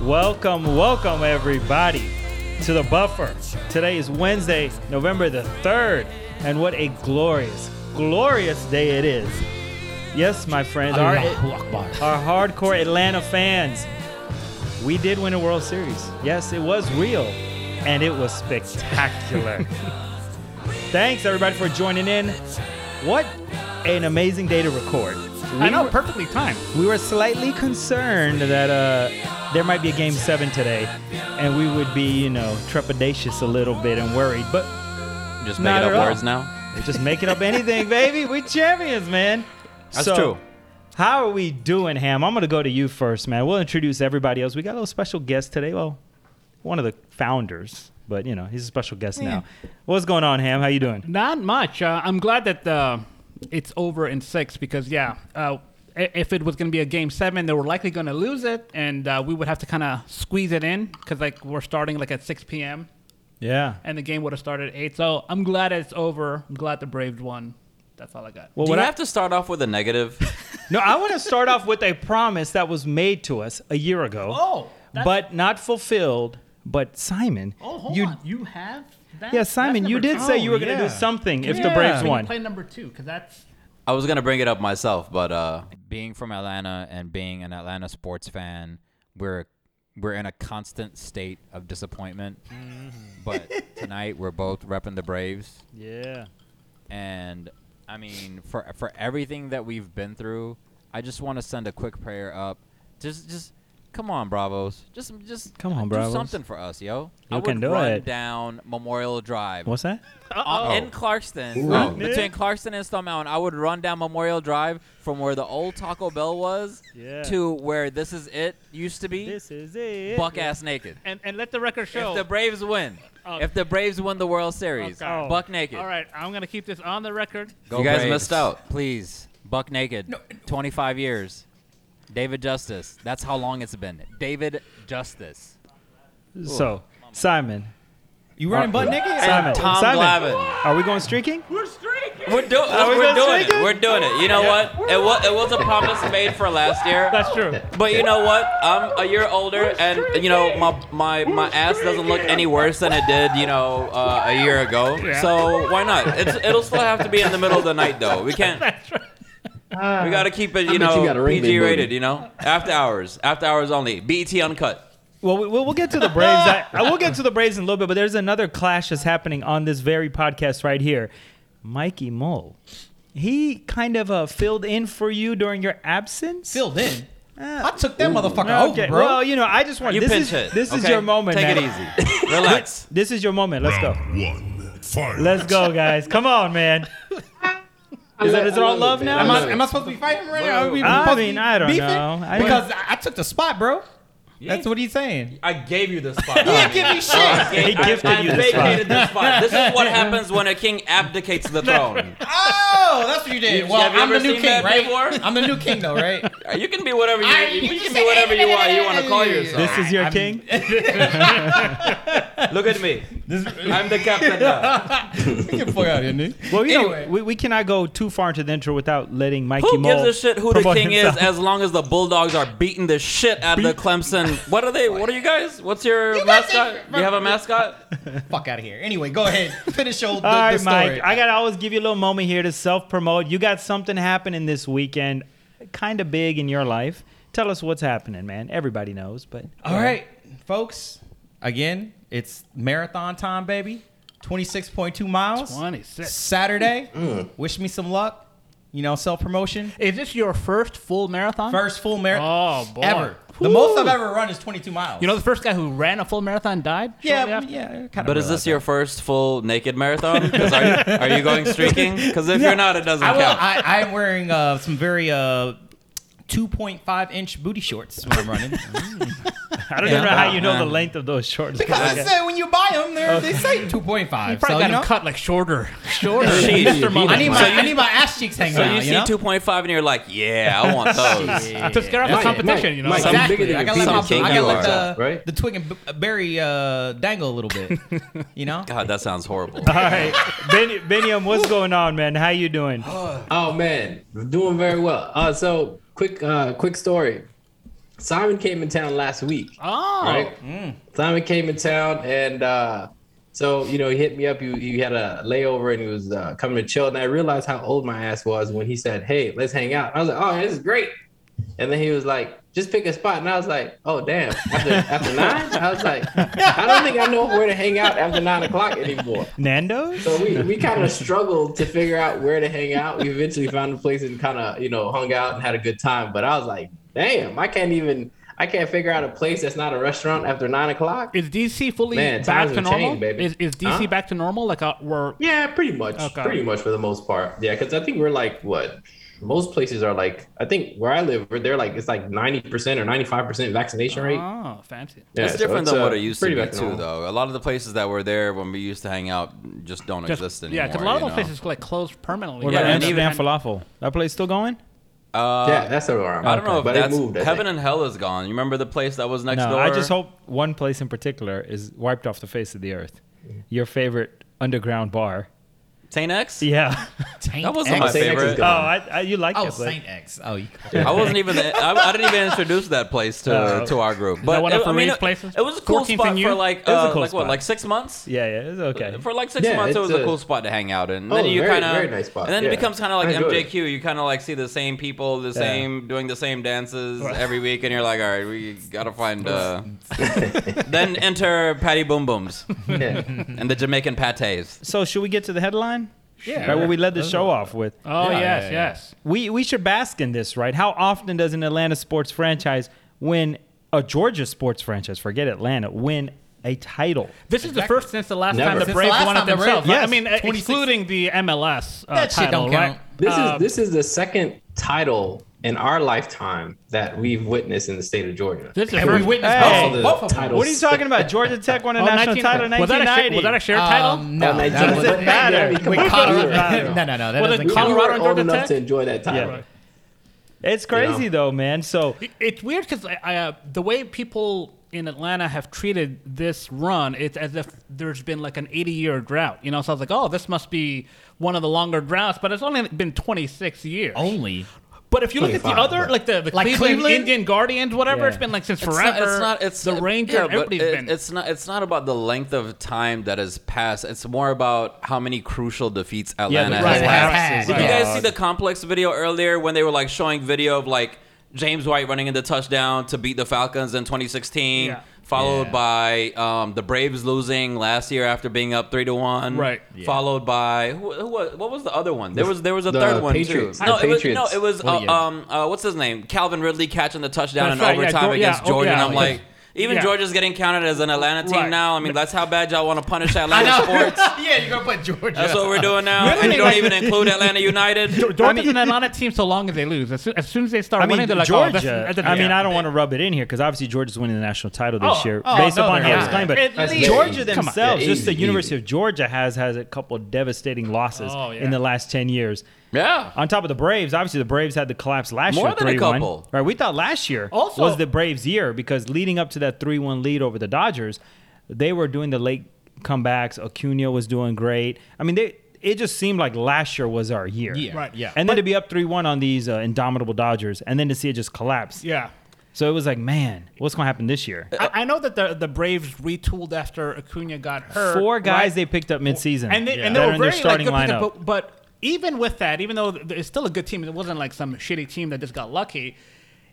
Welcome, welcome everybody to the buffer. Today is Wednesday, November the 3rd, and what a glorious, glorious day it is. Yes, my friends, Oh, our, our hardcore Atlanta fans, we did win a World Series. Yes, it was real, and it was spectacular. Thanks everybody for joining in. What an amazing day to record. I know, were- perfectly timed. we were slightly concerned that uh, there might be a game seven today, and we would be, you know, trepidatious a little bit and worried. But Just Not making at all. up words now. just making up anything, baby. We champions, man. That's So, true. How are we doing, Ham? I'm gonna go to you first, man. We'll introduce everybody else. We got a little special guest today. Well, one of the founders, but you know, he's a special guest now. What's going on, Ham? How you doing? Not much. Uh, I'm glad that uh, it's over in six because, yeah, uh, i- if it was going to be a game seven, they were likely going to lose it, and uh, we would have to kind of squeeze it in because, like, we're starting like at 6 p.m. Yeah. and the game would have started at eight. So I'm glad it's over. I'm glad the Braves won. That's all I got. Well, Do what you I- have to start off with a negative? No, I want to start off with a promise that was made to us a year ago. Oh, that's- oh, but not fulfilled. But Simon, you You have that? yeah, Simon, you did say you Oh, were going to yeah. do something if the Yeah. Braves Can you won. play number two because that's I was gonna bring it up myself, but uh, being from Atlanta and being an Atlanta sports fan, we're we're in a constant state of disappointment. Mm-hmm. but tonight we're both repping the Braves, Yeah, and I mean, for for everything that we've been through, I just want to send a quick prayer up. Just just come on, Bravos. Just just Come on, do Bravos. something for us, yo. I You would can do run it. down Memorial Drive what's that? Oh. on, Uh, in Clarkston, Ooh. between- between Clarkston and Stone Mountain, I would run down Memorial Drive from where the old Taco Bell was Yeah. to where This Is It used to be, is it. buck ass naked. and and let the record show. If the Braves win, Oh. if the Braves win the World Series, Okay. Oh. buck naked. all right, I'm gonna keep this on the record. Go You guys Braves. missed out. Please, buck naked. 25 years. David Justice. That's how long it's been. David Justice. So, Simon, Uh, You running butt naked? Simon, and Tom Simon, Glavine. are we going streaking? We're, do- we we're, gonna doing take it? it. We're doing it. You know what? It was, it was a promise made for last year. That's true. But you know what? I'm a year older, and you know my my, my ass doesn't look any worse than it did, you know, uh, a year ago. So why not? It's, it'll still have to be in the middle of the night, though. We can't. We gotta keep it, you bet you know, got a ring PG big rated. booty. You know, after hours, after hours only. BET uncut. Well, we, we'll, we'll get to the Braves. I, I will get to the Braves in a little bit, but there's another clash that's happening on this very podcast right here. Mikey Mole, he kind of uh, filled in for you during your absence. Filled in. I took that motherfucker Okay, over, bro. Well, you know, I just want Oh, You this pinch is hit. this is okay? your moment. Take man. it easy. Relax. This is your moment. Let's go. One. Fight. Let's go, guys. Come on, man. Is it, is it all love now? am, I, am I supposed to be fighting right now? Are we I supposed to mean, be I don't beefing? know. I don't- because I, I took the spot, bro. That's what he's saying. I gave you the spot. He didn't give me shit. He gifted I, I you the vacated the spot. This is what happens when a king abdicates the throne. Oh, that's what you did. You- well, have you I'm the ever new seen king, that right? before? I'm the new king, though, right? You can be whatever you, I- you, you can just be whatever you want. say- You want to call yourself. this is your king. Look at me. I'm the captain now. Get the fuck out of here, Nick. Well, you Anyway. know, we, we cannot go too far into the intro without letting Mikey Who Mole gives a shit who the promote king himself. is as long as the Bulldogs are beating the shit out of the Clemson? What are they? What are you guys? What's your guys mascot? think- Do you have a mascot? fuck out of here. Anyway, go ahead. Finish your the, All the right, story. Mike. I gotta always give you a little moment here to self-promote. You got something happening this weekend, kind of big in your life. Tell us what's happening, man. Everybody knows, but All right, folks. Again, it's marathon time, baby. 26.2 miles. 26. Saturday. Mm. Wish me some luck. You know, self promotion. Is this your first full marathon? First full marathon Oh boy. ever. The most I've ever run is 22 miles. You know, the first guy who ran a full marathon died. shortly yeah, after? yeah. Kind of But is this your first full naked marathon? 'Cause Are you, are you going streaking? Because if you're not, it doesn't I, will, count. I, I'm wearing uh, some very uh, 2.5 inch booty shorts when I'm running. I don't even know how you know the length of those shorts. because but it okay. said when you buy them, they're, they say 2.5. Probably so, got you him know, cut like shorter. Shorter. I Mr. Mullen. need my I need my ass cheeks hanging so out. you see know? 2.5 and you're like, yeah, I want those. I took care of the Mike, competition, Mike, you know. Mike, Like, I'm bigger than I your gotta let, my, penis. King I gotta let you the, are, right? the twig and b- berry uh, dangle a little bit. You know? God, that sounds horrible. All right, ben, Beniam, what's going on, man? How you doing? Oh man, doing very well. Uh, so quick, uh, quick story. Simon came in town last week. Oh, right? Mm. Simon came in town and uh, so you know he hit me up. He, he had a layover and he was uh, coming to chill. And I realized how old my ass was when he said, "Hey, let's hang out." I was like, "Oh, this is great." And then he was like, "Just pick a spot." And I was like, "Oh, damn!" After, after nine, I was like, "I don't think I know where to hang out after nine o'clock anymore." Nando's? So we, we kind of struggled to figure out where to hang out. We eventually found a place and kind of, you know, hung out and had a good time. But I was like, damn, I can't even, I can't figure out a place that's not a restaurant after nine o'clock. is DC fully Man, back times to have normal? changed, baby. Is, is DC Huh? back to normal? Like, uh, we're Yeah, pretty much. Okay. Pretty much for the most part. Yeah, because I think we're like, what? Most places are like, I think where I live, they're like, it's like 90% or 95% vaccination rate. Uh-huh. oh fancy. Yeah, it's so different than uh, what it used to pretty be back too, normal. though. A lot of the places that were there when we used to hang out just don't Just- exist anymore. yeah, because a lot of you those know? places like closed permanently. about Yeah, and Amsterdam and- falafel? That place still going? Uh, Yeah, that's where I'm I don't know if but that's it moved. I Heaven think. and Hell is gone. You remember the place that was next No, door? I just hope one place in particular is wiped off the face of the earth. Your favorite underground bar. Taint X? Yeah. That wasn't my Saint X is favorite. oh, gone. I, I, you like Oh, that place. Saint X. Oh, you I wasn't even. I, I didn't even introduce that place to Oh. to our group. that But one it, up for I mean, Reed's it- places? It was a cool 14th spot and for you? like It was a uh, cool like what spot. like six months. Yeah, yeah, it's okay. For like six Yeah, months, it was it's a, a- cool spot to hang out in. And Oh, then you very- kind of very nice spot, And then it yeah. becomes kind of I like enjoyed it. MJQ. You kind of like see the same people, the same doing the same dances every week, and you're like, all right, we gotta find. Uh... then enter Patty Boom Booms Yeah. and the Jamaican pates. So should we get to the headline? Yeah. Right, what we led the show off with. Oh Yeah, yes, yeah, yeah. yes. We we should bask in this, right? How often does an Atlanta sports franchise win a Georgia sports franchise? Forget Atlanta, win a title. This is the first since the last Never. time the Since the Braves last won it time the Braves- themselves. right? I Yes. mean, uh, 26. excluding the MLS uh, That shit title, don't right? count. This Uh, is this is the second title in our lifetime that we've witnessed in the state of Georgia. This is And we first- witnessed Hey. both of Both of them. them. Titles. What are you talking about? Georgia Tech won a oh, national 19 title in was that a share, 1990. was that a shared title? Um, no, Oh, that Nigeria. doesn't Doesn't matter. With With Colorado. Colorado. No, no, no. That Well, doesn't the count. Colorado We were and old Georgia enough Tech? to enjoy that title. Yeah. it's crazy though, man. So It- It's weird because I, I, uh, the way people in Atlanta have treated this run, it's as if there's been like an 80 year drought. You know, so I was like, oh, this must be one of the longer droughts, but it's only been 26 years. Only. But if you look at the 25, other, but- like the, the Oh, Like Cleveland, Cleveland? Indian Guardians, whatever, Yeah. it's been like since It's forever. not- It's not. It's the Rangers. yeah, but everybody's it- been. It's not. It's not about the length of time that has passed. It's more about how many crucial defeats Atlanta right. has Right. had. Right. Did you Yeah. guys see the complex video earlier when they were like showing video of like James White running into touchdown to beat the Falcons in 2016, Yeah. followed Yeah. by um, the Braves losing last year after being up three to one, Right. Yeah. Followed by who, who, was- what was the other one? There was there was a the third one Patriots. too. The No, it was, no, Patriots. it was Oh, uh, yeah. um uh, what's his name? Calvin Ridley catching the touchdown That's in right, yeah, overtime Go- yeah, against oh, Georgia, yeah, and I'm yeah. like. Even Yeah. Georgia's getting counted as an Atlanta team Right. now. I mean, that's how bad y'all want to punish I Atlanta know. sports. yeah, you're gonna put Georgia. That's what we're doing now. and you don't even include Atlanta United. Dortmund's an Atlanta team so long as they lose. As soon as, soon as they start I mean, winning, they're like, oh, Georgia. that's, that's I mean, I don't want to rub it in here because obviously Georgia's winning the national title this Oh, year oh, based no, upon how they're it's not. playing. But At That's least- very Georgia easy. Come on. themselves, Yeah, just the easy, University easy. of Georgia has has a couple of devastating losses Oh, yeah. in the last ten years. Yeah. On top of the Braves, obviously the Braves had the collapse last More year, than a three one. couple. Right, we thought last year Also- was the Braves' year because leading up to that three one lead over the Dodgers, they were doing the late comebacks. Acuna was doing great. I mean, they it just seemed like last year was our year. Yeah. Right. Yeah. And then to be up three one on these uh, indomitable Dodgers, and then to see it just collapse. Yeah. So it was like, man, what's gonna happen this year? I, I know that the, the Braves retooled after Acuna got hurt. Four guys Uh, right? they picked up midseason. and they, and they that were are in their very starting like, good lineup. pickup, But, but even with that, even though th- it's still a good team, it wasn't like some shitty team that just got lucky.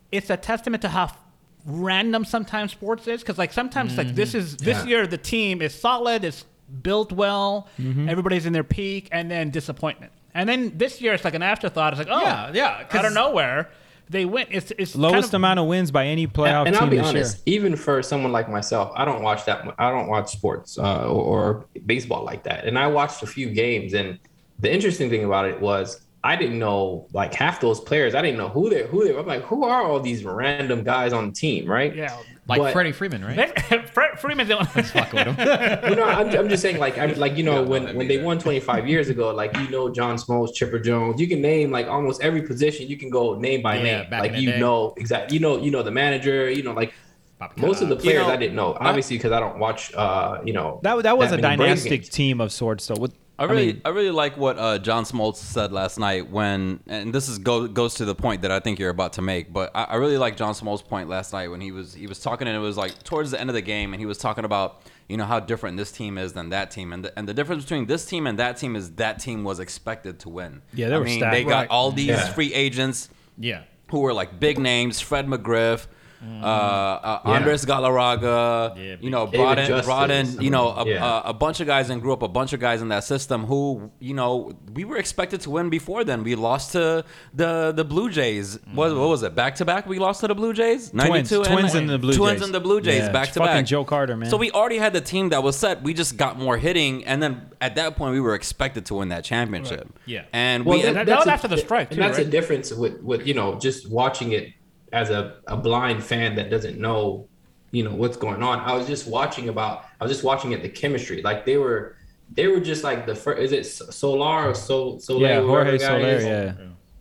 It's a testament to how f- random sometimes sports is because like sometimes like this is this year the team is solid, it's built well, everybody's in their peak, and then disappointment. And then this year it's like an afterthought. It's like oh Yeah, yeah, 'cause- out of nowhere they win. It's it's kind Lowest of- amount of wins by any playoff and team I'll be this honest, year. even for someone like myself, I don't watch that. mu- I don't watch sports uh, or, or baseball like that. And I watched a few games, and the interesting thing about it was I didn't know like half those players. I didn't know who they who they were. I'm like, who are all these random guys on the team, right? Yeah. Like But- Freddie Freeman, right? Fre- Freeman's the only Fuck with him. Well, no, I'm, I'm just saying, like, I'm like, you know, when, that'd when be they won 25 years ago, like, you know, John Smoltz, Chipper Jones, you can name like almost every position. You can go name by Yeah, name, back like in the you day. know exactly, you know, you know the manager, you know, like Bobby Most of the Cox. players know, I didn't know, obviously, because I don't watch. Uh, you know That that was a many Braves dynastic games. team of sorts, though. With I really, I, really like what uh, John Smoltz said last night when, and this is go, goes to the point that I think you're about to make, but I, I really like John Smoltz's point last night when he was he was talking and it was like towards the end of the game and he was talking about you know how different this team is than that team and the, and the difference between this team and that team is that team was expected to win. Yeah, they I were mean, stacked. they got Right. all these Yeah. free agents Yeah. who were like big names, Fred McGriff, Mm-hmm. uh, uh, Andres Galarraga, Yeah, you know, big- brought David in, brought Justice. in, you know, a, Yeah. a, a bunch of guys and grew up a bunch of guys in that system who, you know, we were expected to win before then. We lost to the the Blue Jays. What, what was it? Back to back, we lost to the Blue Jays. Mm-hmm. Twins, 92 twins and the Blue Twins Jays. and the Blue Jays Yeah, back to fucking back. Joe Carter, man. So we already had the team that was set. We just got more hitting, and then at that point, we were expected to win that championship. Yeah. and Well, we that- that that's was a- after the strike, and too, that's a right? difference with, with you know just watching it as a, a blind fan that doesn't know you know what's going on. I was just watching about I was just watching it the chemistry like they were they were just like the first is it Solar or Sol Soler yeah, whoever Jorge the guy Soler, is? yeah,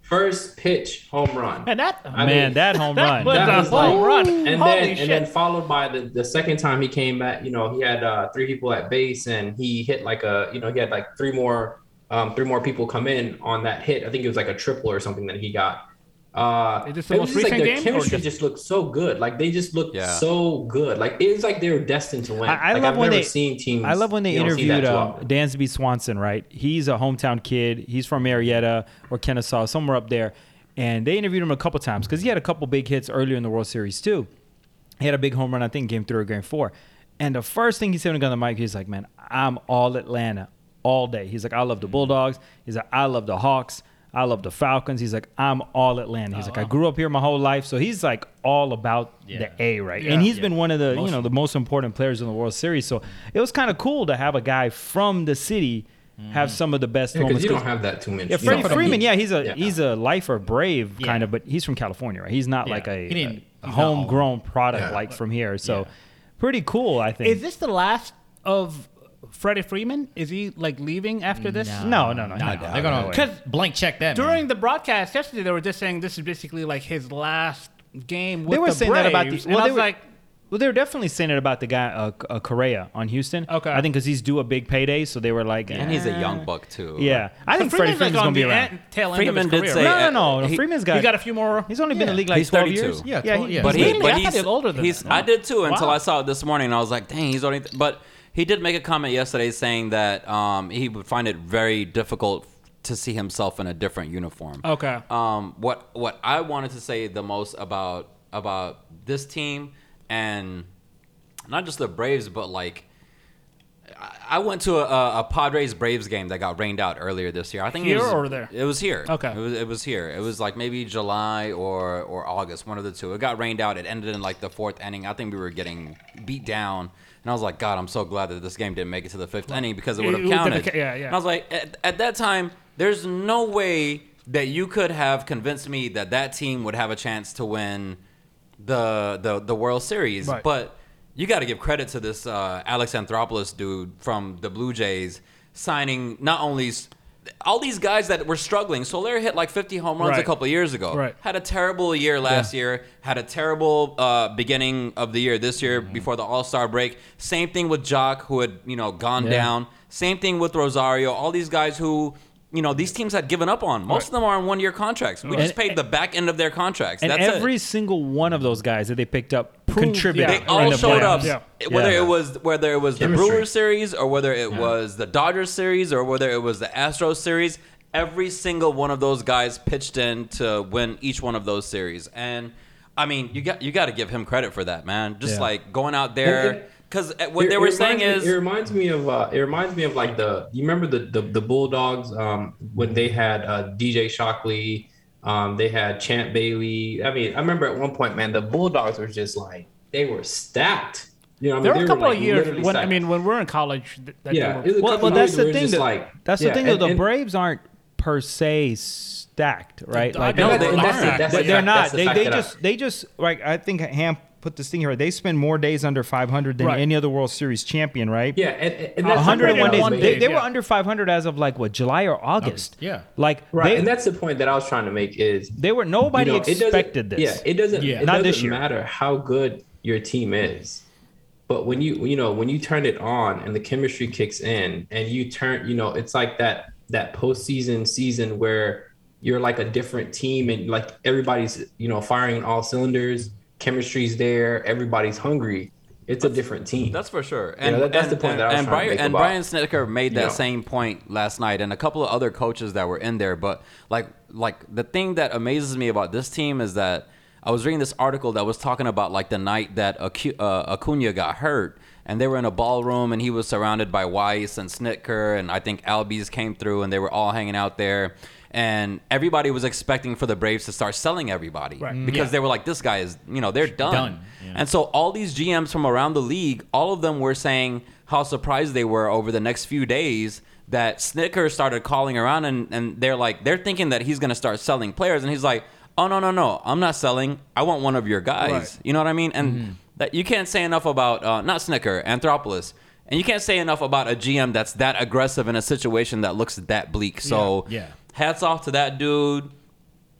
first pitch home run And that I man, mean, that home run. was That a was home like- run. and Holy then shit. and then followed by the, the second time he came back, you know, he had uh, three people at base and he hit like a, you know, he had like three more um, three more people come in on that hit. I think it was like a triple or something that he got. Uh, Is it this was the most just like recent their game or chemistry just- just... looked so good. Like they just looked Yeah. so good. Like it was like they were destined to win. I- I like, love I've when never they- seen teams. I love when they you don't see that interviewed too um, often. Dansby Swanson, right? He's a hometown kid. He's from Marietta or Kennesaw, somewhere up there. And they interviewed him a couple times because he had a couple big hits earlier in the World Series, too. He had a big home run, I think, game three or game four. And the first thing he said when he got on the mic, he's like, Man, I'm all Atlanta all day. He's like, I love the Bulldogs. He's like, I love the Hawks. I love the Falcons. He's like, I'm all Atlanta. He's like, I grew up here my whole life. So he's like all about Oh, Yeah. the A, right? Yeah. and he's Yeah. been one of the you know the most important players in the World Series. So it was kind of cool to have a guy from the city have some of the best because moments. you don't 'Cause- have that too many. yeah, Freddie for the Freeman. heat. Yeah, he's a Yeah. he's a lifer, brave Yeah. kind of, but he's from California, right? He's not Yeah. like a, He didn't- a he's not all- homegrown product Yeah. like from here. So Yeah. pretty cool, I think. Is this the last of Freddie Freeman? Is he like leaving after this? no, no, no, Nah, no, no they're gonna way. blank check that. During During the broadcast yesterday, they were just saying this is basically like his last game with they were the saying that about the. Braves. Well, and I they was were, like, well, they were definitely saying it about the guy uh, C- uh, Correa on Houston. Okay. I think because he's due a big payday, so they were like, and he's a "Eh." young buck too. Yeah, I think Freddie Freeman's Freeman's like gonna on be the around. end, tail end Freeman of his did career. say- no, uh, no, no. he- Freeman's got he got a few more. He's only been in the league like He's 12 32. years. Yeah, yeah, 12 he, yeah. But Really? he, but I thought he's he was older than he's. that. I did too until Wow. I saw it this morning, and I was like, "Dang, he's only." Th-. But he did make a comment yesterday saying that um, he would find it very difficult to see himself in a different uniform. Okay. Um, what what I wanted to say the most about about this team and not just the Braves, but like I I went to a, a Padres Braves game that got rained out earlier this year. I think it Here was- or there? It was here. Okay. It was, it was here. It was like maybe July or or August, one of the two. It got rained out. It ended in like the fourth inning. I think we were getting beat down, and I was like, God, I'm so glad that this game didn't make it to the fifth inning because it It would have would've counted. ca- yeah, yeah. And I was like, at, at that time, there's no way that you could have convinced me that that team would have a chance to win the the the World Series, Right. but you got to give credit to this uh, Alex Anthropoulos dude from the Blue Jays signing not only s- all these guys that were struggling. Soler hit like 50 home runs a Right. couple years ago. Right. Had a terrible year last year. Had a terrible uh, beginning of the year this Mm-hmm. year before the All Star break. Same thing with Jock, who had you know gone down. Same thing with Rosario. All these guys who. You know these teams had given up on. Most of them are on one-year contracts. We just paid the back end of their contracts. Mm. And That's it. every single one of those guys that they picked up contributed. yeah. They Right. all in the showed playoffs. up. Yeah. Whether Yeah. it was whether it was the Chemistry. Brewers series or whether it was the Dodgers series or whether it was the Astros series, every single one of those guys pitched in to win each one of those series. And I mean, you got you got to give him credit for that, man. Just Yeah. like going out there because what It- they it were reminds saying me- is it reminds me of uh, it reminds me of like the you remember the the, the Bulldogs um, when they had uh, DJ Shockley, um, they had Champ Bailey. I mean, I remember at one point, man, the Bulldogs were just like they were stacked. You know, what I there mean, were They a couple like, of years literally when I stacked. mean when we're in college. th- That they yeah, were- it was a Well, couple well, that's years where the it was thing. just That, like that's yeah, the thing, though. and- The and- Braves aren't per se stacked, right? The Like Dodgers No, were they- last that's the- year. that's but the they're fact- not. that's the They, fact they that uh, I- just they just like I think Ham put this thing here. They spend more days under 500 than Right. any other World Series champion, right? yeah, and, and- and that's the point 101 that I days. days. was They, making. they were yeah. under 500 as of like what July or August. yeah. Like right, they, and that's the point that I was trying to make is they were nobody you know, it doesn't- expected this. Yeah, it doesn't. Yeah. it Not doesn't this year. matter how good your team is. But when you you know when you turn it on and the chemistry kicks in and you turn you know it's like that that postseason season where you're like a different team and like everybody's you know firing on all cylinders chemistry's there everybody's hungry it's a different team That's for sure. And that- that's and, the point and, that I was and trying to Brian, make and about- Brian Snicker made that Yeah. same point last night, and a couple of other coaches that were in there. But like, like the thing that amazes me about this team is that I was reading this article that was talking about like the night that Acu- uh, Acuna got hurt, and they were in a ballroom, and he was surrounded by Weiss and Snicker, and I think Albies came through, and they were all hanging out there. And everybody was expecting for the Braves to start selling everybody Right. because Yeah. they were like, "This guy is, you know, they're done." Done. And so all these GMs from around the league, all of them were saying how surprised they were over the next few days that Snicker started calling around and, and they're like they're thinking that he's gonna start selling players and he's like, Oh no no no, I'm not selling. I want one of your guys. Right. You know what I mean? And Mm-hmm. that you can't say enough about uh, not Snicker, Anthropolis. And you can't say enough about a GM that's that aggressive in a situation that looks that bleak. So Yeah. Yeah. hats off to that dude.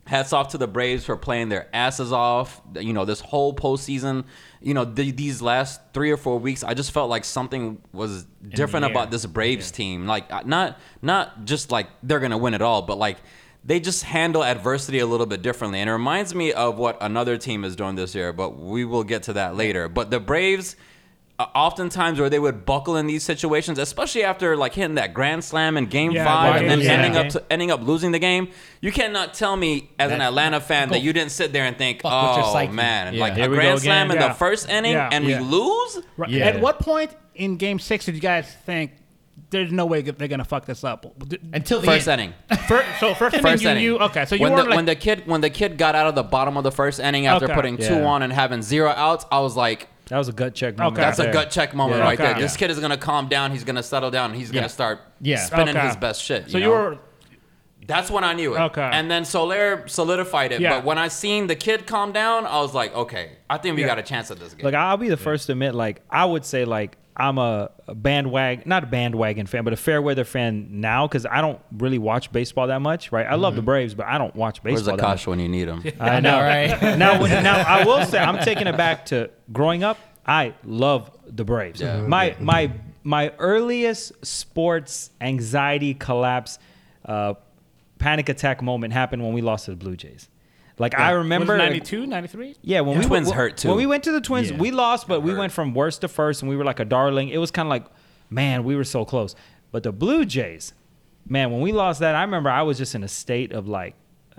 Hats off to the Braves for playing their asses off. You know, this whole postseason, you know, the, these last three or four weeks, I just felt like something was different air. about this Braves team. Like, uh, not not just like they're gonna win it all, but like they just handle adversity a little bit differently. And it reminds me of what another team is doing this year, but we will get to that later. But the Braves. uh, Oftentimes, where they would buckle in these situations, especially after like hitting that grand slam in Game Yeah, Five and then yeah. ending up to ending up losing the game, you cannot tell me as an That- Atlanta fan go that you didn't sit there and think, fuck with your "Oh psyche." man, Yeah. like Here a we go grand slam again. in Yeah. the first inning Yeah. and Yeah. we lose." Right. Yeah. At what point in Game Six did you guys think there's no way they're gonna fuck this up? Did- Until the First end. inning. Fir- so first inning, First you, inning. you okay? So you when were the, like, when the kid when the kid got out of the bottom of the first inning after Okay. putting two Yeah. on and having zero outs, I was like, That was a gut check moment. Okay. right "That's a there. gut check moment Yeah. right there. Okay. This kid is gonna calm down. He's gonna settle down. and He's Yeah. gonna start Yeah. spinning Okay. his best shit." so you you know? were That's when I knew it. Okay. And then Solaire solidified it. Yeah. But when I seen the kid calm down, I was like, "Okay, I think we Yeah. got a chance at this game." Like I'll be the first to admit, like I would say, like I'm a a bandwagon, not a bandwagon fan, but a fair weather fan now because I don't really watch baseball that much, right? I love the Braves, but I don't watch Where's baseball. that much. Akash when you need him? I know, know, right? now, when- now I will say I'm taking it back to growing up. I love the Braves. Yeah. My my my earliest sports anxiety collapse, uh, panic attack moment happened when we lost to the Blue Jays. Like I remember was it 92, 93? yeah, when we Twins when- hurt, too. When we went to the Twins, Yeah. we lost, but we hurt. went from worst to first, and we were like a darling. It was kind of like, man, we were so close. But the Blue Jays, man, when we lost that, I remember I was just in a state of like,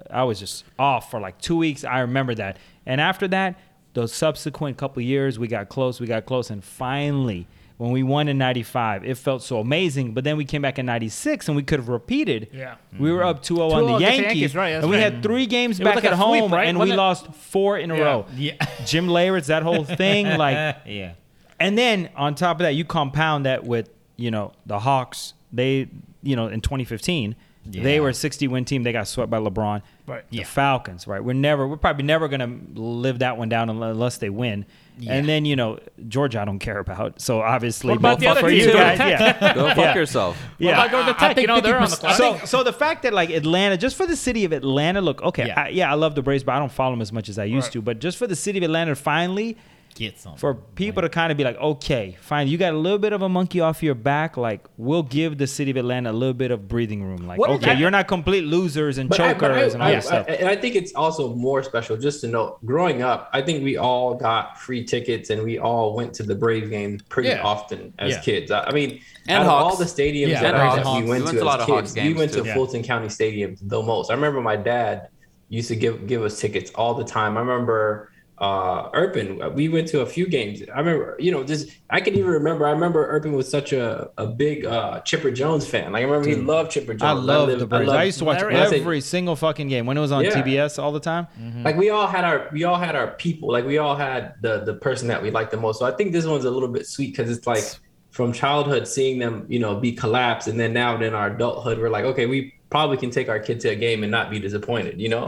I was just off for like two weeks. I remember that, and after that, those subsequent couple years, we got close, we got close, and finally. When we won in '95, it felt so amazing. But then we came back in '96, and we could have repeated. Yeah. we were up 2-0 on 2-0 the against the Yankees, Yankees, right, that's and we right. had three games It was back like a at sweep, home, right? and we Wasn't it? lost four in a Yeah. row. Yeah. Jim Leyritz, that whole thing, like, Yeah. and then on top of that, you compound that with you know the Hawks. They you know in 2015, they Yeah. were a 60 win team. They got swept by LeBron. Right. The Yeah. Falcons, right? We're never, we're probably never gonna live that one down unle- unless they win. And then you know Georgia, I don't care about. So obviously, What about both the other for team, you too? guys, yeah. Go fuck Yeah. yourself. yeah. What about going to Tech? you know, they're on the 50% clock. So, so the fact that like Atlanta, just for the city of Atlanta, look, okay, Yeah. I, yeah, I love the Braves, but I don't follow them as much as I used Right. to. But just for the city of Atlanta, to finally, Get some. for people to kind of be like, okay, fine, you got a little bit of a monkey off your back. Like, we'll give the city of Atlanta a little bit of breathing room. Like, What is okay, that- you're not complete losers and But I- but chokers and all I, that stuff. I, and I think it's also more special just to know growing up, I think we all got free tickets and we all went to the Braves game pretty Yeah. often as Yeah. kids. I, I mean, And out Hawks. of all the stadiums Yeah, that and I Hawks. think We we went went to, to a as lot of Hawks kids, we games, went to too. Yeah. Fulton County stadiums the most. I remember my dad used to give give us tickets all the time. I remember uh Urban, we went to a few games. I remember, you know, just I can even remember. I remember Urban was such a a big uh Chipper Jones fan. Like I remember he loved Chipper I Jones. love lived- the Braves. I, loved- used to watch Larry- I said- every single fucking game when it was on Yeah. TBS all the time. like we all had our we all had our people like we all had the the person that we liked the most so i think this one's a little bit sweet because it's like from childhood seeing them you know be collapsed and then now in our adulthood we're like okay we probably can take our kid to a game and not be disappointed you know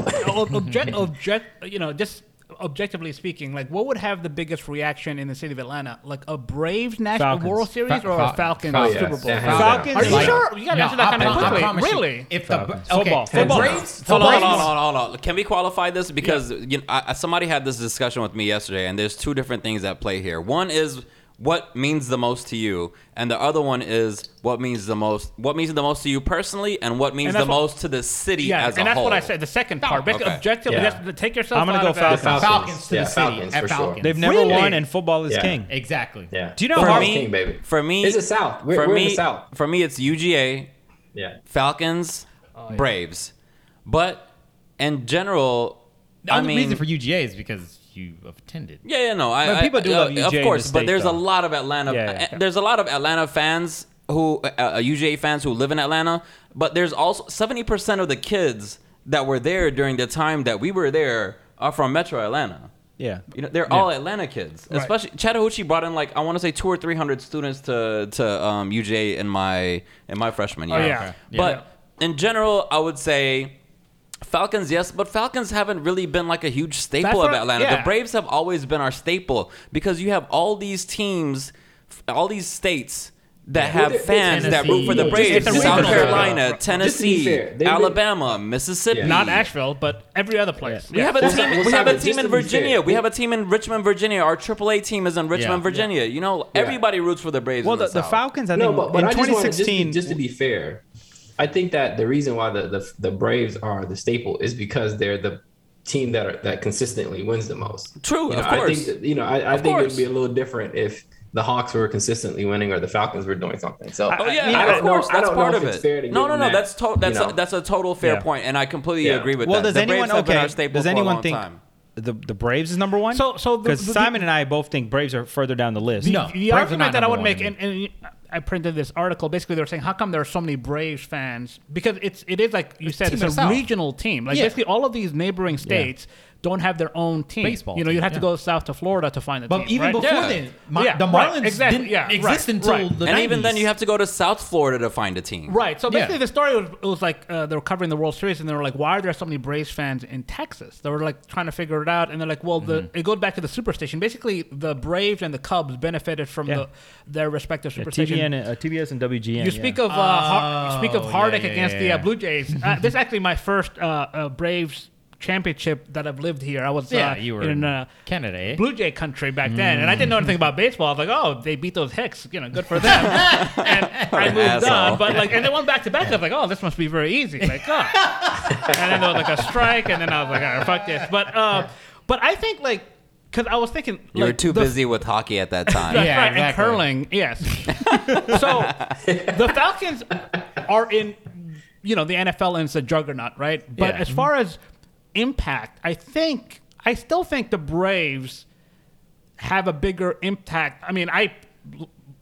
object, object, you know, just objectively speaking, like what would have the biggest reaction in the city of Atlanta? Like a Braves National Falcons. World Series Fa- or a Fal- Falcons Oh, yes. Super Bowl? Yeah, Falcons. Are you Like- sure? You gotta answer that kind I of pro- I quickly. promise you, Really? if the Falcons. okay, Football, the football. Braves- Hold the on, hold Braves- on, hold on, hold on. Can we qualify this? Because you know, I, I- somebody had this discussion with me yesterday, and there's two different things at play here. One is what means the most to you, and the other one is what means the most. What means the most to you personally, and what means And the that's what- most to the city Yeah, as a and that's whole. what I said. The second part, basically, okay. objectively, Yeah. that's- take yourself. I'm gonna out go of it. Falcons. Falcons. Falcons to Yeah, the city Falcons, at for sure. Falcons. They've never Really? won, and football is Yeah. king. Exactly. Yeah. Do you know For how- me, King, baby. For me, It's the South. We're, for we're me, in the South. for me, it's UGA, Yeah. Falcons, Oh, Braves, but in general, The I only mean, reason for UGA is because you attended. Yeah, yeah, no. I, But I- people do uh, love UGA in the of course. state, but there's though. a lot of Atlanta. Yeah, yeah. uh, There's a lot of Atlanta fans who uh, uh, UGA fans who live in Atlanta. But there's also 70 percent of the kids that were there during the time that we were there are from Metro Atlanta. Yeah. You know, they're all Atlanta kids. Especially Chattahoochee brought in like I want to say two or three hundred students to to um, UGA in my in my freshman year. Oh, yeah. Okay. But in general, I would say Falcons, yes, but Falcons haven't really been like a huge That's staple what- of Atlanta. yeah. The Braves have always been our staple because you have all these teams, f- all these states that have they're- they're fans that root for the Tennessee. It's Braves. a South regional show. Carolina, Just to be Tennessee, fair, they've Alabama, Mississippi. Yeah. Not Asheville, but every other place. We Yeah. have a Well, team. Simon- We have a Simon, team just in to be Virginia. fair, We have a team in Richmond, Virginia. Our AAA team is in Richmond, Yeah. Virginia. You know, everybody roots for the Braves. Well, in the, the, the South. Falcons, I No, think, but, but in I just want to just, be- 2016. just to be fair, I think that the reason why the, the the Braves are the staple is because they're the team that are that consistently wins the most. True, You of know, I course. think that, you know I, I think it course. would be a little different if the Hawks were consistently winning or the Falcons were doing something. So Oh yeah, mean, yeah, I of don't know- course. I That's don't know part if of it's it. fair to no, give no, them no. that, That's to- you that's know. a, that's a total fair Yeah. point, and I completely Yeah. agree with well, that. does the anyone Braves have been okay? our staple Does for a anyone long think time. the the Braves is number one? So- so the- because the- Simon and I both think Braves are further down the list. No. the Braves are argument not that I number would one make, to and, and I printed this article. Basically, they were saying, "How come there are so many Braves fans?" Because it's it is like you said, team it's of a the South. regional team. Like Yeah. basically, all of these neighboring states don't have their own team. Baseball You know, you team, have to yeah. go south to Florida to find a But team. even right? before Yeah. then, my, Yeah, the right, Marlins exactly, didn't yeah, exist right, until right. the And even then, 90s. you have to go to South Florida to find a team. Right. So basically, Yeah. the story was it was like uh, they were covering the World Series, and they were like, "Why are there so many Braves fans in Texas?" They were like trying to figure it out, and they're like, "Well, the, it goes back to the superstition. Basically, the Braves and the Cubs benefited from Yeah. the, their respective Yeah, superstition." TBN, and- uh, TBS and WGN. you yeah. speak of uh, har- Oh, speak of yeah, Hardik yeah, against yeah, the uh, yeah. Blue Jays. Uh, this is actually my first uh, uh, Braves championship that I've lived here. I was yeah, uh, you were in uh, Canada. eh? Blue Jay country back then, and I didn't know anything about baseball. I was like, oh, they beat those Hicks, you know, good for them. and I an moved on, asshole. but like, and they went back to back. I was like, oh, this must be very easy. Like, oh. and then there was like a strike, and then I was like, all right, fuck this. But uh, but I think like, cause I was thinking You were like, too the- busy with hockey at that time. That's Yeah, right, and exactly. curling, yes. so the Falcons are in, you know, the NFL is a juggernaut, right? But Yeah. as far as impact, I think, I still think the Braves have a bigger impact. I mean, I.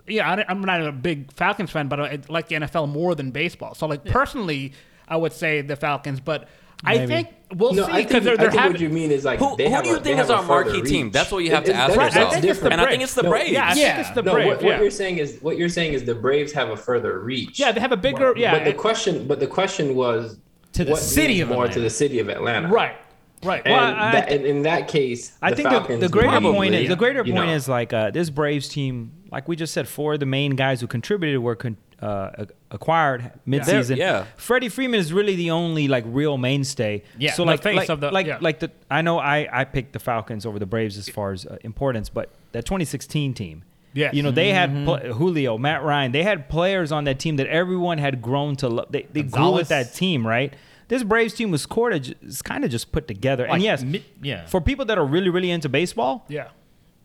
Yeah, I don't- I'm not a big Falcons fan, but I like the NFL more than baseball. So, like personally, I would say the Falcons, but I Maybe. think we'll No, see I because think, they're, I they're think having. what you mean is like Who, they who have do a- you they think have is a our further marquee reach. team? That's what you have It- to it- ask that's- I yourself. think it's the and I think Braves. it's the No, Braves. yeah, I Yeah. think it's the no, Braves. what, what yeah. you're saying is what you're saying is the Braves have a further reach. Yeah, they have a bigger- But- yeah, But the it- question, but the question was To the what city means of more to Atlanta. the city of Atlanta, right, right. And Well, I- that, in, in that case, I the think the, Falcons the greater probably, point is the greater you point know, is like uh, this Braves team, like we just said, four of the main guys who contributed were con- uh, ac- acquired midseason. They're- yeah. Freddie Freeman is really the only like real mainstay. Yeah. So The like face like, of the- like yeah. like the I know I I picked the Falcons over the Braves as far as uh, importance, but that 2016 team. Yes. You know, they had Mm-hmm. pl- Julio, Matt Ryan. They had players on that team that everyone had grown to love. They, they grew with Gonzalez. that team, right? This Braves team was uh, kind of just put together. and Like yes, mid- yeah. for people that are really, really into baseball, yeah.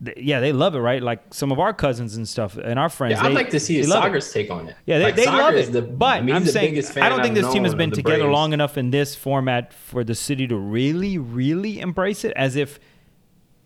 th- yeah, they love it, right? Like some of our cousins and stuff and our friends. Yeah, I'd they- like to see they love it. Sagar's take on it. Yeah, they, Like, they Sagar love is it. the- I but mean, he's I'm the saying biggest fan I don't think I've this team has known been of the together Braves. long enough in this format for the city to really, really embrace it as if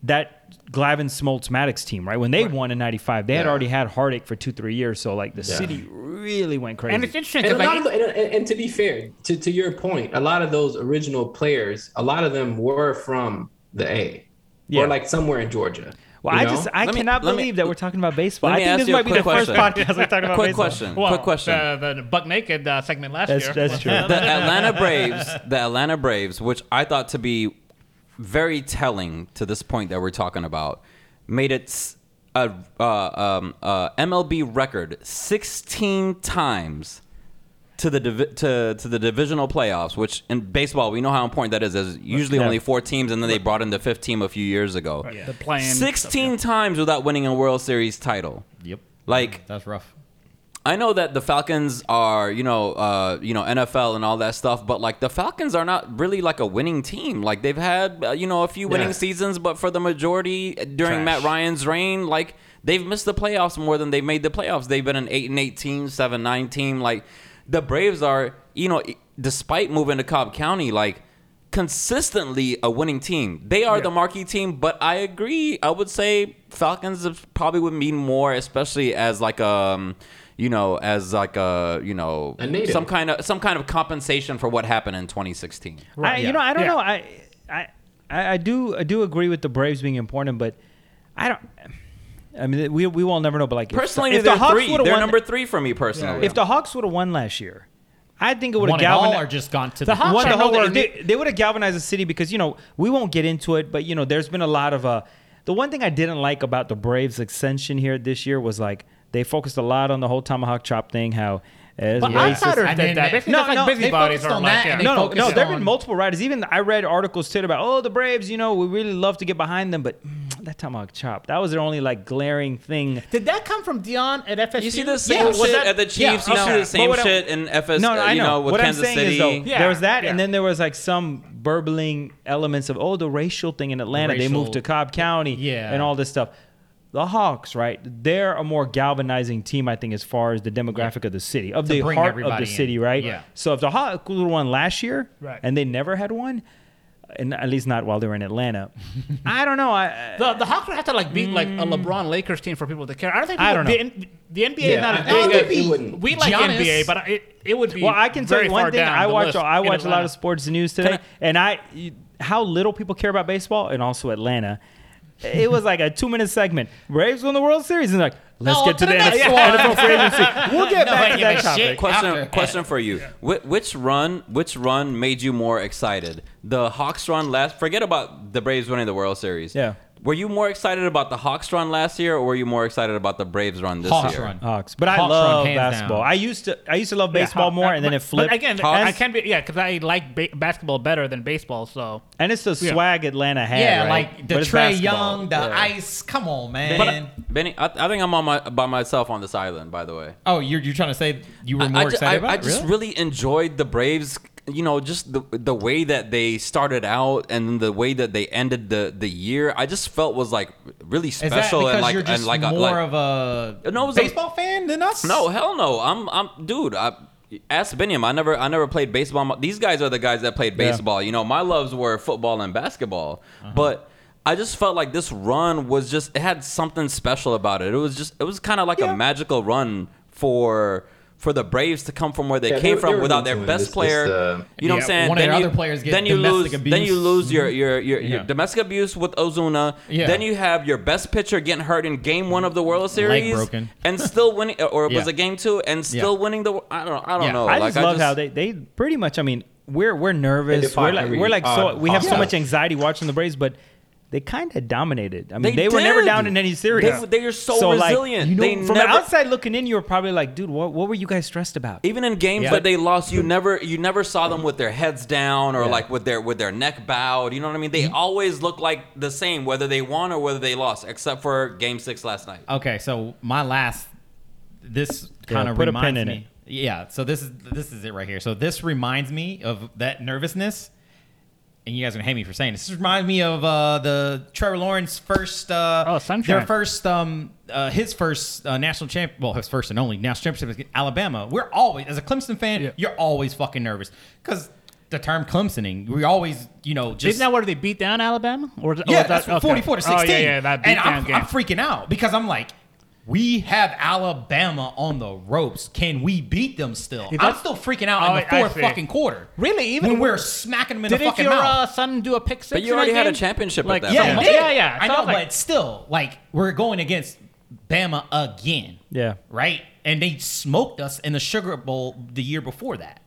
that Glavin Smoltz Maddox team, right? When they won in '95, they had Yeah. already had heartache for two, three years. So like the Yeah. city really went crazy. And it's interesting And, because a lot like, of, the- and, and, and to be fair, to, to your point, a lot of those original players, a lot of them were from the A, Yeah. or like somewhere in Georgia. well, you I know? just I Let me- cannot let me- believe that we're talking about baseball. let I me ask think this you a might be the quick first question. podcast we talked about Quick baseball. question. well, Quick question. The, the buck naked uh, segment last That's year. that's true. the Atlanta Braves, the Atlanta Braves, which I thought to be very telling to this point that we're talking about. Made it s- a uh, um, uh, MLB record 16 times to the divi- to to the divisional playoffs, which in baseball we know how important that is. There's usually Yeah. only four teams, and then they brought in the fifth team a few years ago. The plan. 16 times without winning a World Series title. Yep. Like That's rough. I know that the Falcons are, you know, uh, you know, NFL and all that stuff, but like the Falcons are not really like a winning team. Like they've had, uh, you know, a few winning Yeah. seasons, but for the majority during Matt Ryan's reign, like they've missed the playoffs more than they've made the playoffs. They've been an eight and eight team, seven nine team. Like the Braves are, you know, despite moving to Cobb County, like consistently a winning team. They are the marquee team, but I agree. I would say Falcons is- probably would mean more, especially as like um, you know, as like a you know A native. some kind of some kind of compensation for what happened in 2016. I, you know, I don't Yeah. know. I, I, I I do, I do agree with the Braves being important, but I don't. I mean, we we will never know. But like, if- Personally, if, they're the Hawks three. would've They're won, number three for me personally. if the Hawks would have won last year, I think it would have Won it all or galvanized. just gone to The the, Hawks won the are whole nowhere thing. They, would have galvanized the city because you know we won't get into it, but you know there's been a lot of uh. The one thing I didn't like about the Braves' extension here this year was like they focused a lot on the whole tomahawk chop thing. How eh, it's But racist. outsiders I did mean, that. they- Basically, No, no, like no, they busybodies focused are on like, that yeah. and they no, no, no, focus no. There have been on- multiple writers. Even I read articles too about, oh, the Braves. You know, we really love to get behind them, but mm, that tomahawk chop. That was their only like glaring thing. Did that come from Dion at FSU? you see the same Was shit that- at the yeah, Chiefs. okay. You see the same what I'm- shit in FS. No, no, uh, I you know. know with what Kansas I'm saying City. is though, Yeah, there was that, yeah. and then there was like some burbling elements of, oh, the racial thing in Atlanta. They moved Racial- to Cobb County, Yeah. and all this stuff. The Hawks, right? They're a more galvanizing team, I think, as far as the demographic of the city, of To the bring heart of everybody the in. city, right? Yeah. So if the Hawks would have won last year, Right. and they never had one, and at least not while they were in Atlanta, I don't know. I, The, the Hawks would have to like beat like a Mm. LeBron Lakers team for people to care. I don't think I people, don't The, N- the NBA is Yeah, not I as think big it'd as be- we like Giannis- NBA, but it, it would be. Well, I can tell very you one far thing. down I the watch list I in watch a lot Atlanta. of sports news today, and I you- how little people care about baseball and also Atlanta. It was like a two minute segment. Braves won the World Series, and like let's No, get to to the, the NFL, next one. NFL free agency. We'll get No, back I to give that a topic. shit. Question, After- question for you. Wh- which run, which run made you more excited? The Hawks run last. Forget about the Braves winning the World Series. Yeah. Were you more excited about the Hawks run last year, or were you more excited about the Braves run this Hawks year? run. Hawks, but I Hawks run love hands basketball. down. I used to I used to love baseball Hawk- more, and then but- it flipped. But again, I and, can be yeah because I like ba- basketball better than baseball. So and it's the swag Atlanta had. Yeah, right? like But the it's Trey basketball. Young, the Ice. Come on, man. But I, Benny, I, I think I'm on my by myself on this island. By the way, oh, you're, you're trying to say you were more I, I ju- excited I- about I it? just really? really enjoyed the Braves. You know, just the the way that they started out and the way that they ended the the year. I just felt was like really Is that special because and like you're just and like a- more like, of a No, it was a- baseball fan than us? No, hell no. I'm I'm dude. I ask Biniam. I never I never played baseball. My- These guys are the guys that played baseball. You know, my loves were football and basketball. Uh-huh. But I just felt like this run was just it had something special about it. It was just it was kind of like a magical run for for the Braves to come from where they Yeah, they came were- from they were without their doing best this- this, player. uh, you know what Yeah, I'm saying? one of their you, other players get then you lose domestic then you abuse. Mm-hmm. lose your your your, your Yeah. domestic abuse with Ozuna. Yeah. Then you have your best pitcher getting hurt in game 1 of the World Series broken. and still winning, or it was Yeah. a game two, and still winning the. I don't. I don't Yeah. know. I Like, just love how they, they pretty much. I mean, we're we're They nervous. defy We're like every we're like so odd we have so possible. much anxiety watching the Braves, but they kind of dominated. I mean, They they, were never did. down in any series. They- they are so resilient. Like, They from never- the outside looking in, you were probably like, dude, what what were you guys stressed about? Even in games Yeah. that they lost, you never you never saw them with their heads down or like with their with their neck bowed. You know what I mean? Mm-hmm. They always look like the same, whether they won or whether they lost, except for game six last night. Okay, so my last this Yeah, kind of put a reminds pin in me. Yeah, so this is this is it right here. So this reminds me of that nervousness. And you guys are gonna hate me for saying this. This reminds me of uh, the Trevor Lawrence first, uh, Oh, Sunshine. their first, um, uh, his first uh, national champ, well, his first and only national championship was Alabama. We're always, as a Clemson fan, Yeah. you're always fucking nervous because the term Clemsoning, we always, you know, just isn't that where they beat down Alabama? Or, or yeah, Oh, that- that's okay. 44 to 16. Oh, yeah, yeah, that beat and down I'm, game. I'm freaking out because I'm like, we have Alabama on the ropes. Can we beat them still? I'm that's- still freaking out Oh, in the I fourth see. fucking quarter. Really? Even when when- we're smacking them in the Didn't fucking your mouth. uh, son do a pick six? But you in that already had a game? championship Like, at that yeah, yeah, point. yeah, yeah, yeah, yeah. I So know, was like- but still, like we're going against Bama again, Yeah. right? And they smoked us in the Sugar Bowl the year before that.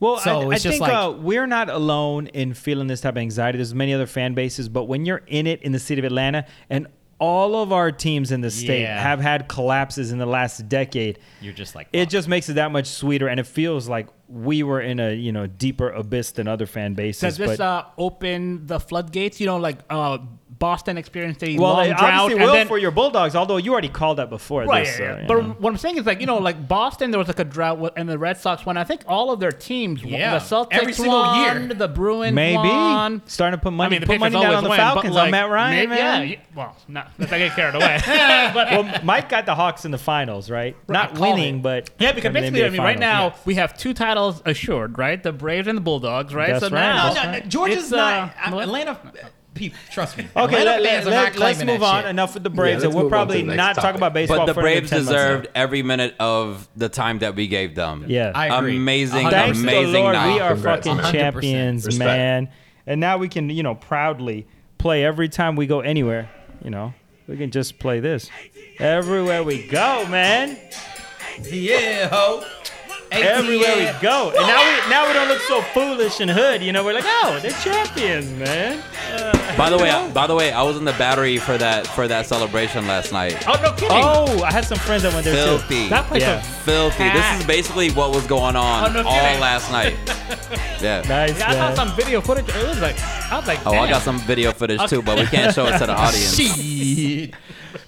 Well, So I, it's I just think like- uh, we're not alone in feeling this type of anxiety. There's many other fan bases, but when you're in it in the city of Atlanta and all of our teams in the state Yeah. have had collapses in the last decade. You're just like It fuck. just makes it that much sweeter, and it feels like we were in a you know deeper abyss than other fan bases. Does this But uh, open the floodgates? You know, like uh, Boston experienced a well, long it drought, obviously and will then- for your Bulldogs, although you already called that before. Right, this, yeah, yeah. so, you but know. what I'm saying is like you know, like Boston, there was like a drought, with- and the Red Sox won. I think all of their teams, won. the Yeah. Celtics Every single won, year. the Bruins maybe won. starting to put money I mean, the put money Patriots down always on the win, but, Falcons like, on Matt Ryan, may- man. Yeah, y- well, no, let's not get carried away. but, well, Mike got the Hawks in the finals, right? Not called winning, it. but Yeah, because in the basically, NBA I mean, right finals. now we have two titles assured, right? The Braves and the Bulldogs, right? That's so right, now, that's No, no, right. Georgia's It's, uh, not. I- what? Atlanta, uh, people, trust me. Okay, Atlanta let, fans are not us claiming move that on. shit. Enough with the Braves, let's and we'll move on to probably the next not talk topic. about baseball. But the for another Braves 10 months. deserved every minute of the time that we gave them. Yeah. I agree. Amazing, Thanks to the amazing Lord, night. we are Congrats. fucking 100%. champions, Respect. man. And now we can, you know, proudly play every time we go anywhere. You know, we can just play this everywhere we go, man. Yeah, ho. Everywhere ATL. we go, and now we now we don't look so foolish and hood. You know, we're like, oh, they're champions, man. By the way, by the way, I was in the battery for that for that celebration last night. Oh no, kidding. Oh, I had some friends that went there Filthy. too. that place Yeah. was Filthy. This is basically what was going on Oh, no all kidding. last night. Yeah. Nice. Yeah, I man. saw some video footage. It was like, I was like, Oh, I damn. got some video footage too, but we can't show it to the audience. Shit.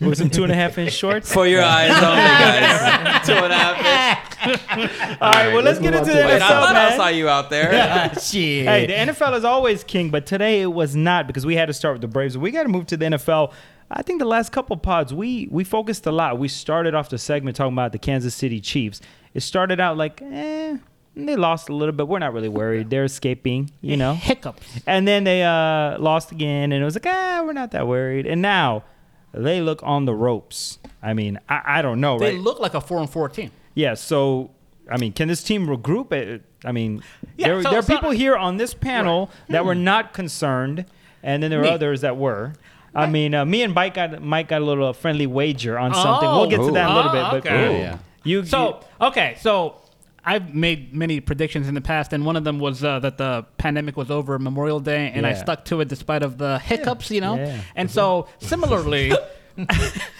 with some two and a half inch shorts. For your eyes only, guys. Two and a half. All right, well, let's get move into on the to- Wait, NFL, I thought I saw man. you out there. Shit. Hey, the NFL is always king, but today it was not because we had to start with the Braves. We got to move to the NFL. I think the last couple pods we we focused a lot. We started off the segment talking about the Kansas City Chiefs. It started out like, eh, they lost a little bit. We're not really worried. They're escaping, you know. hiccups. And then they uh, lost again, and it was like, ah, we're not that worried. And now they look on the ropes. I mean, I, I don't know, They right? look like a four and four team. Yeah, so I mean, can this team regroup? It- I mean, Yeah, there, so- there are so- Hmm. people here on this panel that were not concerned, and then there were Me. others that were. I mean, uh, me and Mike got Mike got a little uh, friendly wager on something. We'll get to Oh. that in a little Oh, bit, but okay. Ooh. Yeah, yeah. you So okay, so I've made many predictions in the past, and one of them was uh, that the pandemic was over Memorial Day, and I Yeah. stuck to it despite of the hiccups, you know. Yeah. And so similarly,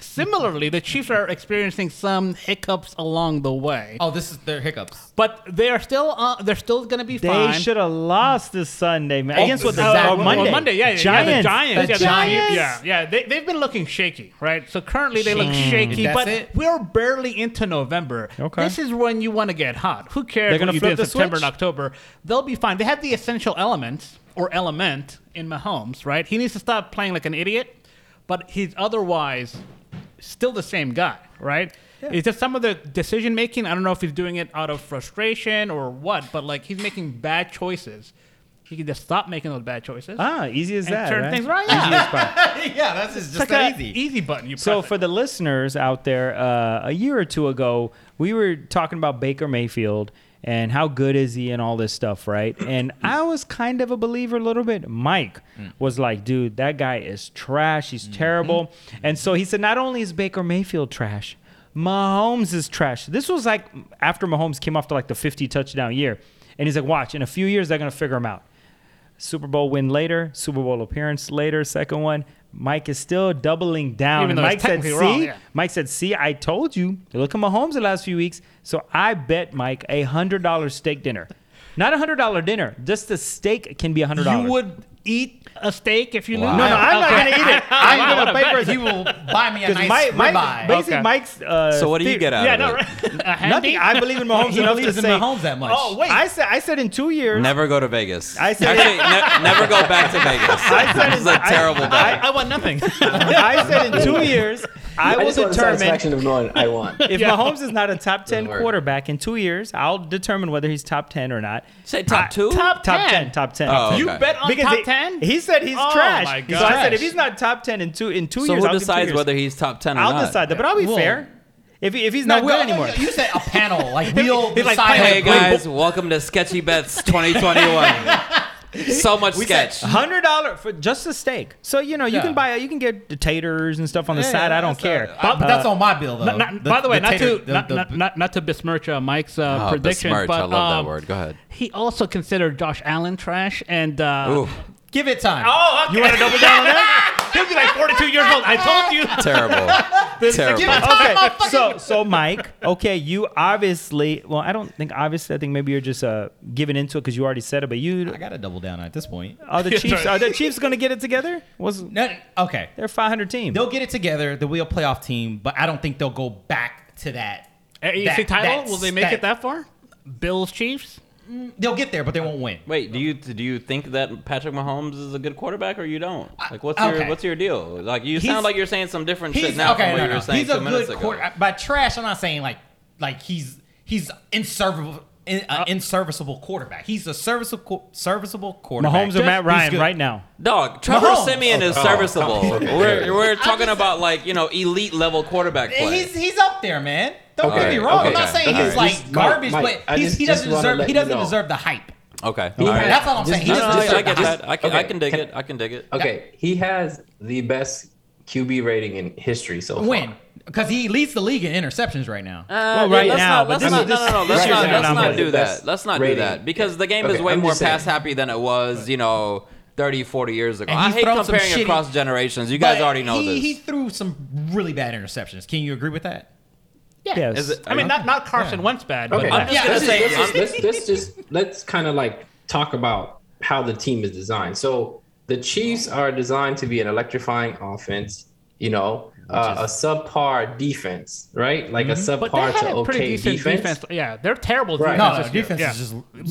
similarly, the Chiefs are experiencing some hiccups along the way, Oh, this is their hiccups. but they are still uh, they're still going to be you, they fine. should have lost this Sunday, man. Against what the Uh, or well, Monday, Monday, yeah, yeah, Giants, yeah, the Giants, The yeah, the Giants. yeah, yeah. They, they've been looking shaky, right? So currently they look shaky, That's but it. we're barely into November. Okay. This is when you want to get hot. Who cares They're gonna what you flip did the in September switch? and October? They'll be fine. They have the essential elements or element in Mahomes, right? He needs to stop playing like an idiot, but he's otherwise still the same guy, right? It's just some of the decision making. I don't know if he's doing it out of frustration or what, but like he's making bad choices. He can just stop making those bad choices Ah, easy as and that. turn right? things around. Yeah. yeah, that's just, It's like that a easy button. You So press for it. the listeners out there, uh, a year or two ago, we were talking about Baker Mayfield and how good is he and all this stuff, right? And I was kind of a believer a little bit. Mike was like, dude, that guy is trash. He's terrible. And so he said, not only is Baker Mayfield trash, Mahomes is trash. This was like after Mahomes came off to like the 50 touchdown year. And he's like, watch, in a few years, they're going to figure him out. Super Bowl win later, Super Bowl appearance later, second one. Mike is still doubling down. Even though Mike it's said, technically "See, wrong, yeah. Mike said, see, I told you. Look at Mahomes the last few weeks. So I bet Mike a hundred dollar steak dinner, not a hundred dollar dinner. Just the steak can be a hundred dollars. you would eat a steak if you Wow. knew. No, no, I'm not gonna eat it. I'm Wow, gonna what a pay for bet. it. He will buy me a Because nice Mike, Mike, ribeye. basically Okay. Mike's. Uh, So what do you theory- get out yeah, of no, it? right. A handy? Nothing. I believe in Mahomes he enough to believes in say. Mahomes that much. Oh wait, I said, I said in two years. Never go to Vegas. I said- Actually, ne- never go back to Vegas. It's a I- terrible bet. I, I want nothing. I said in two years, I I will just want the determine satisfaction of knowing I won. If Mahomes is not a top 10 worry. quarterback in two years, I'll determine whether he's top 10 or not. Say top two. top Top 10, 10. top 10. Oh, okay. You bet on Because top he- ten? He said he's Oh trash. my So I gosh. said if he's not top 10 in two, in two so years, who I'll give two decides years. whether he's top ten or I'll not? decide that, but I'll be Whoa. fair. If, if he's not we- good anymore. You said a panel, like we'll He's like, decide. Hey guys, welcome to Sketchy Bets 2021. so much We sketch. said hundred dollar for just a steak. So you know you Yeah. can buy you can get the taters and stuff on the Yeah, side. I don't that's care. all- I- but that's Uh, on my bill, though. Not- not- by the way, not tater- to the- not, the- not, not, not to besmirch uh, Mike's uh, Oh, prediction, besmirch. but I love that um, word. Go ahead. He also considered Josh Allen trash, and uh, Ooh, Give it time. Oh, okay. You want to double down on that? He'll be like 42 years old. I told you. terrible. terrible. okay, so so Mike, okay, you obviously. Well, I don't think obviously. I think maybe you're just uh, giving into it because you already said it. But you I gotta double down at this point. are the Chiefs. Are the Chiefs going to get it together? Was No, okay. they're 500 team? They'll get it together. They'll be a playoff team, but I don't think they'll go back to that. AFC that- Eh, title. that- Will they make it that far? Bills Chiefs. They'll get there, but they won't win. Wait, do you do you think that Patrick Mahomes is a good quarterback or you don't? Like, what's your okay. what's your deal? Like, you He's- sound like you're saying some different shit He's now from okay. what No, you no. were saying He's two a minutes good ago. quarter. By trash, I'm not saying like like he's he's inserviceable. In, uh, inserviceable quarterback. He's a serviceable qu- serviceable quarterback. Mahomes or Matt He's Ryan good. right now. Dog, Trevor Mahomes. Simeon is serviceable. we're we're talking about like you know elite level quarterback play. He's he's up there, man. Don't get Okay, me wrong. I'm okay. not saying Okay. he's like Just- Mike, garbage, Mike, I but he's, just- he doesn't just wanna deserve let he you doesn't know. deserve the hype. okay, He all had- right. That's all I'm saying. He No, no, doesn't no, I deserve the get hype. that. I can I okay. can dig Can- it. I can dig it. Okay, he has the best QB rating in history so far. Win because he leads the league in interceptions right now. Uh, Well, right let's now, not, but let's this not, is- no, no, no, this let's year's not, an let's not anomaly. do that. That's Let's not do rating. that because the game is Okay, way I'm more just saying. pass happy than it was, you know, 30, 40 years ago. And I he's hate thrown some comparing shitty- across generations. You guys But already know he, this. He threw some really bad interceptions. Can you agree with that? Yes. Is it- I mean, not not Carson Wentz bad, but Okay. uh, I'm just Yeah, gonna this is- say, this let's, let's, let's just let's kind of like talk about how the team is designed. So the Chiefs are designed to be an electrifying offense. You know, uh, a subpar defense, right? Like Mm-hmm. a but they subpar had to a pretty okay decent defense. defense. Yeah, they're terrible. Right. defense No, this no, year. defense Yeah. is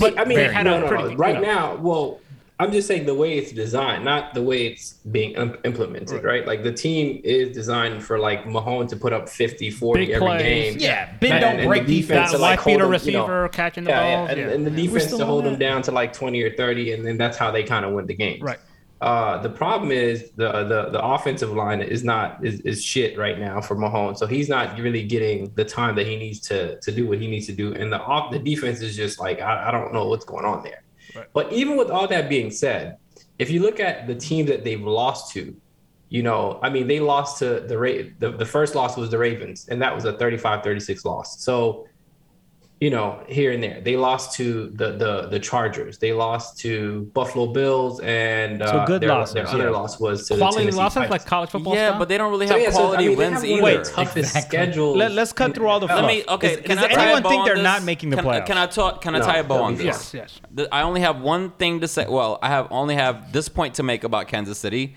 just. I mean, Very no, good. no, Pretty good. right Yeah. now, well, I'm just saying the way it's designed, not the way it's being im- implemented, right? Like the team is designed for like Mahomes to put up 50, 40 Big every plays. game. Yeah, bend And- don't and the break defense. defense That to, wide like, beater hold them, you know. receiver catching the yeah, ball. yeah. And, yeah. and the defense still to on hold them that. down to like 20 or 30, and then that's how they kind of win the game. Right. Uh, the problem is the, the the offensive line is not is, is shit right now for Mahomes, so he's not really getting the time that he needs to to do what he needs to do, and the off the defense is just like I, I don't know what's going on there. But even with all that being said, if you look at the team that they've lost to, you know, I mean, they lost to the Ra- the, the first loss was the Ravens, and that was a 35-36 loss. So, you know, here and there, they lost to the the the Chargers, they lost to Buffalo Bills, and uh, So good their, losses, their yeah. other loss was to the Quality Tennessee losses Titans. like college football. yeah, style? but they don't really So, have yeah, so, I quality mean, they wins have one either. of the toughest schedules. Let, us cut through all the. Let fluff. me. Okay, Is- can does I tie a anyone bow think on they're this? not making the can, uh, playoffs? Can I talk? Can I No, tie a bow that'd on be yes, this? yes. Th- I only have one thing to say. Well, I have only have this point to make about Kansas City,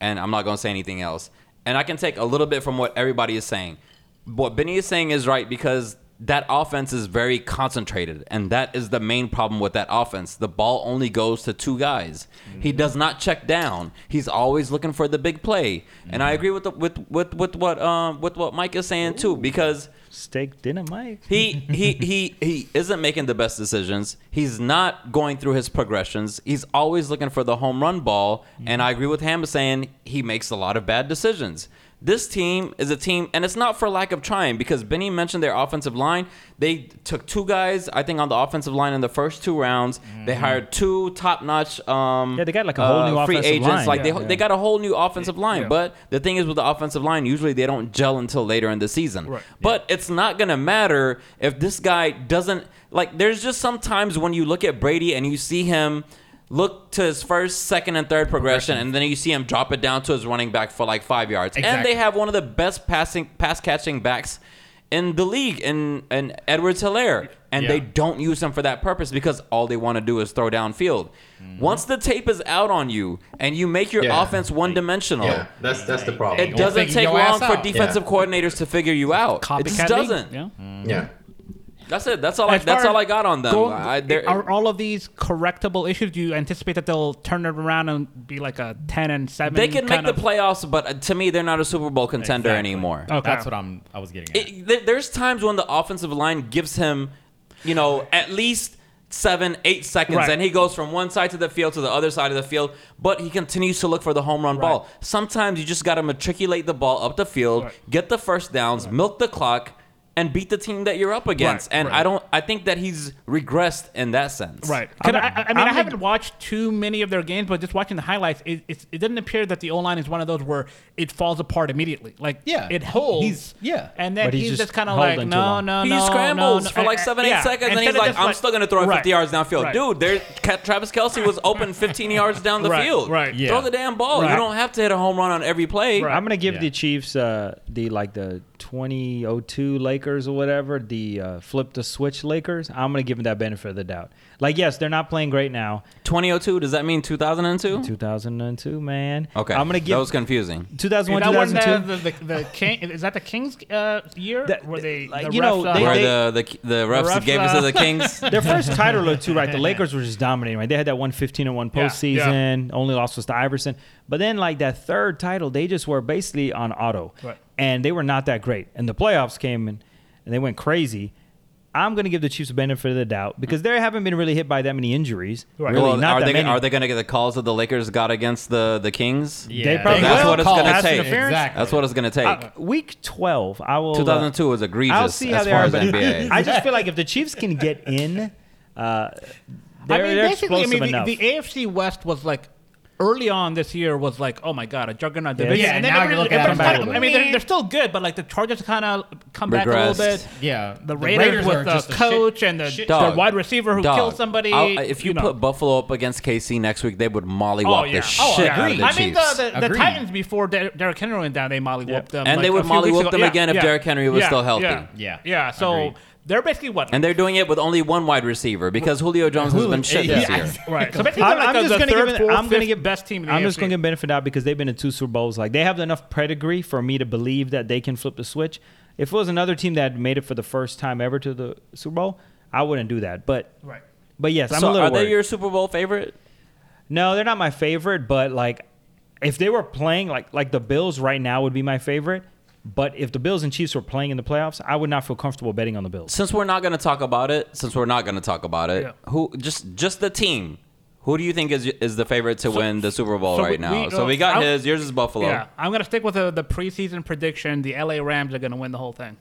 and I'm not going to say anything else. And I can take a little bit from what everybody is saying. What Benny is saying is right because that offense is very concentrated, and that is the main problem with that offense. The ball only goes to two guys. He does not check down. He's always looking for the big play. And I agree with the, with with with what um with what Mike is saying too because Steak dinner, Mike. he he he he isn't making the best decisions. He's not going through his progressions. He's always looking for the home run ball. And I agree with Ham saying he makes a lot of bad decisions. This team is a team, and it's not for lack of trying because Benny mentioned their offensive line. They took two guys, I think, on the offensive line in the first two rounds. They hired two top-notch. Um, Mm. Yeah, they got like a whole new free offensive agents. line. Like they Yeah, yeah. they got a whole new offensive line. Yeah. But the thing is with the offensive line, usually they don't gel until later in the season. But it's not gonna matter if this guy doesn't like there's just sometimes when you look at Brady and you see him look to his first, second, and third progression, and then you see him drop it down to his running back for like five yards. And Exactly. they have one of the best passing pass catching backs in the league in, in Edwards Hilaire. And they don't use him for that purpose because all they want to do is throw downfield. Once the tape is out on you and you make your Yeah. offense one dimensional, Yeah, that's that's the problem. it gonna doesn't figure take your long ass for out. defensive Yeah. coordinators to figure you out. it Copycat just league. doesn't. Yeah. yeah. That's it. That's all. I, As far that's all as I got on them. Go- I, they're- are all of these correctable issues? Do you anticipate that they'll turn it around and be like a ten and seven? they can make kind the of- playoffs, but uh, to me, they're not a Super Bowl contender Exactly. anymore. Okay. That's what I'm. I was getting. At. it, there- there's times when the offensive line gives him, you know, at least seven, eight seconds, Right. and he goes from one side to the field to the other side of the field, but he continues to look for the home run ball. Sometimes you just got to matriculate the ball up the field, get the first downs, milk the clock. and beat the team that you're up against. and I don't. I think that he's regressed in that sense. Right. 'Cause I, I, I mean, I'm I'm I a- have not watched too many of their games, but just watching the highlights, it, it's, it didn't appear that the O line is one of those where it falls apart immediately. Like, Yeah. it holds. He's- yeah. And then But he's he's, just, just kind of holding like, too no, long. no, no. He no, scrambles no. for like And- seven, eight yeah. seconds, and Instead he's of like, just "I'm still gonna throw it Right. 50 yards downfield, Right. dude." There, Ca- Travis Kelsey was open 15 yards down the Right, field. right. Yeah. Throw the damn ball. Right. You don't have to hit a home run on every play. Right. I'm gonna give Yeah. the Chiefs uh, the like the 2002 Lakers or whatever, the uh, flip the switch Lakers. I'm gonna give them that benefit of the doubt. Like, yes, they're not playing great now. 2002. Does that mean 2002? 2002, man. Okay. I'm gonna That give was confusing. 2001, that wasn't 2002. the, the, the, King, is that the Kings uh, year That- where they like, the you refs, know, uh, they- Where they- the the the refs, refs, gave us to uh, the Kings. Their first title or two, right? The Lakers were just dominating, right? They had that one fifteen and one Yeah, postseason. Only loss was to Iverson. But then, like that third title, they just were basically on auto, Right. and they were not that great. And the playoffs came and, and they went crazy. I'm going to give the Chiefs the benefit of the doubt because they haven't been really hit by that many injuries. Right. Really, Well, not are that they many. are they gonna get the calls that the Lakers got against the the Kings? Yeah, They probably That's will what it's call gonna pass take. interference. Exactly. That's what it's gonna take. Uh, week 12, I will. uh, 2002 was egregious I'll see how as they far are, as but NBA. I just feel like if the Chiefs can get in, uh, I they're, mean, they're basically, I explosive mean, the, enough. the AFC West was like early on this year was like, oh my god, a juggernaut division. Yeah, and then now everybody- you're looking at everybody's them back a kinda- I little mean, bit. they're, they're still good, but like the Chargers kind of come back a little Regressed. bit. Yeah, The Raiders, were with the just a shit- coach and the, shit- the Dog. wide receiver who Dog, killed somebody. I'll- uh, if you, know. put Buffalo up against KC next week, they would mollywop Oh, the yeah. shit Oh, out of agreed. the I Chiefs. mean, the, the, the Agreed. Titans before Der- Derrick Henry went down, they mollywhopped them. And like, they a would few weeks mollywhoop ago. them Yeah, again if yeah, Derrick Henry was yeah, still healthy. Yeah, Yeah, yeah. So agreed. they're basically what. and they're doing it with only one wide receiver because Julio Jones has been shit eh, this Yeah. year. Right. So basically, I'm, like I'm the- just the gonna third, give. it- fourth, I'm gonna fifth give best team. In the I'm just AFC. gonna give benefit out because they've been in two Super Bowls. Like they have enough pedigree for me to believe that they can flip the switch. If it was another team that had made it for the first time ever to the Super Bowl, I wouldn't do that. But Right. But yes, I'm a So little are they worried. your Super Bowl favorite? no, they're not my favorite. But like, if they were playing like like the Bills right now would be my favorite. But if the Bills and Chiefs were playing in the playoffs, I would not feel comfortable betting on the Bills. Since we're not going to talk about it, since we're not going to talk about it, Yeah. who just just the team? Who do you think is is the favorite to win the Super Bowl so right we- now? we- so we I'll- got his. Yours is Buffalo. Yeah, I'm gonna stick with the, the preseason prediction. The LA Rams are gonna win the whole thing.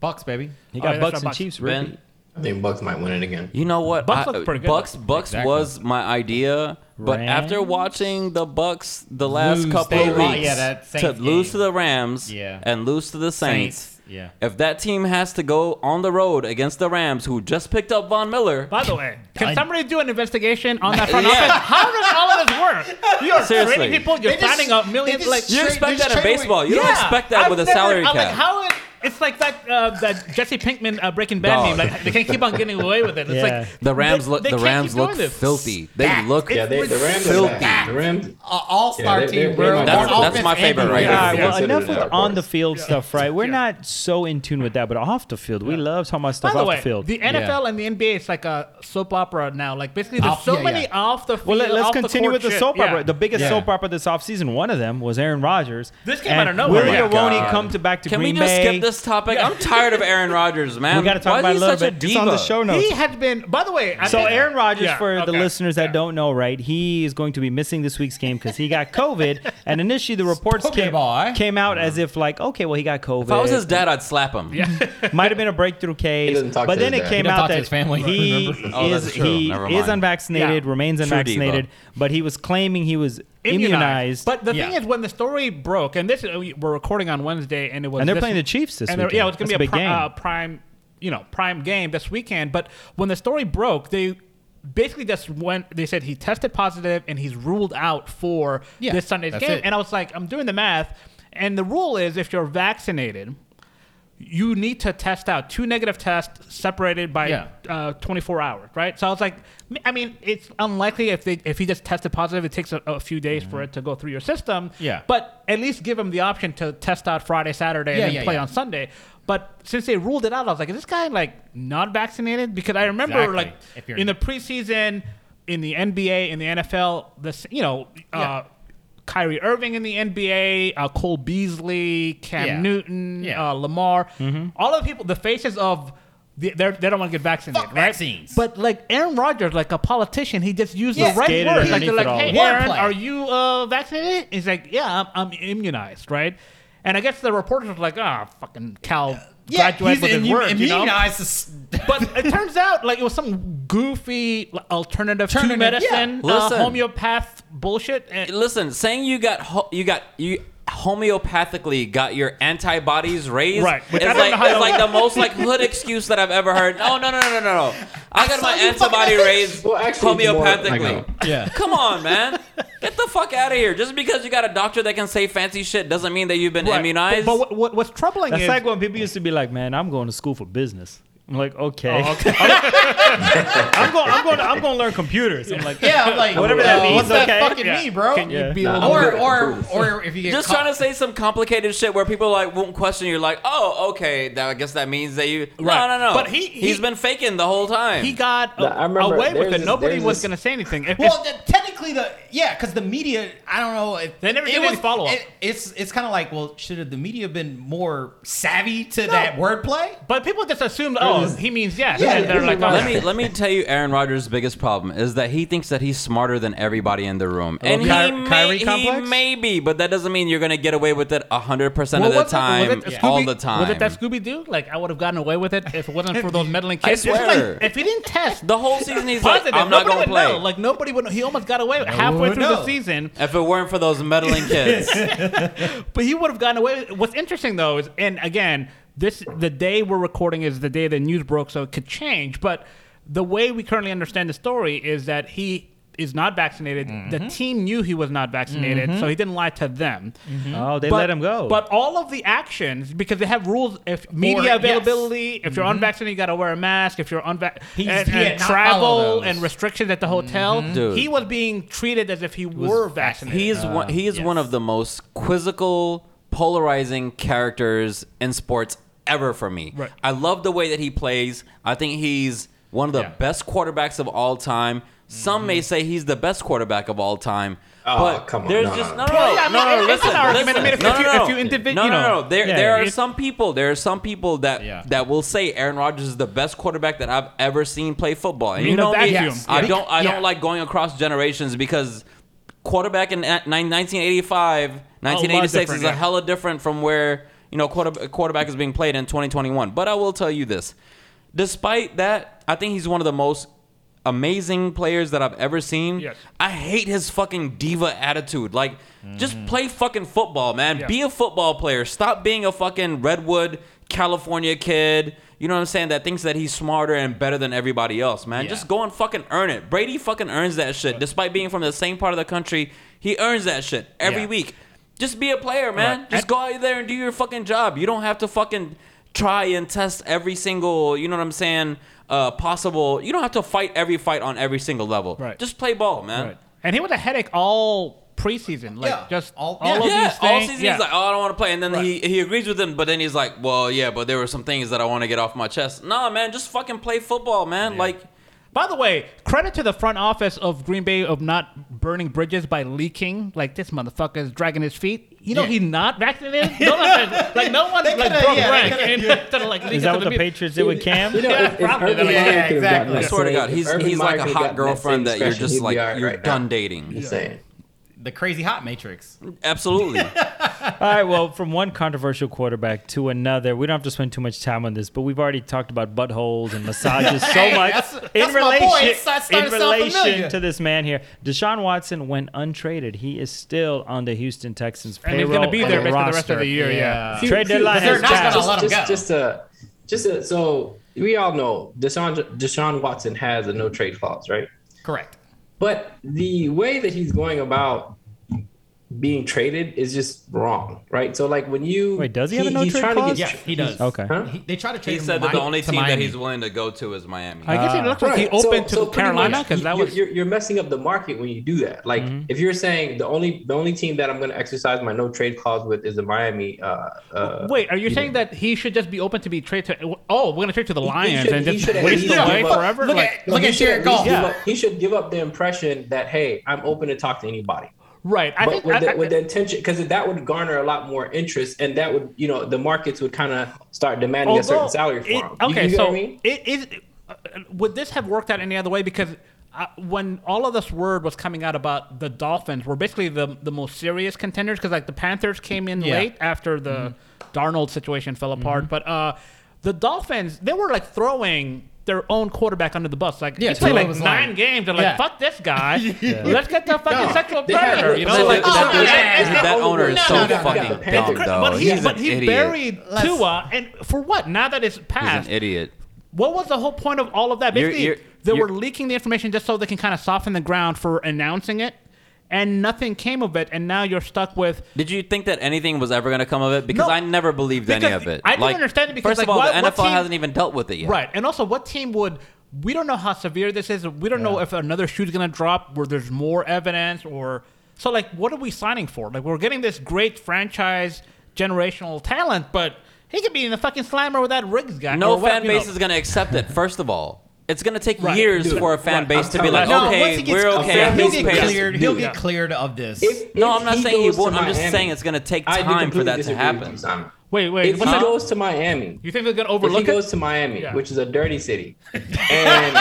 Bucks, baby. You Oh, got yeah, that's Bucks not and Bucks. Chiefs, right? Ben, I think Bucks might win it again. you know what? Bucks I- looked pretty good. Bucks, Bucks Exactly. was my idea, but Rams? after watching the Bucks the last Lose. couple They of lost- weeks, yeah, that to Saints lose game. to the Rams Yeah. and lose to the Saints. Yeah. If that team has to go on the road against the Rams, who just picked up Von Miller, By the way, can I- somebody do an investigation on that front Yeah. office? How does all of this work? You're Seriously. trading people. You're They just- signing up millions. they just Like you Straight- expect they just that in trade away. baseball. You don't Yeah, expect that I've with a never- salary I'm cap. Like, how it, it's like that uh, that Jesse Pinkman uh, Breaking Bad Dog. meme. Like they can't keep on getting away with it. It's Yeah. like the Rams they- look. they The can't keep Rams look doing this. filthy. They look. Yeah, they, the Rams are filthy. back. The Rams. All star Yeah, they- team, they- bro. they might that's Our that's my favorite right All Yeah, now. right, well, Consider enough it with dark on horse. the field stuff, right? We're not so in tune with that, but off the field, we love talking about stuff By the off way, the field. the NFL and the NBA is like a soap opera now. Like basically, there's Off- so yeah, many yeah. off the field. well, let, us off the continue court with the shit. soap Yeah. opera. The biggest Yeah. soap opera this offseason, one of them was Aaron Rodgers. This came And out of nowhere. Willie Oh my Aroni God. come to back to Can we Green just Bay. skip this topic? I'm tired of Aaron Rodgers, man. We got to Why talk about it is he a little such bit. diva? It's on the show notes. He had been. By the way, I So think- Aaron Rodgers, Yeah, for the okay. listeners that don't know, right, he is going to be missing this week's game because he got COVID. and initially, the reports came, Pokeball, eh? came out as if like, okay, well, he got COVID. If I was his dad, I'd slap him. might have been a breakthrough He case. doesn't talk But to then his it dad. came He don't out talk to that his family, he remember? Oh, is that's true. he Never is mind. unvaccinated, Yeah. remains unvaccinated, but he was claiming he was immunized. But the thing Yeah. is, when the story broke, and this uh, we- we're recording on Wednesday, and it was And they're this- playing the Chiefs this and they're- weekend. Yeah, it's going That's to a be big a, pri- game. Uh, prime, you know, prime game this weekend. But when the story broke, they basically just went. They said he tested positive, and he's ruled out for Yeah, this Sunday's that's game. it. And I was like, I'm doing the math, and the rule is if you're vaccinated. You need to test out two negative tests separated by Yeah. uh, 24 hours, right? So I was like, I mean, it's unlikely if they if he just tested positive, it takes a, a few days for it to go through your system. Yeah. But at least give him the option to test out Friday, Saturday, Yeah, and then yeah, play yeah. on Sunday. But since they ruled it out, I was like, is this guy like not vaccinated? Because I remember Exactly. like If you're- in the preseason, in the NBA, in the NFL, this you know. Yeah. Uh, Kyrie Irving in the NBA, uh, Cole Beasley, Cam Yeah. Newton, Yeah. Uh, Lamar, Mm-hmm. all of the people, the faces of the, they're- they don't want to get vaccinated, Fuck right? vaccines. But like Aaron Rodgers, like a politician, he just used Yeah. the right Skated word. Like underneath they're like, it all. "Hey, Wordplay. Aaron, are you uh, vaccinated?" He's like, "Yeah, I'm, I'm immunized, right?" And I guess the reporters were like, "Ah, fucking Cal graduate with his work, you know? immunized. But it turns out like it was some goofy like, alternative, to Alternative, yeah. medicine, uh, Listen. homeopath bullshit. And, Listen, saying you got ho- you got you homeopathically got your antibodies raised Right, which is I don't like, know how is that like the most like hood excuse that I've ever heard. No, no, no, no, no, no. I got my antibody raised Well, actually, it's more like homeopathically. a- Yeah. Come on, man. Get the fuck out of here. Just because you got a doctor that can say fancy shit doesn't mean that you've been Right. immunized. But, but what, what's troubling That's is like when people used to be like, "Man, I'm going to school for business." I'm like, "Okay, I'm going, I'm going, I'm going to learn computers." I'm like, Yeah, I'm like Whatever that uh, means, What's that okay. fucking Yeah. mean, bro? can you Yeah. be a little or good. or or if you get just caught, trying to say some complicated shit where people like won't question you. Like, oh, okay, that, I guess that means that you. Right. No, no, no. But he- he has he- been faking the whole time. he got No, I remember away with there's it. this- Nobody there's was this- going to say anything. If, Well, the, technically, the yeah, because the media, I don't know. If, They never it did any follow-up. it- it's it's kind of like, well, should have the media been more savvy to that wordplay? but people just assumed, oh, he means yes. Yeah, and yeah, they're yeah, like, yeah. oh, let me let me tell you Aaron Rodgers' biggest problem is that he thinks that he's smarter than everybody in the room. And he, Ky- may, Kyrie he complex? may be, but that doesn't mean you're gonna get away with it hundred percent Well, of the what's up? time, Was it all Scooby- the time. Was it that Scooby Doo? Like I would have gotten away with it if it wasn't for those meddling I kids. It's swear. like, if he didn't test the whole season he's positive, like, I'm not nobody gonna would play. know. Like nobody would. He almost got away halfway would through the know. season, if it weren't for those meddling kids, but he would have gotten away. with it. What's interesting though is, and again, this the day we're recording is the day the news broke, so it could change. But the way we currently understand the story is that he. Is not vaccinated. The team knew he was not vaccinated, so he didn't lie to them. Uh, oh, they But- let him go. But all of the actions, because they have rules, if media yes. availability, if you're unvaccinated, you got to wear a mask. If you're unvaccinated, He's- and, he and had not travel followed those. and restrictions at the hotel, Dude. he was being treated as if he were vaccinated. he is one he is one of the most quizzical, polarizing characters in sports ever for me. Right. I love the way that he plays. I think he's one of the best quarterbacks of all time. Some Mm-hmm. may say he's the best quarterback of all time. Ah, Oh, but come on, there's no, just no, no, no, Well, no, yeah, I mean, no, no, it's- it's listen, an argument. I mean, if listen. you- no, no, if you no. individ- no, you no, no, know. There, Yeah. there are It- some people. There are some people that Yeah. that will say Aaron Rodgers is the best quarterback that I've ever seen play football. And you In a know me, vacuum. I Yeah. don't, I Yeah. don't like going across generations because quarterback in uh, nine- 1985, 1986 is different, a yeah. hella different from where you know quarter, quarterback is being played in 2021. But I will tell you this: despite that, I think he's one of the most amazing players that I've ever seen. Yes. Mm-hmm. I hate his fucking diva attitude. Like, just play fucking football, man. Yeah. Be a football player. Stop being a fucking redwood California kid. You know what I'm saying? That thinks that he's smarter and better than everybody else, man. Yeah. Just go and fucking earn it. Brady fucking earns that shit. Despite being from the same part of the country, he earns that shit every Yeah. week. Just be a player, man. Right. Just And- go out there and do your fucking job. You don't have to fucking try and test every single, you know what I'm saying, uh, possible. You don't have to fight every fight on every single level. Right. Just play ball, man. and he was a headache all preseason. Like Yeah. just all, All- all yeah. of yeah, these all things. season yeah. he's like, oh, I don't want to play, and then he he agrees with him, but then he's like, well, yeah, but there were some things that I want to get off my chest. Nah, man, just fucking play football, man. Like, By the way, credit to the front office of Green Bay of not burning bridges by leaking. Like this motherfucker is dragging his feet. You know Yeah. he's not vaccinated. No, no, like no one like coulda- broke yeah, they rank. coulda- and instead of, like, leaking is to that what the media. Patriots did with Cam? You know, if- if probably. Urban Yeah, Meyer could've exactly. gotten that I swear to same- God, if he's Urban he's Meyer like a could've hot gotten that same girlfriend that you're discretion, just he'd like be all right you're right now. done dating. Just saying. The crazy hot matrix. Absolutely. All right, well, from one controversial quarterback to another, we don't have to spend too much time on this, but we've already talked about buttholes and massages so Hey, much. that's- in that's my relation, boy. It's- that's in starting to sound relation familiar. to this man here, Deshaun Watson went untraded. He is still on the Houston Texans And payroll. he's gonna be there and basically the rest roster. of the year. Yeah. Yeah. Few- Trade few- deadline They're has not gonna passed. let him just, go. just uh, just uh, so we all know Deshaun Deshaun Watson has a no trade clause, right? Correct. But the way that he's going about being traded is just wrong, right? So like when you Wait, does he have a no he's trade trying to clause? Yeah, Get, he does. Okay. Huh? He, they try to trade he him said to that the Mi- only to team that Miami. he's willing to go to is Miami. I guess it looks like he Right, so- opened so to pretty Carolina much because that you're- was Mm-hmm. you're, you're messing up the market when you do that. Like if you're saying the only the only team that I'm going to exercise my no trade clause with is the Miami. Uh, uh, Wait, are you saying that he should just be open to be traded to? Oh, we're gonna trade to the Lions should- and he just should at waste least away give up. forever? Look Like, at look he at should Jared at least Goff. give up- he should give up the impression that hey, I'm open to talk to anybody. right? I But think with, I- the, I- with the intention, because that would garner a lot more interest, and that would, you know, the markets would kind of start demanding a certain although salary for it- him. You- Okay, you get so what I mean? it is. uh, Would this have worked out any other way? Because uh, when all of this word was coming out about the Dolphins, were basically the the most serious contenders because like the Panthers came in Yeah. late after the Darnold situation fell apart, but. uh the Dolphins, they were like throwing their own quarterback under the bus. Like Yeah, he played Tua like was nine like- games. They're like, Yeah. fuck this guy. Let's get the fucking No, sexual they had- predator. You know, they- like they- oh, they- yeah, it's they- the that owner is no, so no, no, no. fucking It's dumb, cr- though. but he, He's but an he idiot. buried Let's- Tua, and for what? Now that it's He's past, an idiot. what was the whole point of all of that? You're- Basically, you're- they you're- were leaking the information just so they can kind of soften the ground for announcing it, and nothing came of it. And now you're stuck with Did you think that anything was ever going to come of it? Because No. I never believed any Because of it. I didn't Like, understand it because, first like, of all, what- the what NFL team- hasn't even dealt with it yet. Right. And also, what team would. We don't know how severe this is. We don't know if another shoe's going to drop where there's more evidence or. So, like, what are we signing for? Like, we're getting this great franchise generational talent, but he could be in the fucking slammer with that Riggs guy. No or what- fan you know. base is going to accept it. First of all, it's going to take Right. years Dude, for a fan right. base to I'm be telling like, you. No, okay, once he gets- we're okay. he'll He's get pissed. cleared. He'll Dude. get cleared of this. If- No, if I'm not saying he goes to won't. I'm just Miami- saying it's going to take I do time for completely that to disagree with you, happen. Simon. Wait, wait. If what's he that? goes to Miami, you think they're going to if he overlook it? goes to Miami, Yeah. which is a dirty city, and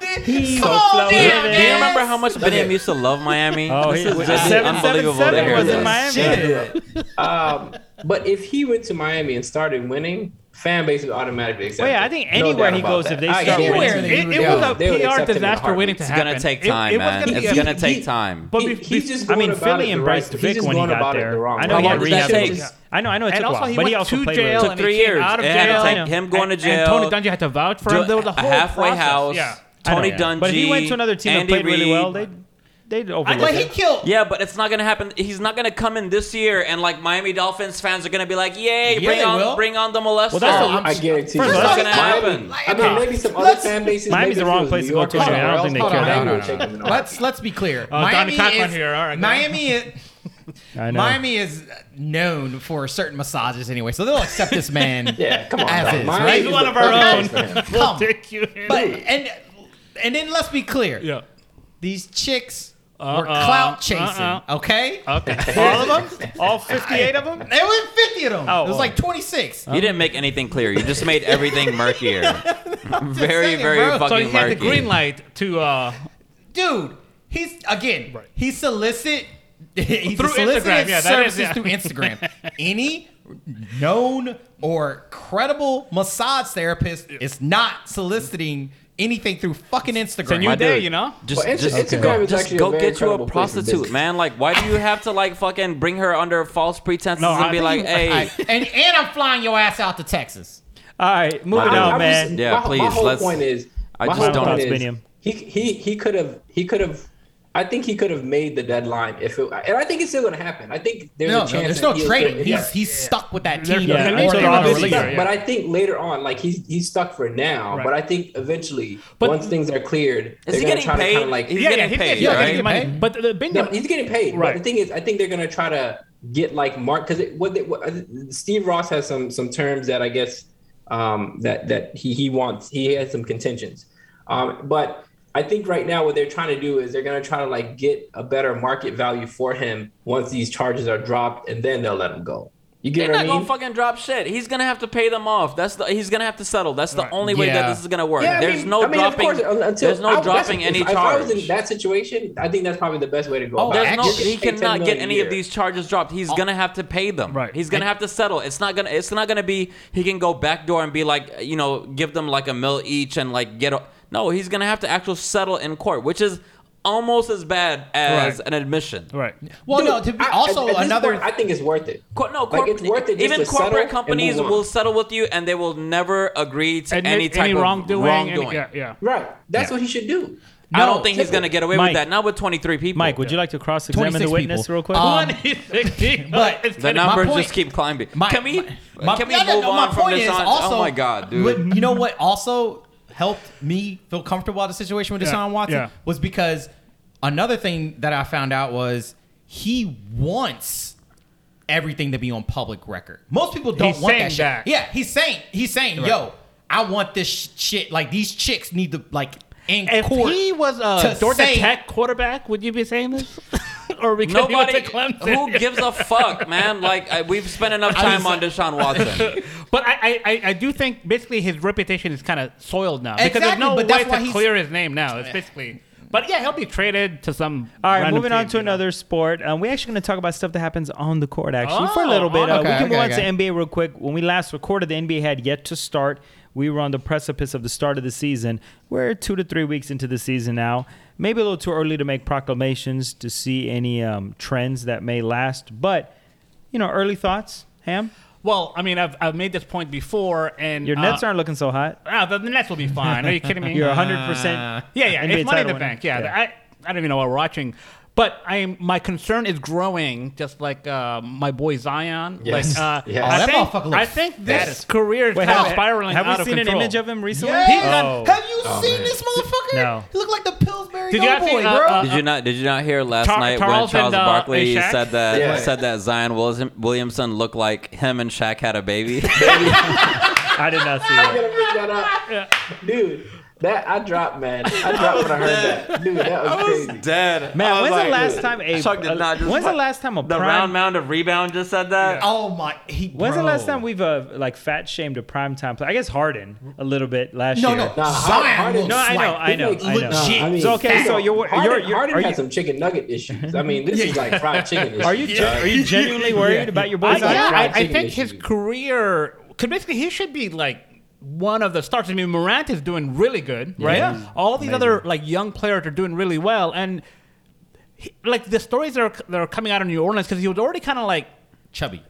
he Do you- Do you remember how much Benim used to love Miami? Oh, this he- is just seven, seven, unbelievable to seven hear was this. in Miami. um, but if he went to Miami and started winning, fan base would automatically accept. Well, Oh, yeah, I it. think No anywhere doubt he about goes, that. if they I start guarantee you. winning- It, They it was a would accept him in PR a disaster heartbeat. waiting to It's happen. gonna take It- time, it was man. gonna It's be- gonna take time. But He- be- he's be- just I mean, going about Philly it the embraced right- he's Vic just when he going got about it the there. wrong I way. know he How had long did rehab that take? issues. I know, I know it And took a also while, he but he went also to played jail really and well. he three came years. out of It had to jail. take him going to And- And Tony jail, Dungy had to vouch for Do- him. There was a a whole halfway process. house. Yeah. I know. Tony Dungy. But if he went to another team that Andy played really Reid. well, they they'd overlook But he it. killed. Yeah, but it's not gonna happen. He's not gonna come in this year, and like Miami Dolphins fans are gonna be like, "Yay, Yeah, bring they on, will. bring on the Well, molester." that's I guarantee you. First of all, it's not Miami- gonna I mean, maybe some other let's- fan bases. Miami's maybe the if it wrong was place New to go York to or anyway. I don't somewhere else, think they hold on, care. Miami No, no, would no, take no. him in a Let's let's be clear. Donnie Miami Coughlin is here. All right, go ahead. Miami is I know. Miami is known for certain massages anyway, so they'll accept this man. Yeah, come on. As dog. is, Miami right? is One the of our perfect own. place for him. Come. Take you in. But and and then let's be clear. yeah. These chicks were Uh-uh. clout chasing. Uh-uh. Okay. Okay. all of them, all fifty-eight of them. There was fifty of them. Oh, it was oh. like twenty six. you didn't make anything clear. You just made everything murkier. very, saying, very bro. So so fucking he had murky. the green light to uh, Dude, he's again. Right. He solicit. He Through solicited Instagram, yeah, that is- services yeah. through Instagram. Any known or credible massage therapist is not soliciting anything through fucking Instagram. a new My day, dude, you know? Just, Well, Insta- just, Instagram go, is just actually a go very get you a credible place for prostitute, business. man. Like, why do you have to like fucking bring her under false pretenses No, and I be think like, you- "Hey, I- and and I'm flying your ass out to Texas. All right, moving My- on, I'm just- man. Yeah, my, My please, whole let's- point is, I my just whole don't- point Thoughts, is, Biniam. he he he could have he could have. I think he could have made the deadline if it, and I think it's still going to happen. I think there's No, a no, chance. there's that no he'll trading. still- He's he's stuck with that They're- team. they're or gonna they're take gonna him release eventually, him. yeah. But I think later on, like he's he's stuck for now. But I think eventually, But- once things are cleared, is they're he gonna getting try to paid? kind of like he's yeah, yeah, getting he's paid, yeah, right? he's getting paid. But the, the Binion, No, he's getting paid. Right. Right. But the thing is, I think they're gonna try to get like Mark because what, they- what uh, Steve Ross has some some terms that I guess um, that that he he wants. He has some contentions, um, but I think right now what they're trying to do is they're gonna try to like get a better market value for him once these charges are dropped, and then they'll let him go. You get They're what not I mean? gonna fucking drop shit. He's gonna have to pay them off. That's the he's gonna have to settle. That's the only way that Yeah. this is gonna work. Yeah, I there's mean- no I mean, of dropping. course, un- until- there's no I- that's- dropping any if, charge. If I was in that situation, I think that's probably the best way to go. about there's it. no. You're getting He paid $10 cannot get million a any of year. these charges dropped. He's gonna have to pay them. Oh. Right. He's gonna have to settle. It's not gonna. It's not gonna be. He can go backdoor and be like, you know, give them like a mill each and like get. A, no, he's gonna have to actually settle in court, which is almost as bad as Right. an admission. right. Well, Dude, no. To be, I- also at this another. point, I think it's worth it. Co- no, Like, corp- it's worth it just even to settle corporate and companies move on. will settle with you, and they will never agree to Admit any type any of wrongdoing. any- wrongdoing. yeah, yeah. Right. That's what he should do. I No, don't think he's going to get away with Mike. that. Not with 23 people. Mike, would you like to cross-examine 26 the witness people. real quick? Um, but- it's the gonna- my numbers point- just keep climbing. My- can we, my- my- can we yeah, no, move no, my on from point this is on? also- oh my God, dude. what- you know what? Also helped me feel comfortable about the situation with Yeah, Deshaun Watson yeah. was because another thing that I found out was he wants everything to be on public record. Most people don't He's want saying that shit. that. Yeah, he's saying he's saying, "Yo, I want this sh- shit. Like these chicks need to like in if court." he was to a Georgia say- Tech quarterback, would you be saying this? or because Nobody, he went to Clemson? who gives a fuck, man? Like I, we've spent enough time on Deshaun Watson. But I, I, I- I do think basically his reputation is kind of soiled now because Exactly, there's no but that's way why to he's- clear his name now. It's basically But yeah, he'll be traded to some. All right, random moving on team, to you know. another sport. Um, we're actually going to talk about stuff that happens on the court, actually, for a Oh, little bit. Uh, we okay, can move okay, on okay. to NBA real quick. When we last recorded, the NBA had yet to start. We were on the precipice of the start of the season. We're two to three weeks into the season now. Maybe a little too early to make proclamations to see any um, trends that may last. But, you know, early thoughts, Ham? Well, I mean, I've, I've made this point before, and Your Nets uh, aren't looking so hot. Ah, the, the Nets will be fine. Are you kidding me? You're 100%. Yeah, yeah, NBA it's money in title the winner. bank. Yeah, Yeah. I, I don't even know what we're watching, but I am my concern is growing, just like uh, my boy Zion. Yes. Like, uh, Yes. I Oh, that think, motherfucker looks I think fat this as- career is Wait, kind have, of spiraling have we out of seen an control. image of him recently? Yeah. Oh. Have you seen man. this motherfucker? No. He look like the Pillsbury Did you guys see, Doughboy, uh, bro. uh, Did you not? Did you not hear last Char- night when Charles Charles and, uh, Barkley and Shaq? said that Yeah. said that Zion Wilson, Williamson looked like him and Shaq had a baby? Oh, I did not see I that. gotta bring that up. Dude, that I dropped, man. I dropped when I heard that. Dude, that was, crazy. dead. Man, I was when's the like, last dude, time a, Chuck did not just when's the fuck- last time a the prime- round mound of rebound just said that? Oh my. He, When's the bro. last time we've uh, like fat shamed a primetime player? I guess Harden a little bit last No, year. no. Nah, Zion Harden- looks No, I know, like I know, I know. legit. No, I mean, So, okay, so you're- Harden, you're- you're- Harden are had you- some chicken nugget issues. I mean, this is like fried chicken issues. Are you are you genuinely worried about your I, boy? yeah, Zion? I, I Chicken think his issue. career could basically he should be like one of the stars. I mean, Morant is doing really good, right? Yeah. All these other like young players are doing really well, and he, like the stories that are that are coming out of New Orleans because he was already kind of like Chubby.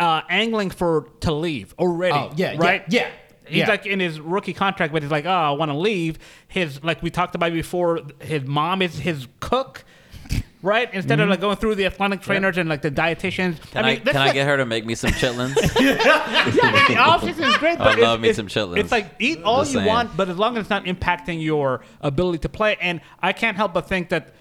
uh, angling for to leave already. Oh, yeah, yeah, right, yeah, He's yeah. like in his rookie contract, but he's like, oh, I want to leave. His like we talked about before, his mom is his cook. Right, instead Mm-hmm. of like going through the athletic trainers and like the dietitians. Can I, mean, that's can I like- get her to make me some chitlins? yeah, the options is great, but I love it's, me it's- some chitlins. It's like eat all Just you saying. want, but as long as it's not impacting your ability to play. And I can't help but think that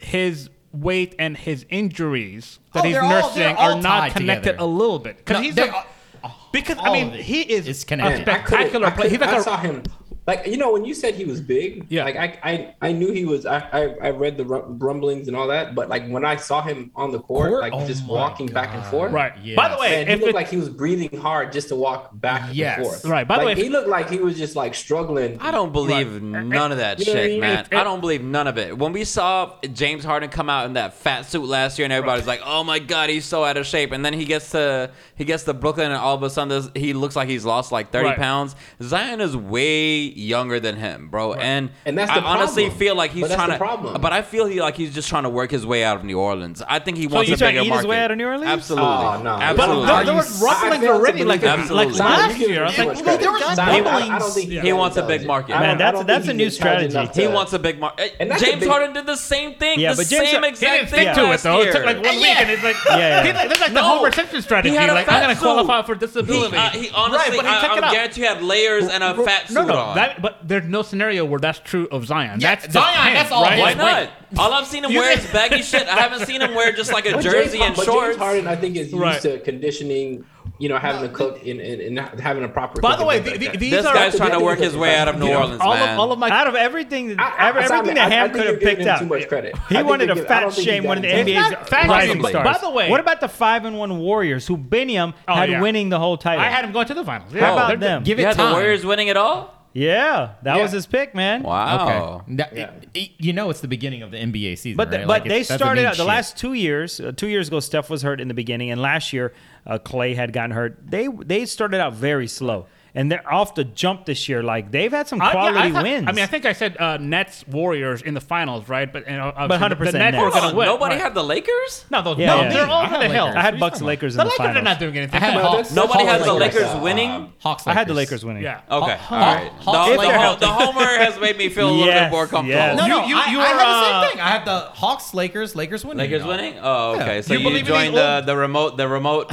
his weight and his injuries that Oh, he's they're all- nursing they're all are not tied connected together. a little bit because No, he's they're a- all- because I all mean of it he is is a connected. I couldn't- spectacular I player. He's couldn't- I like saw a him. Like you know, when you said he was big, Yeah. Like I, I, I knew he was. I, I, I read the rum- rumblings and all that, but like when I saw him on the court, Court? like Oh just my walking back and God. forth, right. Yes. By the way, Man, he if looked it- like he was breathing hard just to walk back and Yes. forth. Right. By the Like, way, if- he looked like he was just like struggling. I don't believe none of that You know what I shit, mean? man. It- I don't believe none of it. When we saw James Harden come out in that fat suit last year, and everybody's like, "Oh my god, he's so out of shape," and then he gets to he gets to Brooklyn, and all of a sudden this, he looks like he's lost like thirty Right. pounds. Zion is way younger than him, bro, and And that's I the honestly problem. feel like he's But that's trying the to. problem. But I feel he like he's just trying to work his way out of New Orleans. I think he wants he's a trying to eat bigger his market. way out of New Orleans? Absolutely, Oh, no. absolutely. But Are there you was I- I rumblings fail to already believe like that. like Absolutely. last year. I was Zion, like, you well, there give was him too much credit. doublings. I don't think He is wants a big intelligent. market. I don't- Man, I that's- don't that's think a new he's intelligent strategy. enough He to- wants a big market. And that's James a big- Harden did the same thing. Yeah, the but James- same he He exact didn't thing stick to it last though. It took year. like one Yeah. week, and it's like yeah. he- that's like the No. Homer Simpson strategy. He had a Like fat I'm gonna suit. qualify for He, disability. uh, he honestly, right, but he took I, it I out. bet you had layers and a fat suit no, no, on. That, but there's no scenario where that's true of Zion. Yeah, that's Zion, just him, that's all Right? Why his not? weight. All I've seen him You wear did- is baggy shit. I haven't seen him wear just like a But jersey James, and but shorts. James Harden, I think, is used Right. to conditioning. You know, having a cook and, and, and not having a proper. By the cook way, and the, things the, like these This are guy's trying to work his way out of New You know, Orleans, all man. of all of my Out of everything, that. I- I- ever- everything Simon, that I- I Ham think could have you're giving picked him out, Too much credit. I he think wanted you're a giving- I fat don't think shame he's one of the that intelligent. NBA's It's not fat rising shaming, but- stars. by the way- what about the five and one Warriors who Biniam Oh, had yeah. winning the whole title? I had him going to the finals. Yeah. How about They're- them? Give it yeah, the time. Warriors winning it all. yeah, that Yeah. was his pick, man. Wow. Okay. That- Yeah. it- it- you know it's the beginning of the NBA season, But the- right? but Like, they it's- that's started mean out the shit. last two years. Uh, two years ago, Steph was hurt in the beginning, and last year uh, Clay had gotten hurt. They they started out very slow, and they're off the jump this year. Like they've had some I- yeah, quality I thought- wins. I mean, I think I said uh, Nets Warriors in the finals, right? But and, uh, obviously 100% the Nets were Nets. going to win. Nobody right? had the Lakers. no, those Yeah, no, yeah. they're all I had to the hill. Lakers. I had What are you Bucks talking Lakers in The the Lakers are finals. not doing anything. I had Well, Hawks. that's- Nobody had Hawks the Lakers, Lakers uh, winning. Hawks. I had the Lakers. Lakers winning. Yeah. Okay, Hawks- all right. The, Hawks- the, Lakers. ho- the Homer has made me feel a little Yes, bit more yes. comfortable. No, no, You- you- I, you I were, had the uh, same thing. I had the Hawks, Lakers, Lakers winning. Lakers you know. winning? Oh, Yeah. okay. So You you, believe in joined these the, old- the remote the remote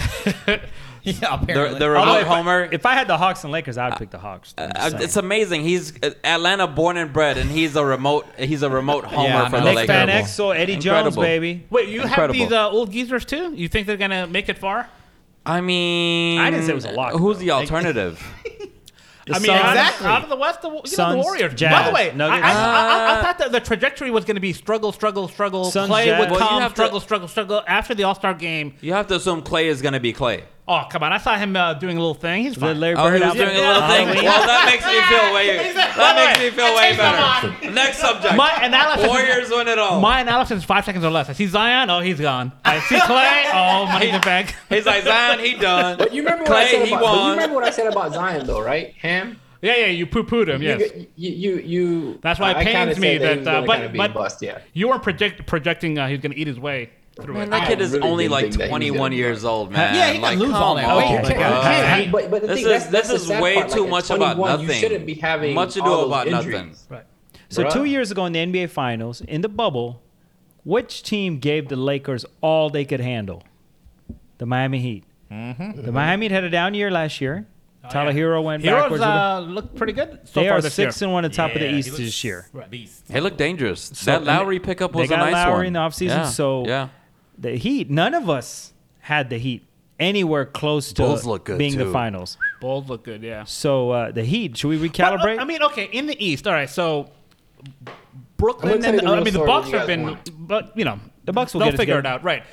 Yeah, the, apparently. the Although remote if I- Homer. If I had the Hawks and Lakers, I would pick the Hawks. I'm just Uh, saying. it's amazing. He's uh, Atlanta born and bred, and he's a remote. He's a remote homer Yeah, I for know. the Nick Lakers. Van Exel, Eddie Jones, Incredible. baby. Wait, you Incredible. have these uh, old geezers too? You think they're going to make it far? I mean, I didn't say it was a lock, Who's though. the alternative? The I mean, Suns- out, Exactly. of, out of the West, the, you know, Suns, the Warriors. Jazz, By the way, I, I, Nuggets. I, I- Uh. I thought that the trajectory was going to be struggle, struggle, struggle. Suns, Clay Jazz. would Well, you come, have to- struggle, struggle, struggle. After the All Star game, you have to assume Clay is going to be Clay. Oh come on! I saw him uh, doing a little thing. He's The fine. Larry Oh, he Bird was album. doing a little thing. Halloween. Well, that makes me feel way. That makes me feel way better. Next subject. My analysis. Warriors win it all. My analysis is five seconds or less. I see Zion. Oh, he's gone. I see Clay. Oh, money's in the bank. He's like Zion. He done. But you remember what I Clay? said he about, but you won. remember what I said about Zion though, right? Ham. Yeah, yeah. You poo pooed him. You- Yes. You, you, you. That's why it I kinda pains me said he that, was uh, gonna but- kinda be but- a bust, yeah. You weren't project- projecting uh, he was gonna eat his way through Man, it. that I kid is really only didn't like think that he was 21 gonna- years old, man. Yeah, he can like, lose come all Oh that weight. on, Okay, bro. okay. Yeah, he- but, but the This thing, is- that's, this that's the is sad way part. too like, much at about 21, You nothing. shouldn't be having Much ado all those about injuries. nothing. So Bruh. two years ago in the NBA Finals, in the bubble, which team gave the Lakers all they could handle? The Miami Heat. The Miami Heat had a down year last year. Tyler Mm-hmm. Oh, yeah. Hero went Heroes backwards. uh, look pretty good so they far are this six year. and one at top of Yeah, the he East looks this year. Beast. He looked dangerous. and that they- Lowry pickup they was got a nice Lowry one. in the offseason, Yeah, so- yeah, The Heat. None of us had the Heat anywhere close to Bulls look good, being the too. finals. Bulls look good. Yeah. So uh, the Heat. Should we But, recalibrate? I mean, okay, in the East. All right, so I'm Brooklyn gonna and tell you the I real mean the story Bucks when you have guys been, won. but you know The Bucks will they'll get it figure it together. out, right?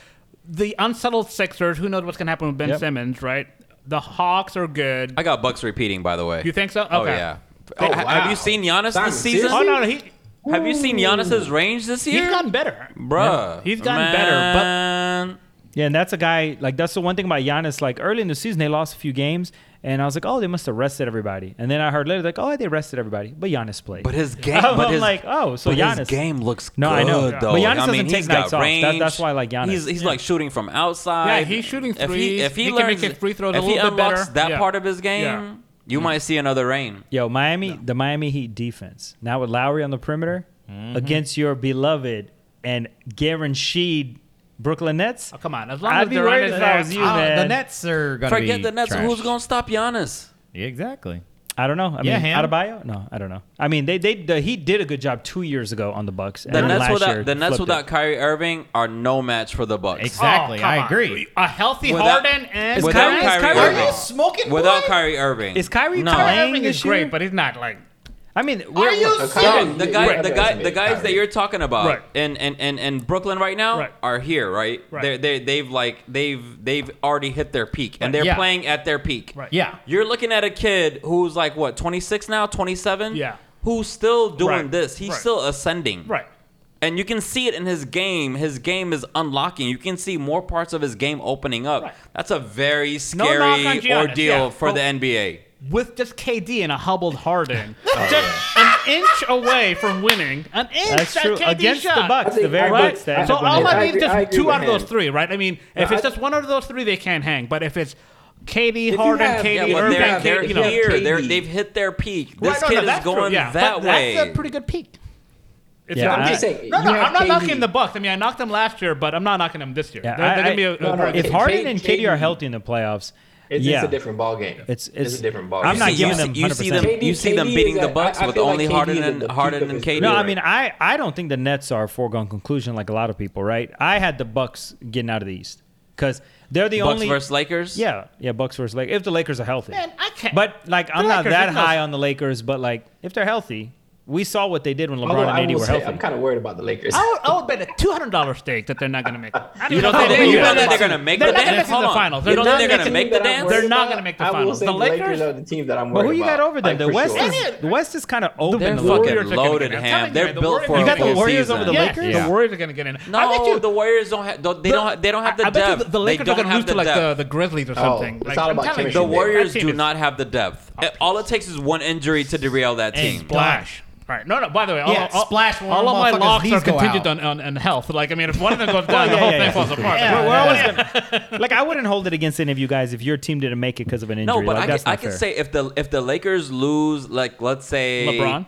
The unsettled Sixers. Who knows what's gonna happen with Ben Yep. Simmons, right? The Hawks are good. I got Bucks repeating, by the way. you think so? Okay. Oh yeah. Oh, ha- Have you seen Giannis Simon, this season? Oh no, no, he Have you seen Giannis's range this year? he's gotten better. Bruh. He's gotten better, but- Man. Yeah, and that's a guy like that's the one thing about Giannis. Like early in the season, they lost a few games, and I was like, oh, they must have rested everybody. And then I heard later, like, oh, they rested everybody, but Giannis played. But his game, I'm but his, like, oh, so but Giannis. his game looks No, good, I know. Though. But Giannis I doesn't mean, take he's got nights off. That- range. that's why I like Giannis. He's, he's like shooting from outside. Yeah, he's shooting If he, threes. if he, He can learns, make his free throws a if he little bit unlocks better. that Yeah. part of his game, Yeah. you might see another rain. Yo, Miami, the Miami Heat defense now with Lowry on the perimeter against your beloved and guaranteed Brooklyn Nets. Oh, come on, as long I'd as be they're worried if I was you, Oh, Uh, man. the Nets are gonna Forget be the Nets. Trash. Who's gonna stop Giannis? Yeah, exactly. I don't know. I Yeah, mean, Ham. Adebayo? No, I don't know. I mean, they they the Heat did a good job two years ago on the Bucks. And The then Nets last year without the Nets flipped it. without Kyrie Irving are no match for the Bucks. Exactly. I agree. A healthy Without- Harden and without Kyrie- Kyrie Kyrie- Irving. smoking? Without Kyrie Irving, Is Kyrie no. playing? Irving is this year? great, but he's not like I mean, we're, Dog, the guy, Right. the guy, the guys that you're talking about Right. in, in, in, in Brooklyn right now Right. are here, right? Right. They're, they they've like they've they've already hit their peak and they're Yeah. playing at their peak. Right. Yeah. You're looking at a kid who's like what 26 now, 27. Yeah. Who's still doing Right. this? He's Right. still ascending. right. And you can see it in his game. His game is unlocking. You can see more parts of his game opening up. Right. That's a very knock scary on Giannis, ordeal yeah. for But- the NBA. With just KD and a hobbled Harden, Oh, just an inch away from winning, an inch That's that true. KD Against the shot. Bucks, I think- the very I think- Bucks. that I- ended So up winning. all I need is I agree just two with out of those him. three, right? I mean, if I- it's just one out of those three, they can't hang. But if it's KD, you Harden, have- KD, Yeah, Katie but Irving, they're, Irving, they're you know, here. KD. They're, they've hit their peak. This Right, no, no, kid is that's true, going yeah. that But way. That's a pretty good peak. It's Yeah, not I'm bad. just saying, no, you no, have I'm not KD. knocking the Bucks. I mean, I knocked them last year, but I'm not knocking them this year. Yeah, they're I- they're I- gonna be a, No, a no, very it- good if K- Harden and K- KD are healthy in the playoffs, It's, yeah, it's a different ball game. It's- it's, it's- a different ball. I'm game. not See, giving you, them see- you see them. 100%. You see them KD beating is the at- Bucks I- I with feel like only KD Harden is at and the peak Harden of and his KD. career. No, I Right. mean, I, I don't think the Nets are a foregone conclusion like a lot of people, right? I had the Bucks getting out of the East because they're the Bucks only. versus Lakers. yeah, yeah, Bucks versus Lakers. If the Lakers are healthy, Man, I can't. but like I'm not Lakers, that who knows? high on the Lakers, but like if they're healthy, we saw what they did when LeBron Although I and AD will were say, healthy. I'm kind of worried about the Lakers. I would, I would bet a two hundred dollar stake that they're not gonna make. It. I You don't know if think they do. they- you They're don't not think they're gonna- gonna make They're the not gonna dance? make it to Hold the on. finals. You They're don't not think they're making gonna make it. the dance? They're not gonna make the I will finals. say The Lakers Lakers. are the team that but I'm worried who you got about, over them? like, the for West sure. is the West is kind of open. They're a little bit. Warriors are fucking gonna get loaded, it. I'm Ham. telling you, They're the built Warriors- for You a got the full Warriors over season. the Yes, Lakers? the Warriors are gonna get in. I bet No, you the Warriors don't have. They don't. have- They don't have the I bet you depth. the, the Lakers they are don't going to lose have to the like the, depth. the Grizzlies or Oh, something. it's like, all I'm about telling you, chemistry. The That Warriors team do is- not have the depth. All it takes is one injury to derail that And team. Splash. Right. No, no. By the way, all, Yeah, all, splash when all the of my motherfuckers' locks are knees go contingent out. on, on, on health. Like, I mean, if one of them goes Well, down, the Oh, yeah, whole yeah, thing yeah. falls apart. Yeah. We're, we're Yeah. always gonna like. I wouldn't hold it against any of you guys if your team didn't make it because of an injury. No, but like, I, that's could, I not could fair. say if the if the Lakers lose, like let's say LeBron?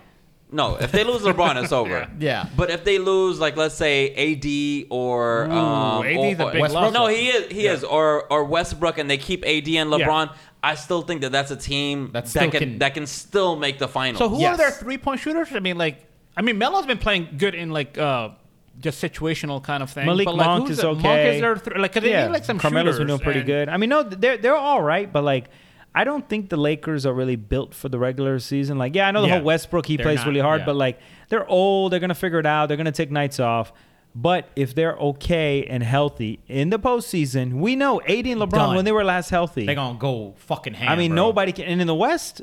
No, if they lose LeBron, it's over. Yeah. But if they lose, like let's say AD or um, AD is a or, big Westbrook. loss. No, he is he is or or Westbrook, and they keep AD and Yeah. LeBron. I still think that that's a team That still that can, can- that can still make the finals. So who Yes. are their three-point shooters? I mean, like, I mean, Melo's been playing good in like uh, just situational kind of thing. Malik but, like, Monk who's is the- okay. Monk is their three, like, 'cause they need like some Carmelo's shooters. been doing pretty and- good. I mean, no, they're they're all right, but like, I don't think the Lakers are really built for the regular season. Like, yeah, I know the Yeah. whole Westbrook he They're plays not- really hard, yeah. but like, they're old. They're gonna figure it out. They're gonna take nights off. But if they're okay and healthy in the postseason, we know AD and LeBron Done. when they were last healthy. They gonna go fucking ham. I mean, bro. nobody can. And in the West,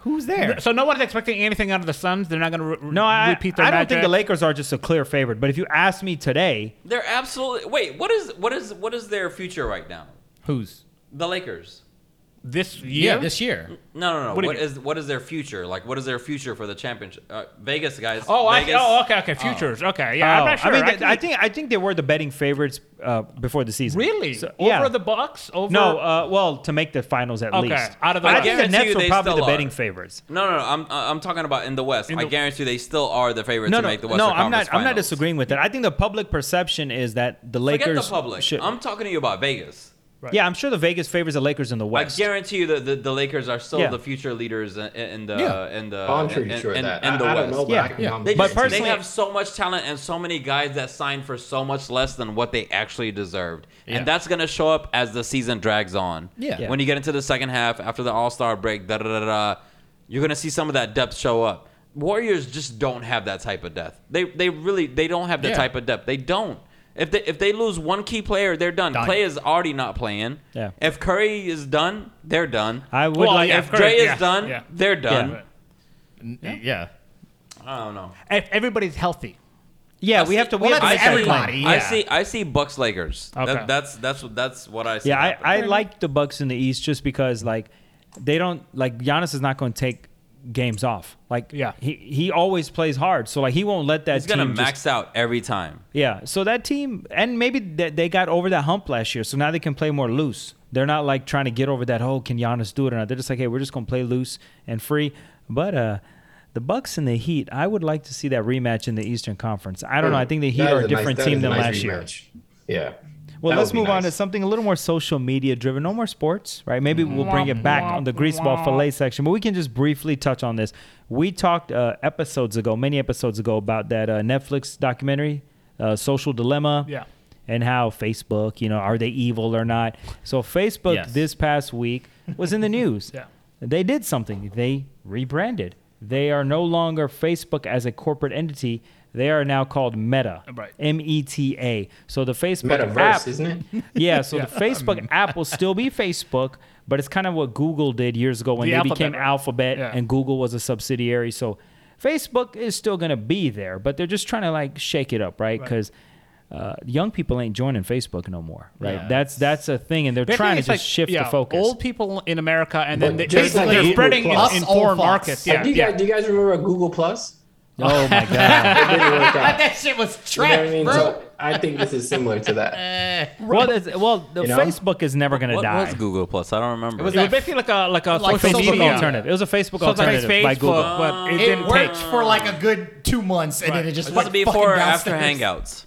Who's there? So no one's expecting anything out of the Suns. They're not going to re- no, I, repeat their I don't magic. think the Lakers are just a clear favorite. But if you ask me today, They're absolutely. Wait, what is what is what is their future right now? Who's? The Lakers. this year. Yeah, this year. No, no, no. What do you what mean? is what is their future? Like, what is their future for the championship? Uh, Vegas guys. oh, I, Vegas. oh, okay, okay. Futures. Okay, yeah. Oh, I'm not sure. I mean, I th- can- I, think I think they were the betting favorites uh, before the season. really So- over yeah. the Bucks. Over no, uh, well, to make the finals at Okay, least. out of the I West. think the Guarantee Nets you were they probably still the betting are. favors. No, no, no. I'm uh, I'm talking about in the West. I the- guarantee they still are the favorite No, to no, make the West. no. I'm not. I'm not disagreeing with that. I think the public perception is that the Lakers Forget the public. should- I'm talking to you about Vegas. Yeah, I'm sure the Vegas favors the Lakers in the I West. guarantee you that the, the Lakers are still Yeah. the future leaders in, in the Yeah. in the Oh, I'm in, pretty sure of in, that. in I, the I West. don't know, but Yeah. I can Yeah. I'm They, But just, personally- they have so much talent and so many guys that signed for so much less than what they actually deserved, Yeah. and that's gonna show up as the season drags on. Yeah. Yeah. When you get into the second half after the All Star break, da da da da, you're gonna see some of that depth show up. Warriors just don't have that type of depth. They they really they don't have the Yeah. type of depth. They don't. If they if they lose one key player, they're done. Done. Clay is already not playing. Yeah. If Curry is done, they're done. I would Well, like. yeah, if Curry- Dre is yeah, done, yeah. they're done. Yeah. Yeah. I don't know. E-, if everybody's healthy. Yeah, I we see- have to. We have well, to that's make that everybody. claim. I yeah. see. I see Bucks Lakers. Okay. That, that's that's what that's what I see. Yeah, happening. I, I like the Bucks in the East just because like they don't like Giannis is not going to take games off. Like Yeah. he he always plays hard, so like he won't let that He's gonna team just- max out every time. yeah, so that team and maybe that they got over that hump last year, so now they can play more loose. They're not like trying to get over that oh can Giannis do it or not. They're just like hey we're just going to play loose and free. But uh the Bucks and the Heat, I would like to see that rematch in the Eastern Conference. I don't know. I think the Heat That are is a nice- different that team is a than nice last year. rematch. Yeah. Well, That let's would be move on to nice. something a little more social media driven. No more sports, right? Maybe we'll bring it back on the greaseball fillet section, but we can just briefly touch on this. We talked uh, episodes ago, many episodes ago, about that uh, Netflix documentary, uh, Social Dilemma. Yeah. And how Facebook, you know, are they evil or not? So Facebook Yes. this past week was in the news. Yeah. They did something. They rebranded. They are no longer Facebook as a corporate entity. They are now called Meta. Right. M E T A. So the Facebook Metaverse, app, isn't it? yeah, so the Facebook app will still be Facebook, but it's kind of what Google did years ago when The they alphabet, became right? Alphabet Yeah. and Google was a subsidiary. So Facebook is still going to be there, but they're just trying to like shake it up, right? Because uh, young people ain't joining Facebook no more, right? Yeah. That's that's a thing, and they're trying to It's just like, shift yeah, the focus. Old people in America, and then they, But they're, just like they're Google spreading in, Plus. in Us old foreign fucks. markets. Uh, Yeah, do, you yeah. guys, do you guys remember Google Plus? oh my god! It didn't work out. that shit was You know trash, what I mean? So I think this is similar to that. Eh. well, that's- well, the You know? Facebook is never going to What die. was Google Plus? I don't remember. was It was that- basically like a like a Like social Facebook media alternative. It was a Facebook So it's like alternative by Facebook, Google. but it, it, didn't worked take. for like a good two months, and then it just was went it before or fucking after downstairs. Hangouts?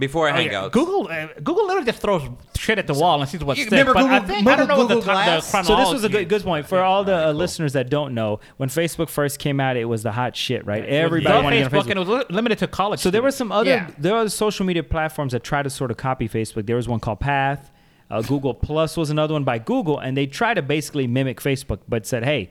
Before Oh, Hangouts. yeah. Google uh, Google literally just throws shit at the wall and sees what You sticks. remember but I, Google- think, I don't know remember what the, Google time, the Glass? chronology. So this was a good is. good point for all the uh, listeners that don't know. When Facebook first came out, it was the hot shit, right? Everybody Without wanted to get on Facebook, Facebook. and it was li- limited to college. So there were was some other Yeah. there are social media platforms that try to sort of copy Facebook. There was one called Path. Uh, Google Plus was another one by Google, and they try to basically mimic Facebook, but said, "Hey,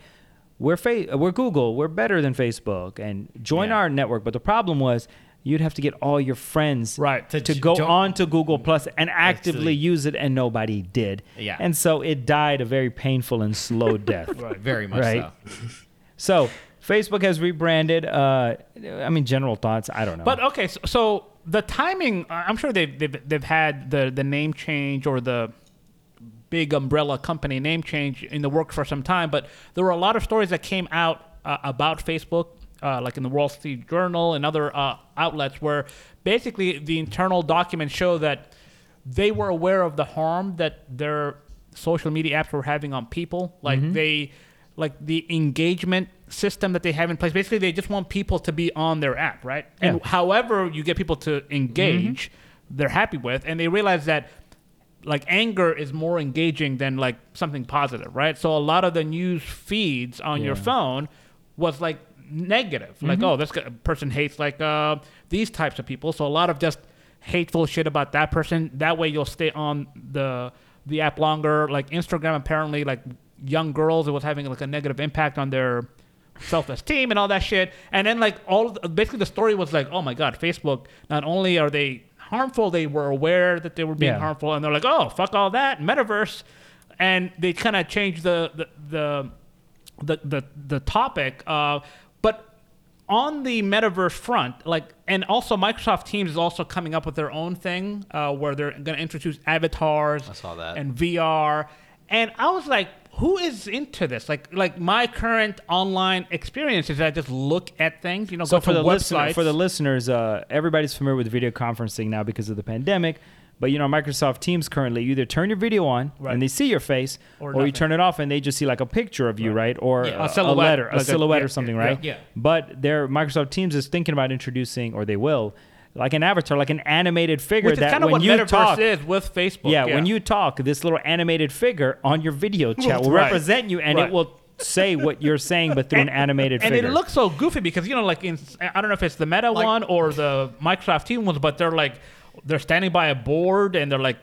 we're fa- we're Google. We're better than Facebook, and join Yeah. our network." But the problem was. You'd have to get all your friends Right, to, to j- go jo- on to Google Plus and actively use it, and nobody did. Yeah. And so it died a very painful and slow death. Very much Right. So so. Facebook has rebranded. Uh, I mean, general thoughts. I don't know. But okay, so, so the timing. I- I'm sure they've they've, they've had the, the name change or the big umbrella company name change in the works for some time. But there were a lot of stories that came out uh, about Facebook, uh, like in the Wall Street Journal and other uh, outlets, where basically the internal documents show that they were aware of the harm that their social media apps were having on people. Like they, like the engagement system that they have in place. Basically, they just want people to be on their app, right? And however you get people to engage, they're happy with, and they realize that like anger is more engaging than like something positive, right? So a lot of the news feeds on your phone was like negative, like oh this guy- person hates like uh, these types of people. So a lot of just hateful shit about that person. That way you'll stay on the the app longer. Like Instagram apparently like young girls it was having like a negative impact on their self esteem and all that shit. And then like all basically the story was like, oh my god, Facebook not only are they harmful. They were aware that they were being Yeah. harmful, and they're like, "Oh, fuck all that metaverse," and they kind of changed the the, the the the the topic. Uh, but on the metaverse front, like, and also Microsoft Teams is also coming up with their own thing uh, where they're going to introduce avatars. I saw that. And VR, and I was like, who is into this? Like, like my current online experience is I just look at things, you know, So go for to the listener, websites. for the listeners, uh, everybody's familiar with video conferencing now because of the pandemic. But you know, Microsoft Teams currently you either turn your video on Right. and they see your face, Or or, nothing. you turn it off and they just see like a picture of you, right? Or Yeah. A a, a silhouette, letter, a like a- silhouette yeah, or something, yeah, right? yeah. But their Microsoft Teams is thinking about introducing, or they will, like an avatar, like an animated figure which is that kind of when you what metaverse talk, is with Facebook. yeah, when you talk, this little animated figure on your video chat will Right. represent you, and Right. it will say what you're saying, but through an animated and figure. it looks so goofy because you know, like in I don't know if it's the Meta one or the Microsoft team ones, but they're like they're standing by a board and they're like,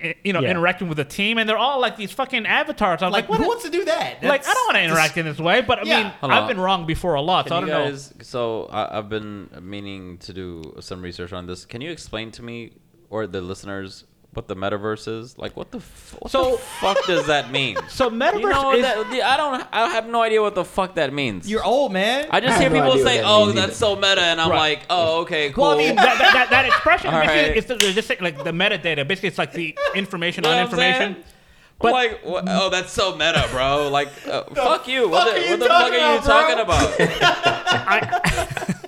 eh, you know, Yeah. interacting with the team, and they're all like these fucking avatars. I'm like, Like, what? who is- wants to do that? like I That's don't want to just- interact in this way, but I Yeah. mean, Hold I've on. been wrong before a lot, so I Can don't you know. guys, So I, I've been meaning to do some research on this. Can you explain to me or the listeners what the metaverse is? Like, what the f- what So- the fuck does that mean? So metaverse you know, is that, I don't. I have no idea what the fuck that means. You're old, man. I just I hear have no people idea what say, that "Oh, means that's so meta," and I'm Right. like, "Oh, okay, cool." Well, I mean, that, that, that, that expression All basically right. it's the, they're just saying, like the metadata. Basically, it's like the information You on know what I'm information. saying? but- like, wha- oh, that's so meta, bro. Like, uh, fuck you. What fuck the, are you what the fuck talking are you about, talking bro? about? I,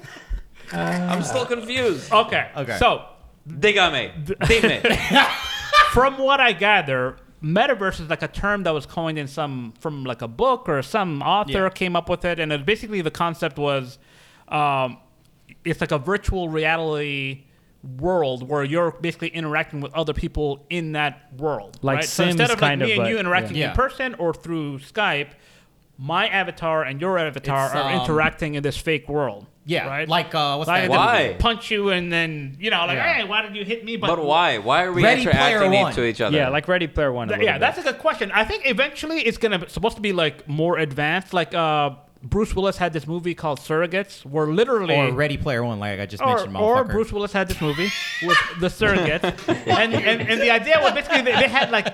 I'm still confused. okay. Okay. So Dígame, dime. from what I gather, metaverse is like a term that was coined in some from like a book or some author Yeah. came up with it, and it, basically the concept was, um, it's like a virtual reality world where you're basically interacting with other people in that world. Like right? so instead Sims of like kind me of, and you but- interacting yeah. in person or through Skype, my avatar and your avatar It's, are um, interacting in this fake world. Yeah, right. like, uh, what's Like, that they Why? punch you and then you know like Yeah. hey why did you hit me? But why? Why are we Ready Player interacting e- One. to each other? yeah, like Ready Player One. a Th- little yeah, bit. that's a good question. I think eventually it's gonna be, supposed to be like more advanced. Like uh, Bruce Willis had this movie called Surrogates, where literally Or Ready Player One, like I just or, mentioned. or motherfucker. Bruce Willis had this movie with the surrogates, and, and and the idea was basically they, they had like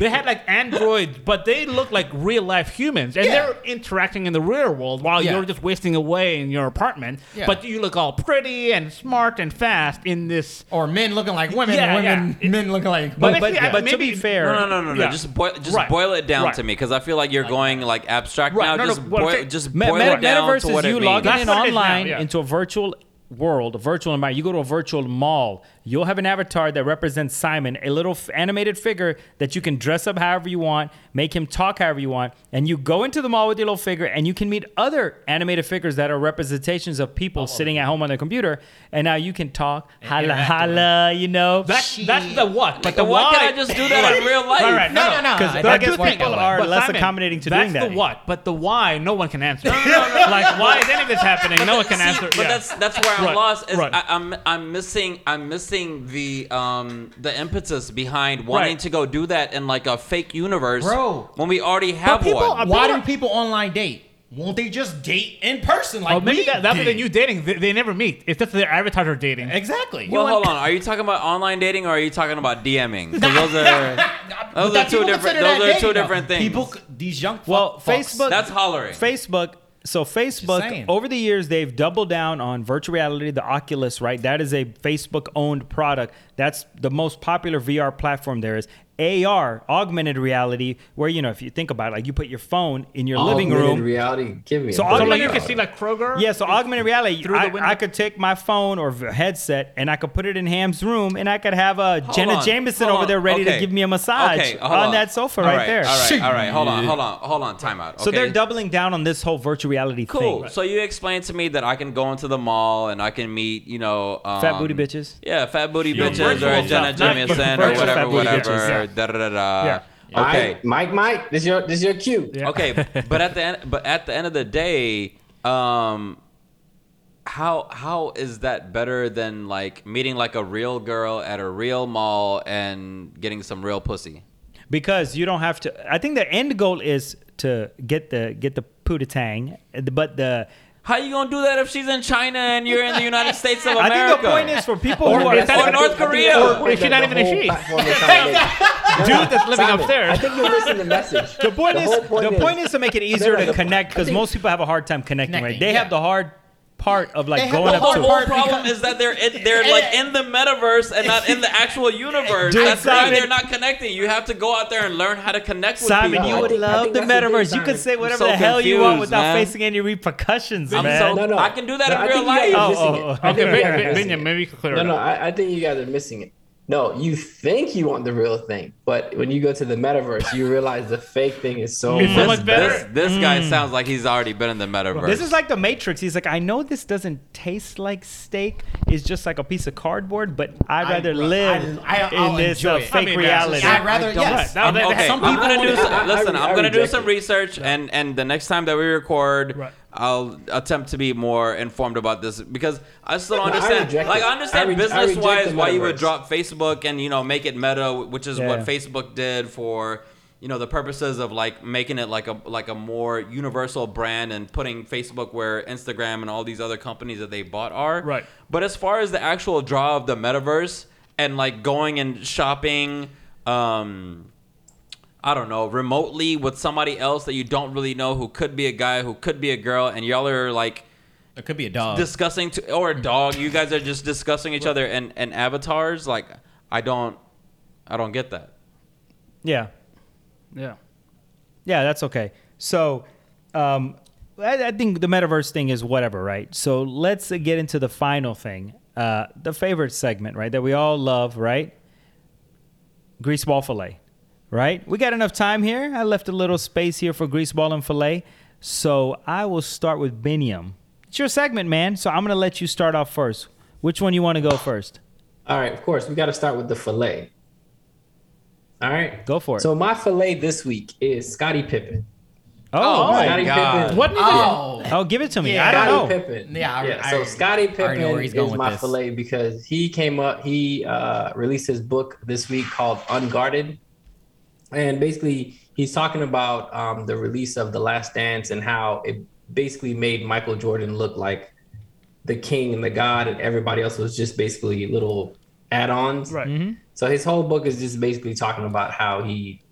they had like androids, but they looked like real life humans, and Yeah. they're interacting in the real world while Yeah. you're just wasting away in your apartment. Yeah. But you look all pretty and smart and fast in this. or men looking like women, Yeah, women, yeah. men looking like. But But, but, basically, I- but to maybe- be fair, No, no, no, no, no. Yeah. Just boil, just Right. boil it down Right. to me because I feel like you're going like abstract Right. now. No, no, just what I'm boil, saying- just Me- boil meta- it down metaverse to is what it you means. logging That's in what it is now, online yeah. into a virtual world, a virtual environment. You go to a virtual mall, you'll have an avatar that represents Simon, a little f- animated figure that you can dress up however you want, make him talk however you want, and you go into the mall with your little figure, and you can meet other animated figures that are representations of people sitting at home on their computer, and now you can talk, holla interact with holla, you know. That's that's the what, but the Why why can't I just do that in real life? All right, no, no, no. Because I those guess why people not? are But less Simon, accommodating to that's doing that. the what, but the why, no one can answer. like, why is any of this happening? No one Oh, can See, answer. But yeah. that's that's where I'm Right, lost. Is right. I, I'm I'm missing I'm missing the um the impetus behind wanting Right. to go do that in like a fake universe, Bro. When we already have people one. are- Why People do people online date? Won't they just date in person? Like oh, maybe we that, that's did? the new dating. They, they never meet. It's just their avatars are dating. Exactly. well, hold on. Are you talking about online dating or are you talking about DMing? 'Cause those are those That are two people different. consider that Those are two dating, though. different things. People, c- these young fuck, Well, fucks. Facebook- That's hollering. Facebook. So saying. Facebook over the years they've doubled down on virtual reality, the Oculus, right? That is a Facebook owned product. That's the most popular VR platform there is. AR, augmented reality, where you know if you think about it, like you put your phone in your living Augmented room. reality. Give me. So a So break. like augmented- you can see like Kroger. yeah, so augmented reality, Through the I, window. I could take my phone or v- headset and I could put it in Ham's room and I could have a Jenna on, Jameson hold over on, there ready okay, to give me a massage okay, on, hold on. that sofa All right, there. All right, all right. Hold on, hold on, hold on. Timeout. Okay. So they're doubling down on this whole virtual reality Cool. thing. So you explained to me that I can go into the mall and I can meet, you know, um, Fat booty bitches. Yeah, fat booty Your bitches virtual or Jenna stuff, not Jameson virtual fat or whatever, booty bitches, whatever. yeah. Da da da da. Mike, Okay. Mike, Mike, this your this your cue. Yeah. Okay. But at the end, but at the end of the day, um, how how is that better than like meeting like a real girl at a real mall and getting some real pussy? because you don't have to i think the end goal is to get the get the poo to tang but the How you gonna do that if she's in China and you're in the United States I of America? think the point is for people who Or- are or North Korea. Or is she not even a she? Dude that's living upstairs. I think you're missing the message. The point The is whole point the is- point is to make it easier no, to the- connect because most people have a hard time connecting, right? Connecting, They yeah. have the hard part of like have going the The up to. hard whole part problem is that they're in, they're like in the metaverse and not in the actual universe. Dude, That's why Simon- they're not connecting. You have to go out there and learn how to connect with Simon, people. you would I think- I love think the that's the thing, metaverse. You Simon. could say whatever so the hell you want confused, without man. facing any repercussions, I'm man. so- No, no. I can do that No, in I real think you guys life. are Oh, missing oh, it. I Okay, think you guys are Ben- missing Benjamin, it. maybe you can clear No, it no, up. I, I think you guys are missing it. No, you think you want the real thing, but when you go to the metaverse, you realize the fake thing is so. It's so much much better. This, this guy sounds like he's already been in the metaverse. This is like the Matrix. He's like, I know this doesn't taste like steak. It's just like a piece of cardboard, but I'd I- rather I- live I- I'll in this enjoy uh, it. I fake mean, that's- reality. I'd rather yes. That- that- okay, some I'm people gonna do wanna- some, I- I- listen. I I, am gonna do reject some it. research, and and the next time that we record, Right. I'll attempt to be more informed about this because I still don't No, I understand. reject like it. I I understand re- I business wise reject the why you would metaverse. drop Facebook and you know make it meta, which is what Yeah. Facebook did for you know the purposes of like making it like a like a more universal brand and putting Facebook where Instagram and all these other companies that they bought are. Right. But as far as the actual draw of the metaverse and like going and shopping. Um, I don't know, remotely with somebody else that you don't really know who could be a guy, who could be a girl, and y'all are like It could be a Uh. dog. discussing to, or a dog. You guys are just discussing each other and, and avatars. Like I don't, I don't get that. yeah. Yeah. Yeah, that's okay. So, um, I, I think the metaverse thing is whatever, right? So let's uh, get into the final thing, uh, the favorite segment, right? That we all love, right? Greaseball fillet, right? We got enough time here. I left a little space here for greaseball and fillet, so I will start with Binium. It's your segment, man. So I'm gonna let you start off first. Which one you want to go first? All right, of course, we got to start with the fillet. All right, Go for it. So my fillet this week is Scottie Pippen. oh, my Scottie God. Pippen. What? Oh. oh, give it to me. Yeah. I don't Scottie know. Pippen. Yeah, I- I- so Scottie I already know Pippen where he's is going with my this. fillet because he came up. He uh, released his book this week called Unguarded, and basically he's talking about um, the release of The Last Dance and how it basically made Michael Jordan look like the king and the god, and everybody else was just basically little add-ons. Right. Mm-hmm. So his whole book is just basically talking about how he,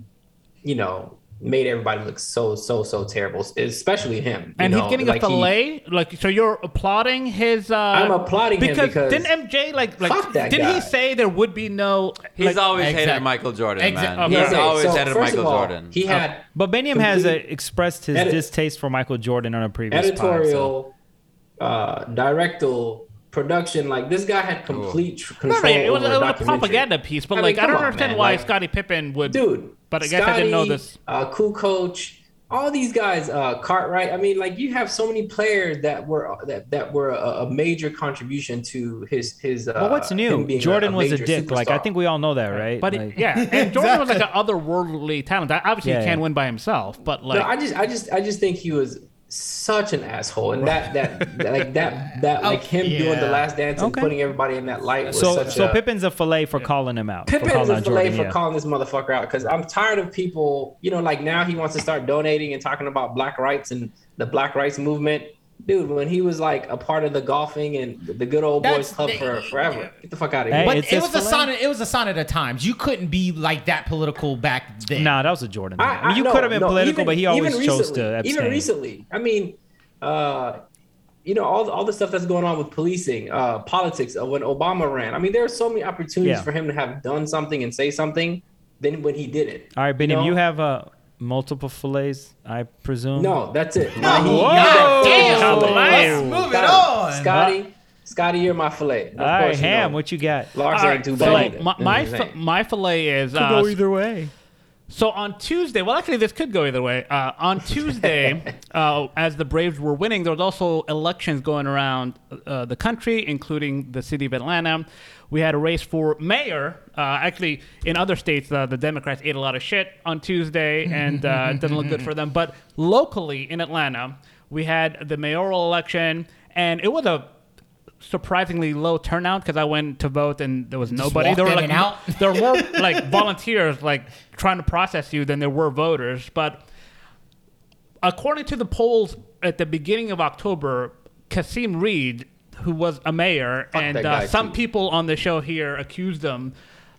you know, made everybody look so so so terrible, especially him. you And know, he's getting like a he- fillet. like so, you're applauding his. Uh, I'm applauding him because, because- didn't MJ like like Fuck that didn't guy. he say there would be no? He's like, always hated exact- Michael Jordan, exact- man. okay. He's Okay, always so hated first Michael of all, Jordan. He had But Binium has uh, Complete- expressed his Edit- distaste for Michael Jordan on a previous pod, so- editorial, uh, directorial, production. Like this guy had complete tr- No, control no, it was, it over was a documentary. propaganda piece, but I mean, like I come don't on, understand man, why like- Scottie Pippen would. dude. But I guess I didn't know this. Uh, cool coach. All these guys, uh, Cartwright. I mean, like you have so many players that were uh, that that were a, a major contribution to his his. Uh, But what's him new? being Jordan was a major dick. Like I superstar. think we all know that, right? But Like, yeah, and Jordan was like an otherworldly talent. I- Obviously, Yeah, he can't yeah. win by himself, but like no, I just, I just, I just think he was such an asshole, and that, that, that, like that, that, like him doing the yeah. last dance and Okay. putting everybody in that light was so such so a. Pippen's a fillet for calling him out. for Pippin's calling a out fillet Jordan, for yeah. calling this motherfucker out because I'm tired of people. You know, like now he wants to start donating and talking about black rights and the black rights movement. Dude, when he was like a part of the golfing and the good old boys That's- club for forever, get the fuck out of here. Hey, But It it, says was a fillet? sign. Of, it was a sign of the times. You couldn't be like that political back then. Nah, that was a Jordan. thing. I, I, mean, you no, could have been no, political, even- but he always even chose recently- to abstain. Even recently, I mean, uh, you know, all all the stuff that's going on with policing, uh, politics. Uh, when Obama ran, I mean, there are so many opportunities Yeah. for him to have done something and say something. Then when he did it, All right, Benny, know? you have uh, multiple fillets, I presume. no, that's it. No, Whoa! Damn. Let's Damn. move it on. Scotty, Scotty, you're my fillet. Of All right, course you Ham, know. what you got? Lars All ain't too so bad. either. my my, His fi- ain't. my fillet is uh, way. So on Tuesday, well, actually, this could go either way. Uh, on Tuesday, uh, as the Braves were winning, there was also elections going around uh, the country, including the city of Atlanta. We had a race for mayor. Uh, actually, in other states, uh, the Democrats ate a lot of shit on Tuesday, and uh, it didn't look good for them. But locally in Atlanta, we had the mayoral election, and it was a surprisingly low turnout because I went to vote and there was nobody. walked There were in like and out? there were more like volunteers like trying to process you than there were voters. But according to the polls at the beginning of October, Kasim Reed, who was a mayor, Fuck and that uh, guy, some too. people on the show here accused him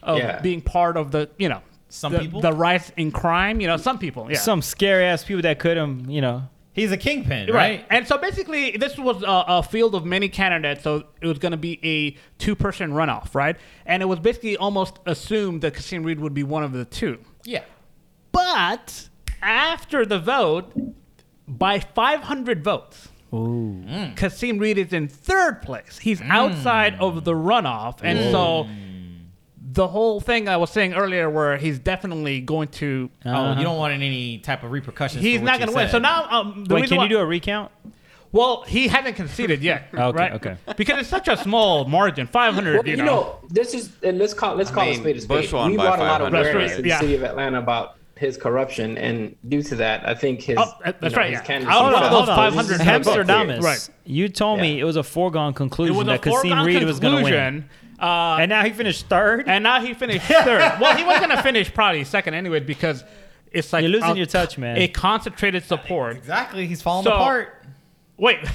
of Yeah. being part of the, you know, Some the, people? the rise in crime. You know, some people, yeah. Some scary ass people that could have, you know. He's a kingpin, Right. right? And so basically, this was a, a field of many candidates. So it was going to be a two person runoff, right? And it was basically almost assumed that Kasim Reed would be one of the two. Yeah. But after the vote, by 500 votes, Mm. Kasim Reed is in third place. He's outside of the runoff. And so the whole thing I was saying earlier, where he's definitely going to. Uh-huh. Oh, you don't want any type of repercussions. He's for not what going you to win. said. So now, um, the Wait, reason can why, you do a recount? well, he hasn't conceded yet. Okay, right? okay. Because it's such a small margin, five hundred. Well, you, know. this is and let's call let's call mean, it spade a spade. Bush won we by brought a lot of 500, awareness right? in the Yeah. city of Atlanta about his corruption, and due to that, I think his Oh, that's you know, right, his yeah. candidacy- I was one of those Hold on. 500 Hamsterdamus. Right. You told me Yeah. it was a foregone it conclusion was a that Kasim foregone Reed was going to win. conclusion. Uh, And now he finished third. and now he finished third. Well, he was gonna finish probably second anyway because it's like You're losing a- your touch, man. A concentrated support. Exactly. He's falling So- apart. Wait,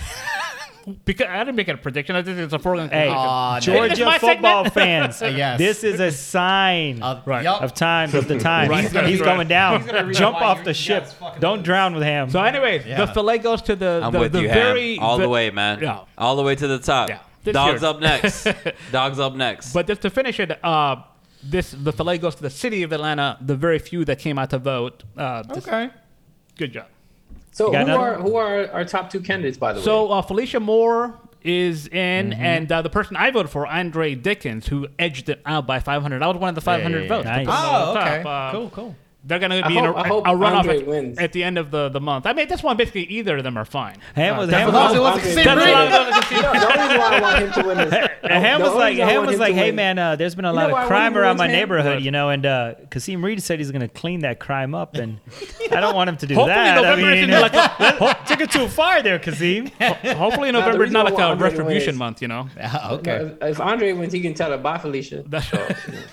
because I didn't make a prediction. I think it's a foregone Hey, conclusion. Aw, dude. This is Georgia my football segment? fans, Yes. this is a sign Uh, Right. yup. of time of the time. Right. He's, That's he's right. going down. He's gonna realize Jump why off you- the you ship. guys fucking Don't lose. drown with him. So, anyways, Yeah. the fillet goes to the I'm the, with the you, very Ham. All the ve- way, man. Yeah. All the way to the top. Yeah. This Dogs year. up next. Dogs up next. But just to finish it, uh, this the fillet goes to the city of Atlanta. The very few that came out to vote. Uh, this- Okay. Good job. So who got another? are who are our top two candidates by the way? So uh, Felicia Moore is in, and uh, the person I voted for, Andre Dickens, who edged it out by 500. I was one of the 500 votes. Nice. to put it Oh, on the okay. top. Uh, cool, cool. They're going to I be in a, hope- I hope a runoff Andre at, wins. at the end of the, the month. I mean, this one, basically, either of them are fine. Ham was, Ham was, As long as it all- wasn't That's That's Kasim what I was gonna Reed. say. You know, the only reason why I want him to win is and Ham the was only like, reason I Ham want was him like, to hey win- man, uh, there's been a know lot why I of want him crime to around my win, Ham? neighborhood, you know, and uh, Kasim Reed said he's going to clean that crime up, and I don't want him to do Hopefully that. I November mean, isn't like ho- took it too far there, Kasim. Hopefully, the November is reason not I like want a Andre to win retribution is- month, you know? Ah, No, okay. if- if Andre wins, he can tell her bye, Felicia.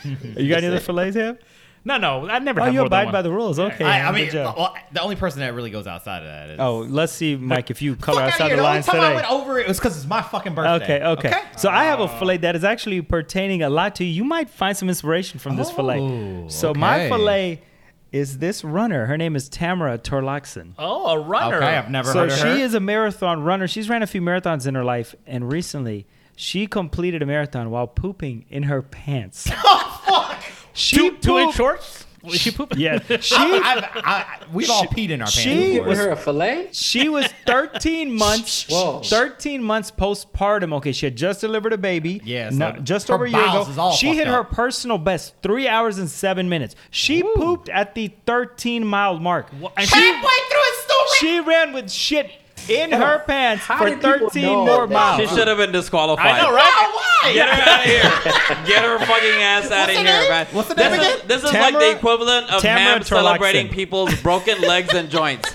You got any other fillets, Ham? No, no, I never Oh, have you more than abide one. by the rules, okay? I, I Ham, good mean, uh, job. well, the only person that really goes outside of that is. Oh, let's see, Mike, if you color Fuck outta outside here. the only lines time I today. went over it was because it's my fucking birthday. Okay, okay. So I have a Uh, fillet that is actually pertaining a lot to you. You might find some inspiration from this fillet. Oh, So my okay. fillet is this runner. Her name is Tamara Torlaxen. Oh, a runner. Okay, I've never So heard of her. she is a marathon runner. She's ran a few marathons in her life, and recently she completed a marathon while pooping in her pants. Oh, She two, two inch pooped- shorts? She pooped. Yeah, she I've, I, we've all peed in our she pants. You before. give her a fillet? she was 13 months Whoa. 13 months postpartum okay she had just delivered a baby Yeah, No- so just her over a year bowels is all ago she fucked hit her up. personal best three hours and seven minutes she pooped at the 13 mile mark And she, she- she ran with shit in her pants How for did people 13 know more that? she miles should have been disqualified. I know, right? Get her out of here. Get her fucking ass out of here, man. What's the this name is, again? This is like Tamara- the equivalent of Tamara Ham Torlaxen. celebrating people's broken legs and joints.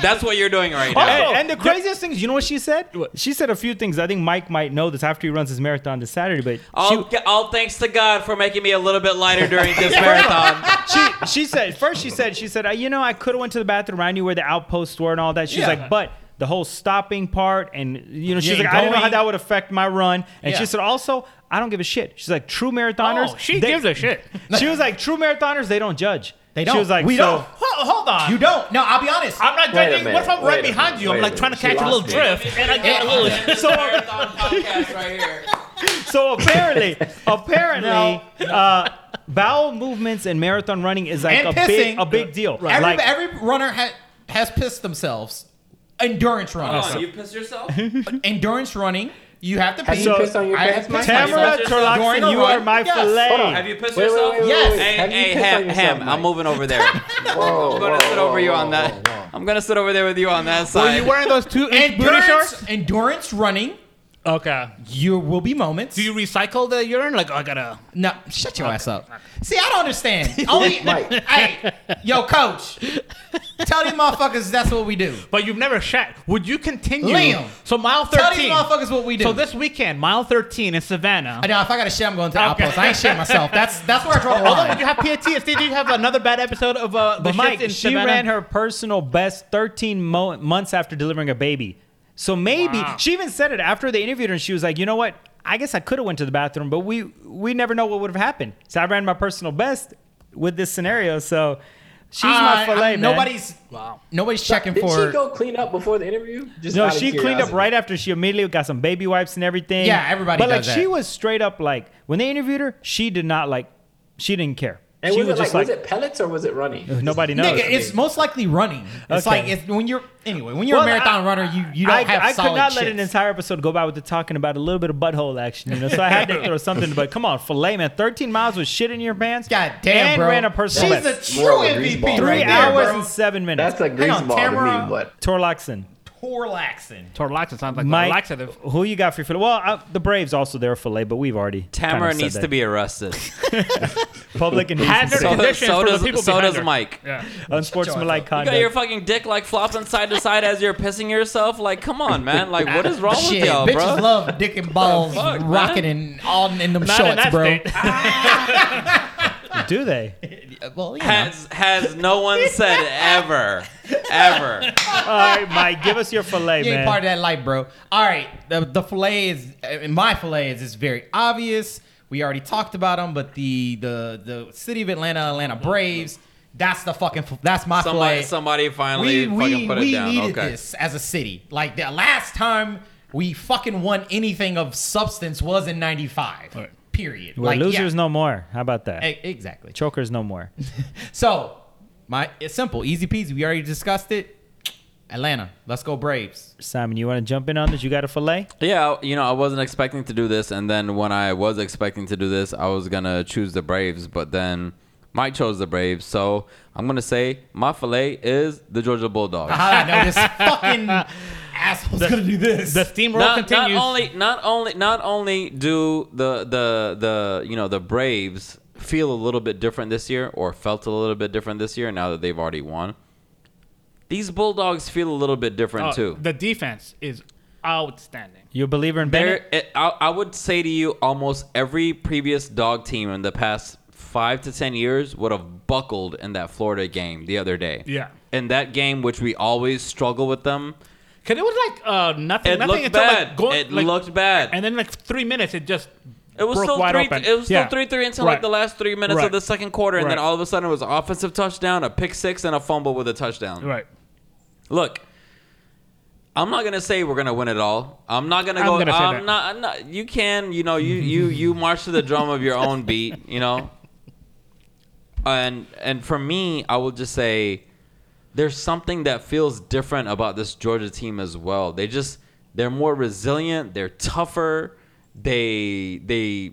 That's what you're doing right now. and, and the craziest thing is, you know what she said? She said a few things. I think Mike might know this after he runs his marathon this Saturday. But she, all, all thanks to God for making me a little bit lighter during this marathon. she she said first she said she said "Uh, you know I could have went to the bathroom I knew where the outposts were and all that she's Yeah. like but the whole stopping part and you know she's Yeah, like I didn't know how going. that would affect my run and Yeah. she said also I don't give a shit she's like true marathoners Oh, she they- gives a shit. she was like true marathoners they don't judge They she don't. was like We so, don't. Ho- hold on. You don't. No, I'll be honest. I'm not Wait a judging. What if minute, I'm right wait a behind minute, you? I'm wait like a trying to minute. catch a She little lost drift, and I got a little. This marathon podcast right here. so apparently apparently uh bowel movements and marathon running is like And a big pissing. a big deal Every, like every runner ha- has pissed themselves. Endurance running. Hold on, you piss yourself? Endurance running. You have to pee. you pissed on your I pants, have pissed Mike? Tamara myself. During a Torlaxen, you run. are my Yes. fillet. Hold on. Have you pissed Wait, wait, yourself? wait, wait, Yes. wait. Hey, Have you hey, pissed on Ham, yourself, Ham, Mike? I'm moving over there. Whoa, I'm going to whoa, sit over you whoa, on whoa, that. whoa. I'm going to sit over there with you on that side. wearing those two inch booty shorts? Endurance, endurance running. Okay. You will be moments. Do you recycle the urine? Like, oh, I gotta. No, shut your ass up. See, I don't understand. Only, Mike. hey, yo, coach, tell these motherfuckers that's what we do. But you've never shat. Would you continue? Liam, So mile Tell these thirteen. motherfuckers what we do. So this weekend, mile thirteen in Savannah. I know if I got to shit, I'm going to the Okay. outpost. I ain't shit myself. That's that's where I draw the Although, would you line. have PTSD? Do you have another bad episode of uh, the But shits Mike, in she Savannah? ran her personal best 13 mo- months after delivering a baby. So maybe Wow. she even said it after they interviewed her, and she was like, "You know what? I guess I could have went to the bathroom, but we we never know what would have happened. So I ran my personal best with this scenario. So she's my I- fillet, I'm- man. Uh, Nobody's Wow. nobody's checking Did for. she go clean up before the interview? Just No, out of she cleaned up curiosity. right after. She immediately got some baby wipes and everything. Yeah, everybody But does like, that. she was straight up like when they interviewed her, she did not like. She didn't care. And she was, it like, was it pellets or was it running? nobody knows. Nigga, it's most likely running. It's Okay. like it's, when you're anyway when you're Well, a marathon I- runner, you you don't I, have I solid could not let shits. an entire episode go by without talking about a little bit of butthole action, you know. So I had to throw something. But come on, filet man, thirteen miles with shit in your pants. God damn, and bro. ran a personal She's best. a More true of a grease MVP. ball three right right there, hours bro. and seven minutes. That's a grease on, ball to Tamara. me, but Torlaxin, Torlaxin. Torlaxa sounds like Mike, laxative. who you got for your filet? Well, uh, the Braves also there filet, but we've already Tamara kinda said needs that. to be arrested. public and Had her so conditions so for the people does so behind does her. Mike. Yeah. unsportsmanlike You got your conduct. fucking dick like flopping side to side as you're pissing yourself. Like, come on, man. Like, what is wrong Shit, with y'all, bitches bro? love dick and balls fuck, man? rocking in all in them Not in shorts, that bro. state. Oh, Do they? Well, you know. Has has no one said ever, ever? All right, Mike, give us your filet, You ain't man. part of that life, bro. All right, the the fillet is uh, my fillet is is very obvious. We already talked about them, but the the the city of Atlanta, Atlanta Braves. That's the fucking. f- That's my Somebody, fillet. somebody finally we we, fucking put we it down. needed okay. this as a city. Like the last time we fucking won anything of substance was in '95. Period. We're like losers yeah. no more. How about that? E- Exactly. Chokers no more. So my it's simple, easy peasy. We already discussed it. Atlanta, let's go Braves. Simon, you want to jump in on this? You got a filet? Yeah, you know, I wasn't expecting to do this, and then when I was expecting to do this, I was gonna choose the Braves, but then Mike chose the Braves, so I'm gonna say my fillet is the Georgia Bulldogs. How did I know this fucking asshole's gonna do this? The steamroll Not, not continues. only, not only, not only do the the the you know the Braves feel a little bit different this year, or felt a little bit different this year, now that they've already won. These Bulldogs feel a little bit different Oh, too. The defense is outstanding. You a believer in Bennett? There, it, I, I would say to you, almost every previous dog team in the past five to ten years would have buckled in that Florida game the other day. Yeah. In that game, which we always struggle with them, Cause it was like uh, nothing. it nothing looked until, bad. Like, going, it like, looked bad. And then like three minutes, it just it was broke still wide three. open. It was still Yeah. three three until like Right. the last three minutes Right. of the second quarter, and then Right. all of a sudden it was offensive touchdown, a pick six, and a fumble with a touchdown. Right. Look, I'm not gonna say we're gonna win it all. I'm not gonna I'm go. gonna say I'm that. not. I'm not. You can. You know. You you you march to the drum of your own beat. You know. And and for me, I will just say, there's something that feels different about this Georgia team as well. They just they're more resilient. They're tougher. They they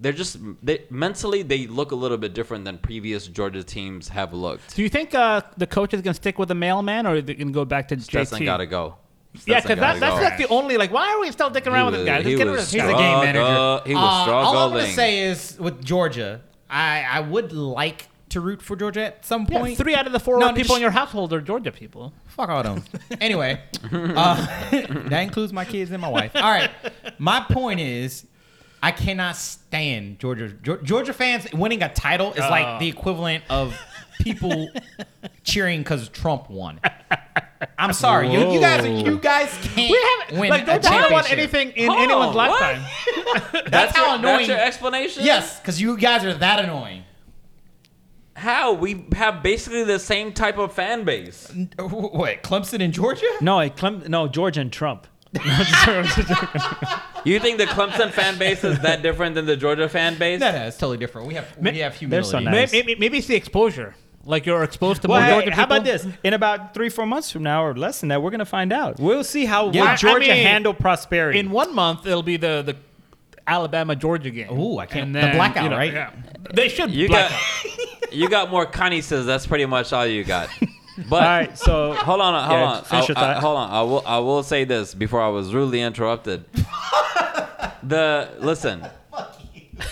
they're just they, mentally they look a little bit different than previous Georgia teams have looked. Do you think uh, the coach is gonna stick with the mailman, or are they gonna go back to Stetson JT? gotta go. yeah, Stetson because that, gotta that's go. like the only like. Why are we still dicking around with this guy? He Just get rid was of He's him. a game manager. struggle- he was Uh, all I'm gonna struggling. say is with Georgia, I I would like to root for Georgia at some Yeah, point. three out of the four No, people just- in your household are Georgia people. Fuck all them. anyway, uh, that includes my kids and my wife. All right, my point is. I cannot stand Georgia. Geor- Georgia fans winning a title is Oh. like the equivalent of people cheering because Trump won. I'm sorry, you, you guys, you guys can't We haven't win like a Georgia hasn't won championship. anything in Oh, anyone's what? lifetime. That's, how your- annoying. That's your explanation. yes, because you guys are that annoying. How we have basically the same type of fan base. What? Clemson in Georgia? No, it Clem- no, George and Trump. You think the Clemson fan base is that different than the Georgia fan base? No, no, it's totally different. We have we have humility. so nice. Maybe, maybe, maybe it's the exposure. Like you're exposed to more Well, hey, Georgia how people. about this? In about three, four months from now, or less than that, we're gonna find out. We'll see how Yeah, will I- I Georgia mean, handle prosperity. In one month, it'll be the the Alabama Georgia game. Ooh, I can't- And the then, blackout, you know, right? Yeah. They should You blackout. got you got more Conises. That's pretty much all you got. But All right, so hold on, hold Yeah, on, finish your I- I- thought. hold on. I will I will say this before I was rudely interrupted. the listen.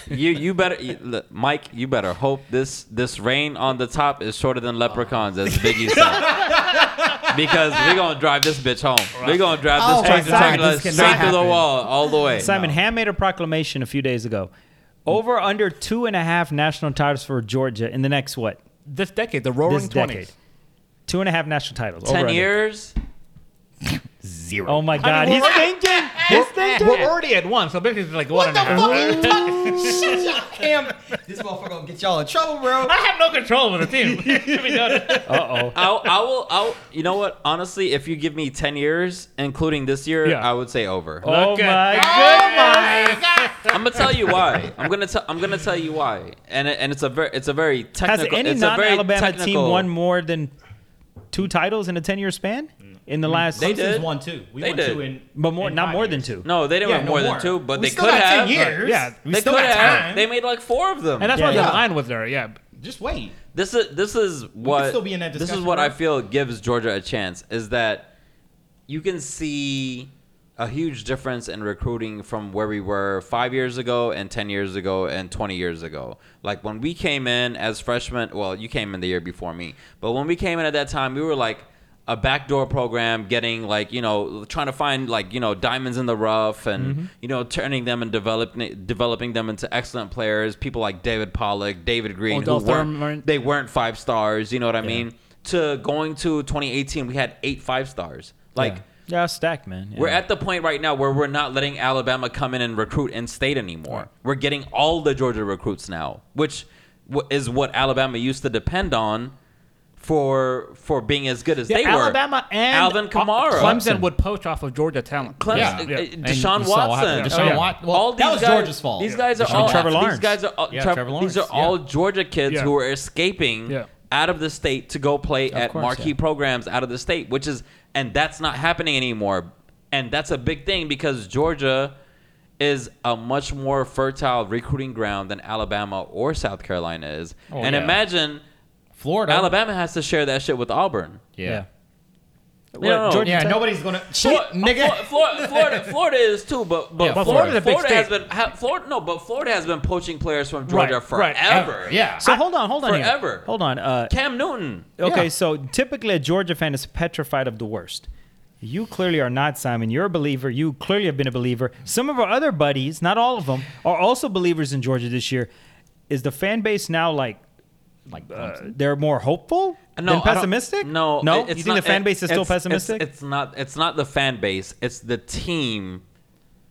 You you better you- look, Mike. You better hope this this rain on the top is shorter than leprechauns, as Biggie said. because we're gonna drive this bitch home. We're gonna drive this Oh my tractor God, trailer this straight cannot through the happen. wall all the way. Simon Ham made a proclamation a few days ago. Over under two and a half national titles for Georgia in the next what? this decade, the Roaring This Twenties. decade. Two and a half national titles. over Ten under. years. Zero. Oh my God, he's thinking. He's thinking. We're already at one, so basically it's like one and What the a half. fuck are you talking? Shut your damn. This motherfucker gonna get y'all in trouble, bro. I have no control over the team. To be honest. Uh oh. I'll, I will. I'll. You know what? Honestly, if you give me ten years, including this year, Yeah. I would say over. Oh Look at- my goodness. I'm gonna tell you why. I'm gonna tell. I'm gonna tell you why. And it, and it's a very it's a very Has technical. any it's a very non-Alabama team technical- won more than two titles in a ten-year span in the last? Mm. They did. One two. We They won did. two in. but more, in not five more years. than two. No, they didn't Yeah, win no more than two, but we they still could got have. 10 years. Yeah, we They still could got have. time. They made like four of them. and that's Yeah, why the yeah. line was there. Yeah, Just wait. this is this is what still be in that this is discussion, what I bro. feel gives Georgia a chance is that you can see a huge difference in recruiting from where we were five years ago and ten years ago and twenty years ago. Like when we came in as freshmen, well, you came in the year before me, but when we came in at that time, we were like a backdoor program, getting like you know trying to find like you know diamonds in the rough and Mm-hmm. you know turning them and developing developing them into excellent players. People like David Pollock, David Oh, Green, who Odell Thurman. weren't, they weren't five stars. You know what I mean? To going to 2018, we had eight five stars. Like Yeah, stacked man. Yeah. we're at the point right now where we're not letting Alabama come in and recruit in state anymore. We're getting all the Georgia recruits now, which w- is what Alabama used to depend on for for being as good as they were. Alabama and Alvin Kamara. Clemson would poach off of Georgia talent. Clemson, Yeah. uh, Yeah. uh, And Deshaun you saw what happened. Watson, Deshaun Yeah. Wat- well, all that these was guys- Georgia's fault. These guys are Deshaun all Trevor These Lawrence. guys are all, Yeah, Trev- Trevor These Lawrence, are all yeah. Georgia kids Yeah. who are escaping Yeah. out of the state to go play at course, marquee yeah. programs out of the state, which is and that's not happening anymore. And that's a big thing because Georgia is a much more fertile recruiting ground than Alabama or South Carolina is. and yeah. imagine Florida. Alabama has to share that shit with Auburn. Yeah. You Well, know, Georgia Yeah. Tech- Nobody's gonna. Shit, nigga. Florida, Florida, Florida is too, but but Yeah, Florida, Florida's a big Florida has been ha, Florida. No, but Florida has been poaching players from Right, Georgia right, forever. Yeah. So hold on, hold on. here. Forever. Hold on. Uh, Cam Newton. okay, Yeah. so typically a Georgia fan is petrified of the worst. You clearly are not, Simon. You're a believer. You clearly have been a believer. Some of our other buddies, not all of them, are also believers in Georgia this year. Is the fan base now like Like uh, they're more hopeful No, than I don't- pessimistic? No, no. it- it's you think not- the fan it- base is still it's- it's- pessimistic? It's, not. It's not the fan base. It's the team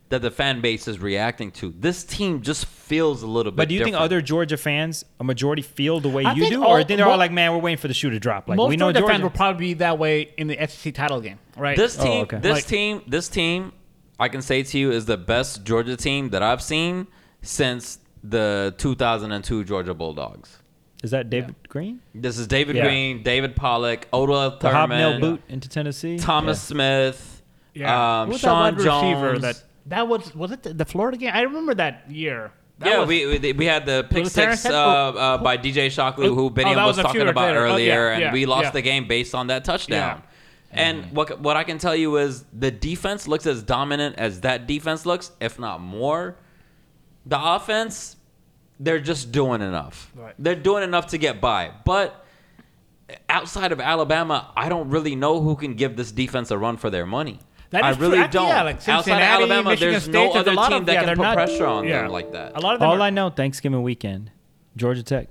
that the fan base is reacting to. This team just feels a little bit. but do you think different. other Georgia fans, a majority, feel the way I you think do, all- or think they're all mo- like, "Man, we're waiting for the shoe to drop"? Like Most we know Georgia, Georgia. fans will probably be that way in the SEC title game, right? This Oh, team, okay. this Like- team, this team, I can say to you is the best Georgia team that I've seen since the 2002 Georgia Bulldogs. is that David Green? This is David Yeah. Green, David Pollock, Odell The hobnail Thurman, boot into Tennessee. Thomas Smith, yeah. um, Who's Sean that wide receiver Jones. That that was was it the, the Florida game? I remember that year. That yeah, was, we, we we had the pick Was it six Terrence uh, Head- uh, by DJ Shockley, who Oh, Benny that was, was a few talking years about later. Oh, yeah, earlier, yeah, and we lost yeah. Mm-hmm. the game based on that touchdown. And what what I can tell you is the defense looks as dominant as that defense looks, if not more. The offense, they're just doing enough. Right. They're doing enough to get by, but. Outside of Alabama, I don't really know who can give this defense a run for their money. That I is true. really I think, don't. yeah, like Outside Cincinnati, of Alabama, Michigan there's State, no there's a other lot team of- that yeah, can they're put not- pressure on yeah. them like that. A lot of them All are- I know, Thanksgiving weekend, Georgia Tech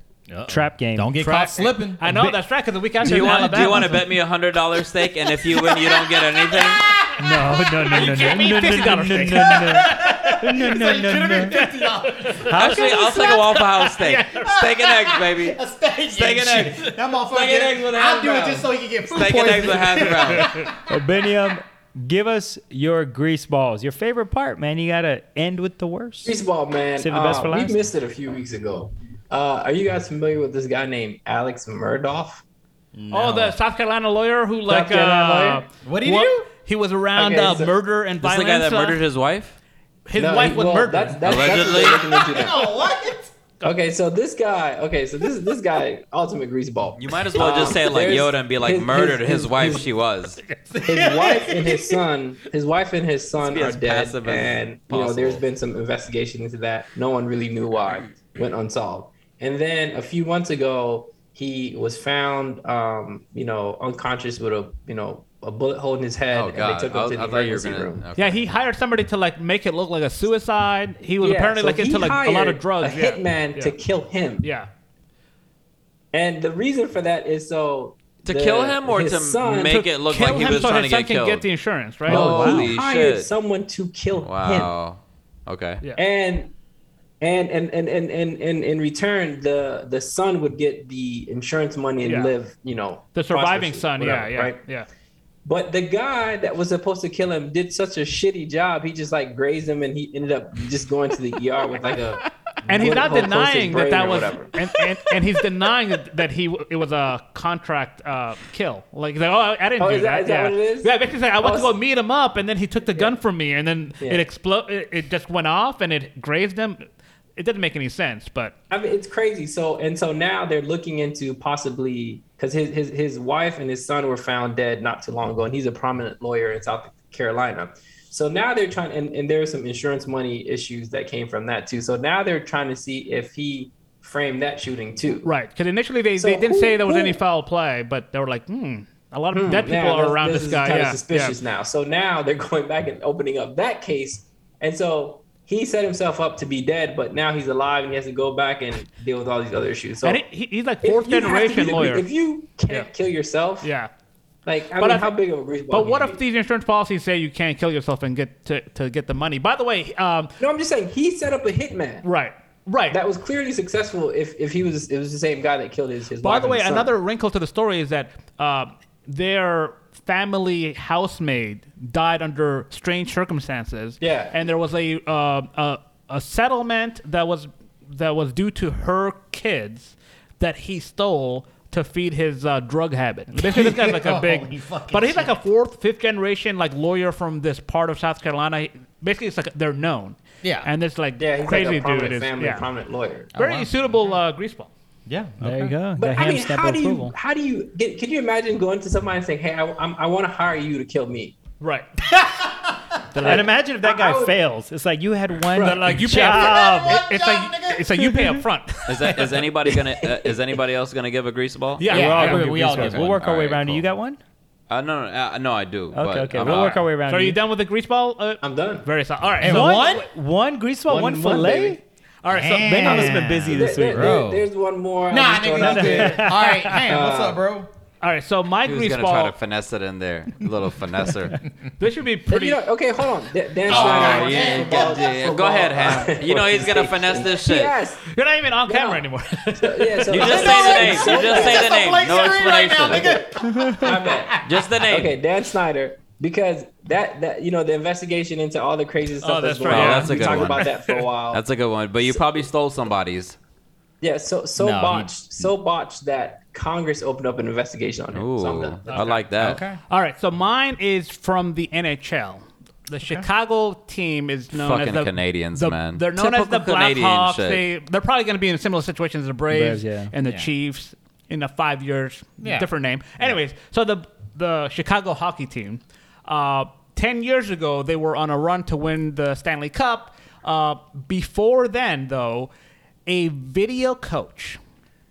trap game. Don't get Track. caught slipping. I know that's right because the week after Do you in want? Do you Alabama. want to bet me a hundred dollar stake, and if you win, you don't get anything? no, no, no, no, no, no, no, no, no, $50 no, steak. no, no, no, no, no. Actually, I'll take a Waffle House steak. Steak and eggs, baby. Steak and eggs. That motherfucker. Steak and eggs with I'll hash do it browns. just so he can get food Steak and eggs with poisoning. hash browns. Obinium, give us your grease balls. Your favorite part, man. You gotta end with the worst. Grease ball, man. Save the best Uh, for last. We missed it a few weeks ago. Uh, are you guys familiar with this guy named Alex Murdoff? Oh, the South Carolina lawyer who like Carolina uh, lawyer. What did he do? He was around Okay, uh, so- murder and This violence. the guy that uh, murdered his wife. his No, wife he- was well, murdered. That's, that's, that's what Allegedly. they're looking into now. Oh, what? Okay, so this guy. Okay, so this this guy, ultimate grease ball. You might as well just say it like Oh, There's- Yoda and be like, his- murdered his- his wife. his- She was. his wife and his son his wife and his son be are as dead passive as and you know possible. there's been some investigation into that no one really knew why went unsolved and then a few months ago he was found um you know unconscious with a you know a bullet hole in his head Oh and God! they took him to I, the I thought you were emergency gonna. room okay. Yeah, he hired somebody to like make it look like a suicide. He was Yeah, apparently so like into he like a lot hired of drugs. a yeah. hitman yeah. to kill him Yeah. and the reason for that is so To the- kill him or his to son make it look Kill like he him was so trying his to son get can killed. get the insurance, right? No, Holy he hired shit. someone to kill him. wow. Okay. Yeah. And and and and and and, and in return, the the son would get the insurance money and Yeah. live, you know, The surviving prosperously, son, yeah, whatever, yeah, right. yeah. But the guy that was supposed to kill him did such a shitty job. He just like grazed him, and he ended up just going to the ER with like a. And he's bullet not hole close to his denying that brain that or was, whatever. and, and, and he's denying that, that he it was a contract uh, kill. Like, he's like, oh, I, I didn't Oh, do is that- that. yeah, is that what it is? yeah. Basically, I went to Oh, go meet him up, and then he took the gun from me, and then Yeah. it explode. It, it just went off, and it grazed him. It doesn't make any sense, but I mean, it's crazy. So and so now they're looking into possibly because his, his his wife and his son were found dead not too long ago, and he's a prominent lawyer in South Carolina. So now they're trying, and, and there are some insurance money issues that came from that too. So now they're trying to see if he framed that shooting too. right because initially they, So they didn't who- say there was who- any foul play, but they were like, hmm, a lot of Hmm, dead people now are that's- around this, is guy. Kind Yeah, of suspicious now. So now they're going back and opening up that case, and so he set himself up to be dead, but now he's alive and he has to go back and deal with all these other issues. yeah. So And he, he's like if fourth you have to be generation the- lawyer. If you can't Yeah. kill yourself, yeah. Like, I But mean, I- how big of a greaseball? But can what you if be? these insurance policies say you can't kill yourself and get to, to get the money? By the way, um, No, I'm just saying he set up a hitman right, right. that was clearly successful. If if he was, it was the same guy that killed his. his By wife the and way, his son. another wrinkle to the story is that uh, their family housemaid died under strange circumstances. Yeah. and there was a uh, a, a settlement that was that was due to her kids that he stole to feed his uh, drug habit. Basically, this guy's like a Holy big, fucking but he's like shit. a fourth, fifth generation like lawyer from this part of South Carolina. He- Basically, it's like they're known. Yeah. and this like yeah, he's crazy like a prominent dude is family, yeah. prominent lawyer. very wow. suitable uh, greaseball. Yeah. There you go. But Got I ham mean, stamp how of do approval. you how do you get? Can you imagine going to somebody and saying, "Hey, I, I'm, I want to hire you to kill me"? Right. and imagine if that guy I would- fails. It's like you had one But like you pay job. up front. It- It's like it's like you pay up front. Is that is anybody gonna uh, is anybody else gonna give a grease ball? Yeah, Yeah, we're all we- gonna we do all grease do. balls. We'll work our way Alright, around cool. You got one? Uh, no, no, uh, no, I do. Okay, but okay. I'm We'll not- work our way around. So are you. you done with the grease ball? Uh, I'm done. very sorry. All right. Hey, so- what? One, One? one grease ball, One one, and one, fillet. baby. All right. So Ben has Damn. been busy There- this there- week. there- bro. there's one more. I Nah, just nigga, throw it out you there. good. All right, damn, what's up, bro? all right. So my He was grease gonna try ball. to finesse it in there, little finesser. this should be But pretty. you know, okay, hold on. Da- Dan Snyder. oh, wants yeah, get football- the- go football, ahead, uh, Ham. You know he's gonna finesse this shit. Yes. You're not even on Yeah. camera anymore. Yeah, so You just No, say the name. it's- You just it's say just the a name. blank No screen right now, explanation. nigga. My bad. Just the name. Okay, Dan Snyder, because that that you know the investigation into all the crazy stuff. Oh, that's going right, on, yeah. That's a we good talked one. about that for a while. That's a good one. But you probably stole somebody's. yeah, so so No, he- botched, so botched that Congress opened up an investigation on him. Ooh, So I'm done. I like Uh, that. All right. So mine is from the NHL. The Chicago team is known Fucking as the Canadians, the- man. They're known as the Typical Canadian Blackhawks. shit. They they're probably going to be in similar situations as the Braves, Braves, yeah. and the Yeah. Chiefs in the five years, Yeah. different name. Anyways, so the the Chicago hockey team, uh, ten years ago they were on a run to win the Stanley Cup. Uh, before then, though, a video coach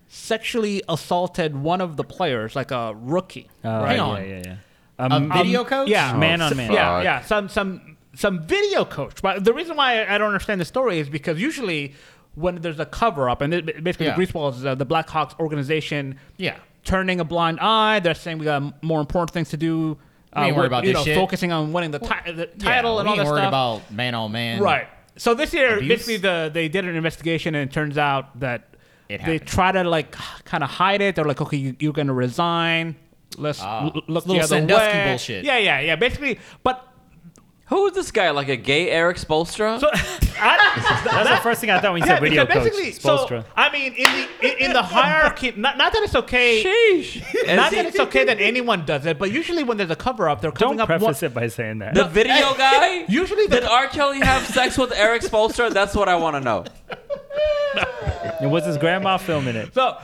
sexually assaulted one of the players, like a rookie. Hang yeah, on. Yeah, yeah, Um, A video coach? Yeah, Man on s- man. Yeah, Fuck. yeah. Some some some video coach. But the reason why I don't understand the story is because usually when there's a cover up, and it, basically Yeah. the Greaseballs is uh, the Blackhawks organization. Yeah. turning a blind eye. They're saying we got more important things to do. uh, We ain't we're, worried about you this know, shit. Focusing on winning the, ti- the title yeah, and we all ain't that worried stuff. about man on man. Right. So this year, Abuse? basically, the they did an investigation, and it turns out that It they happened. try to like kind of hide it. They're like, okay, you, you're gonna resign. Let's l- Ah. look It's little the other Sandusky way. bullshit. Yeah, yeah, yeah. Basically, but Who is this guy? Like a gay Eric Spolstra? so I, That's the first thing I thought when you yeah, said video because coach. basically, Spoelstra. so I mean, in the in, in the hierarchy, not, not that it's okay. Sheesh. Not Is he- that it's okay that anyone does it, but usually when there's a cover up, they're covering Don't up one. preface it by saying that. The video guy? Usually the Did R. Kelly have sex with Eric Spolstra? That's what I want to know. and was his grandma filming it? so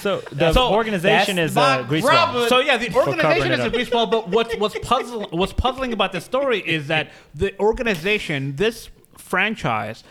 So the So organization that's is my uh, grease problem. ball. So yeah, the organization covering it is a up. greaseball, but what's what's puzzle what's puzzling about this story is that the organization, this franchise,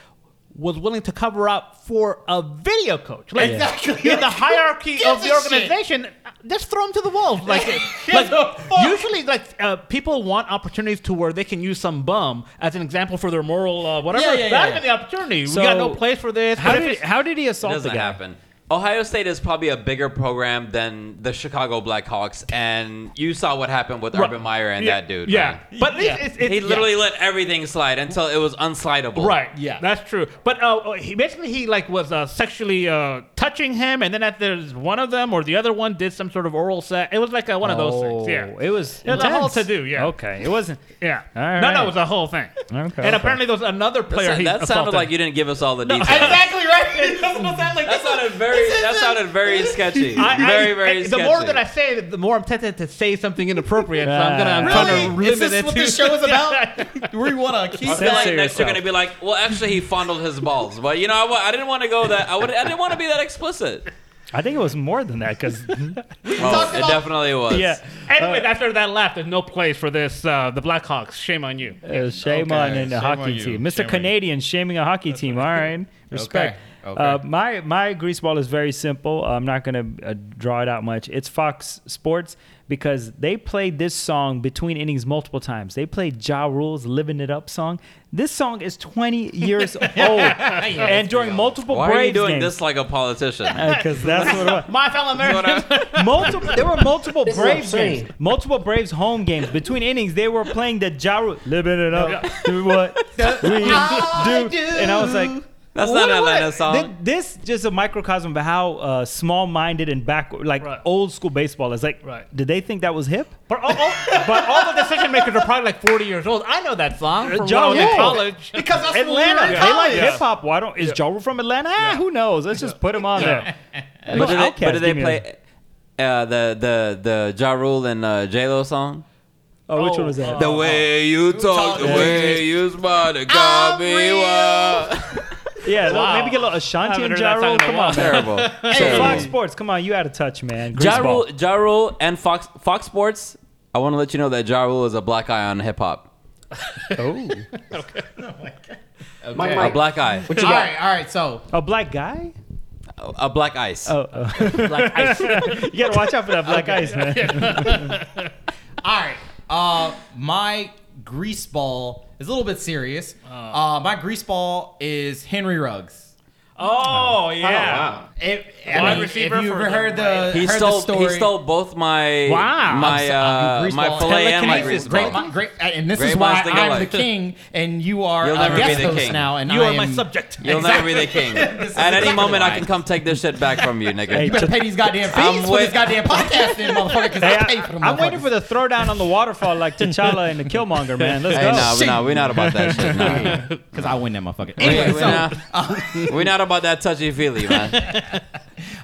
was willing to cover up for a video coach. Like Exactly. in the hierarchy Gives of the a organization, just throw them to the wolves. Like, Gives like a fuck. usually like uh, people want opportunities to where they can use some bum as an example for their moral uh, whatever. Yeah, yeah, yeah, That'd yeah. been the opportunity. we got no So- place for this. How But if did, it's- how did he It assault the doesn't guy? happen. Ohio State is probably a bigger program than the Chicago Blackhawks, and you saw what happened with Urban Meyer and Yeah, that dude. Yeah, man. but at least it's, it's he yeah. literally let everything slide until it was unslidable. Right. Yeah. That's true. But uh, he basically he like was uh, sexually uh, touching him, and then at there's one of them or the other one did some sort of oral sex. It was like uh, one of those things. Oh, Yeah. It was It was a whole intense. to do. Yeah. Okay. It wasn't. Yeah. All No, no, right. it was a whole thing. and okay. apparently there was another That, player. sound- he that sounded assaulted. like you didn't give us all the details. exactly right. That's what it sounds like. that sounded very. That sounded very sketchy. I- I- very, very The sketchy. more that I say, it, the more I'm tempted to say something inappropriate. so I'm gonna I'm trying to Really? Is limit this it what to- this show is about? we want to keep I feel like that. next you're yourself. gonna be like, well, actually, he fondled his balls, but you know, I, wa- I didn't want to go that. I would. I didn't want to be that explicit. I think it was more than that because Oh, it about- definitely was. yeah. Anyway, after that laugh, there's no place for this. Uh, the Blackhawks. Shame on you. Uh, shame Okay, on in the shame on hockey you. team. Shame Mr. on you. Canadian shaming a hockey team. All right. Respect. Okay, Uh, okay. my my grease ball is very simple. I'm not going to uh, draw it out much. It's Fox Sports because they played this song between innings multiple times. They played Ja Rule's Living It Up song. This song is 20 years old. and during multiple Why Braves are you doing games, this like a politician? Because that's what it was. My fellow Americans. Multiple, there were multiple is Braves obscene. games, multiple Braves home games between innings. They were playing the Ja Rule, living it up, do what we do. and I was like, That's "What- not an what?" Atlanta song. Th- This, just a microcosm of how uh, small-minded and backward, like Right. old school baseball is. Like, Right. did they think that was hip? But all, all, but all the decision makers are probably like 40 years old. I know that song from when I was in Rule. college. Because that's what we Atlanta, were in they like college. hip hop. Why don't is Ja Rule from Atlanta? Ah, who knows? Let's just put him on there. but, did they, but Outkast, did they give me a- play uh, the the the Ja Rule and uh, J Lo song? Oh, which one was that? The way you talk, talk, the the way you smile, the got me real. wild. yeah, Wow. maybe get a little Ashanti Haven't and heard Ja that song Rule. in a Come while. on, man. Terrible. So Fox Terrible. Sports, come on, you out of touch, man. Ja Greaseball. Rule, ja Rule and Fox Fox Sports. I want to let you know that Ja Rule is a black eye on hip hop. Mike, A Mike, black eye. what you All got? right, all right. So A black guy? A black ice. Oh, oh. black ice. you gotta watch out for that black ice, man. All right. Uh, my grease ball is a little bit serious. Uh, my grease ball is Henry Ruggs. Oh, yeah. wow. If, Wide I mean, receiver if you for ever the heard the He heard stole, the story, he stole both my Wow. my I'm uh, grease my ball. fillet and my grease Telekinesis. Great, ball. mi- great, uh, and this Great is why minds think I'm the alike. king, and you are You'll a never be guest the host king. now, and You I are my am- subject. You'll never be the king. At This is any exactly moment, why. I can come take this shit back from you, nigga. Hey, You better pay these goddamn I'm fees for wait- this goddamn podcast, then, motherfucker. Because Hey, I pay for them. I, am waiting motherfuckers. for the throwdown on the waterfall like T'Challa and the Killmonger, man. Let's Hey, go. no, no, we're not about that shit. No. because I win that motherfucker. We- Anyway, we're, so, uh, not, we're not about that touchy feely, man.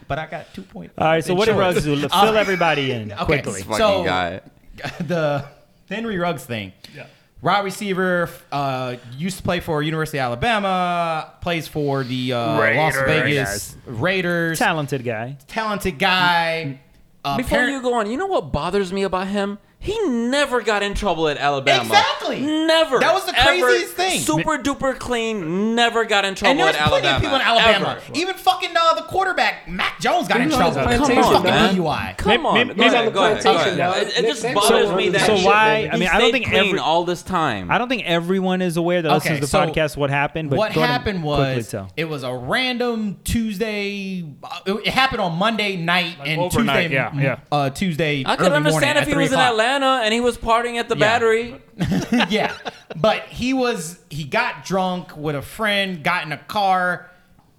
but I got two point. All right, so what did insurance. Ruggs do? Fill Uh, everybody in quickly. Fucking So- guy. the Henry Ruggs thing. Yeah. Wide receiver, uh, used to play for University of Alabama, plays for the uh, Las Vegas Raiders. Talented guy. talented guy. Uh, Before parent- you go on, you know what bothers me about him? He never got in trouble at Alabama. Exactly. Never. That was the ever. craziest thing. Super duper clean. Never got in trouble and there's at plenty Oh, Alabama. of people in Alabama. Ever. Even fucking uh, the quarterback, Mac Jones, got in He was on trouble. his Come plantation, on, fucking man. DUI. Come on. Maybe- go maybe ahead, on go ahead, the go ahead. plantation, dog. It, it just Next- bothers so- me that so shit, why- man. I mean, He I don't stayed think clean every- all this time. I don't think everyone is aware that Okay, listens to the so podcast what happened, but What go ahead and happened quickly was tell. it was a random Tuesday. uh, It happened on Monday night and overnight, Tuesday. yeah, yeah. Uh, Tuesday. I could early understand morning if at he 3 was in o'clock. Atlanta and he was partying at the Yeah. battery. yeah. But he was he got drunk with a friend, got in a car,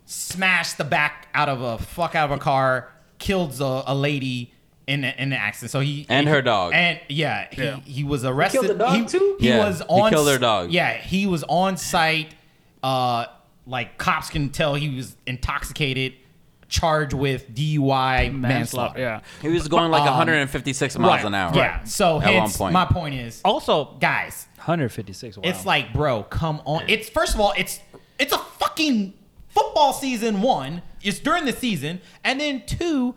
smashed the back out of a fuck out of a car, killed a, a lady in a, in an accident. So he And her dog. And yeah, he, he was arrested. killed the dog, he, too? He Yeah, was he on killed her s- dog. Yeah, he was on site uh like cops can tell he was intoxicated, charged with DUI manslaughter. Yeah. He was going like 156 miles Uh-uh. Right, an hour. Yeah. So At one hence point. my point is Also, guys 156. Wow. it's like, bro, come on. It's first of all, it's it's a fucking football season. One, it's during the season, and then two,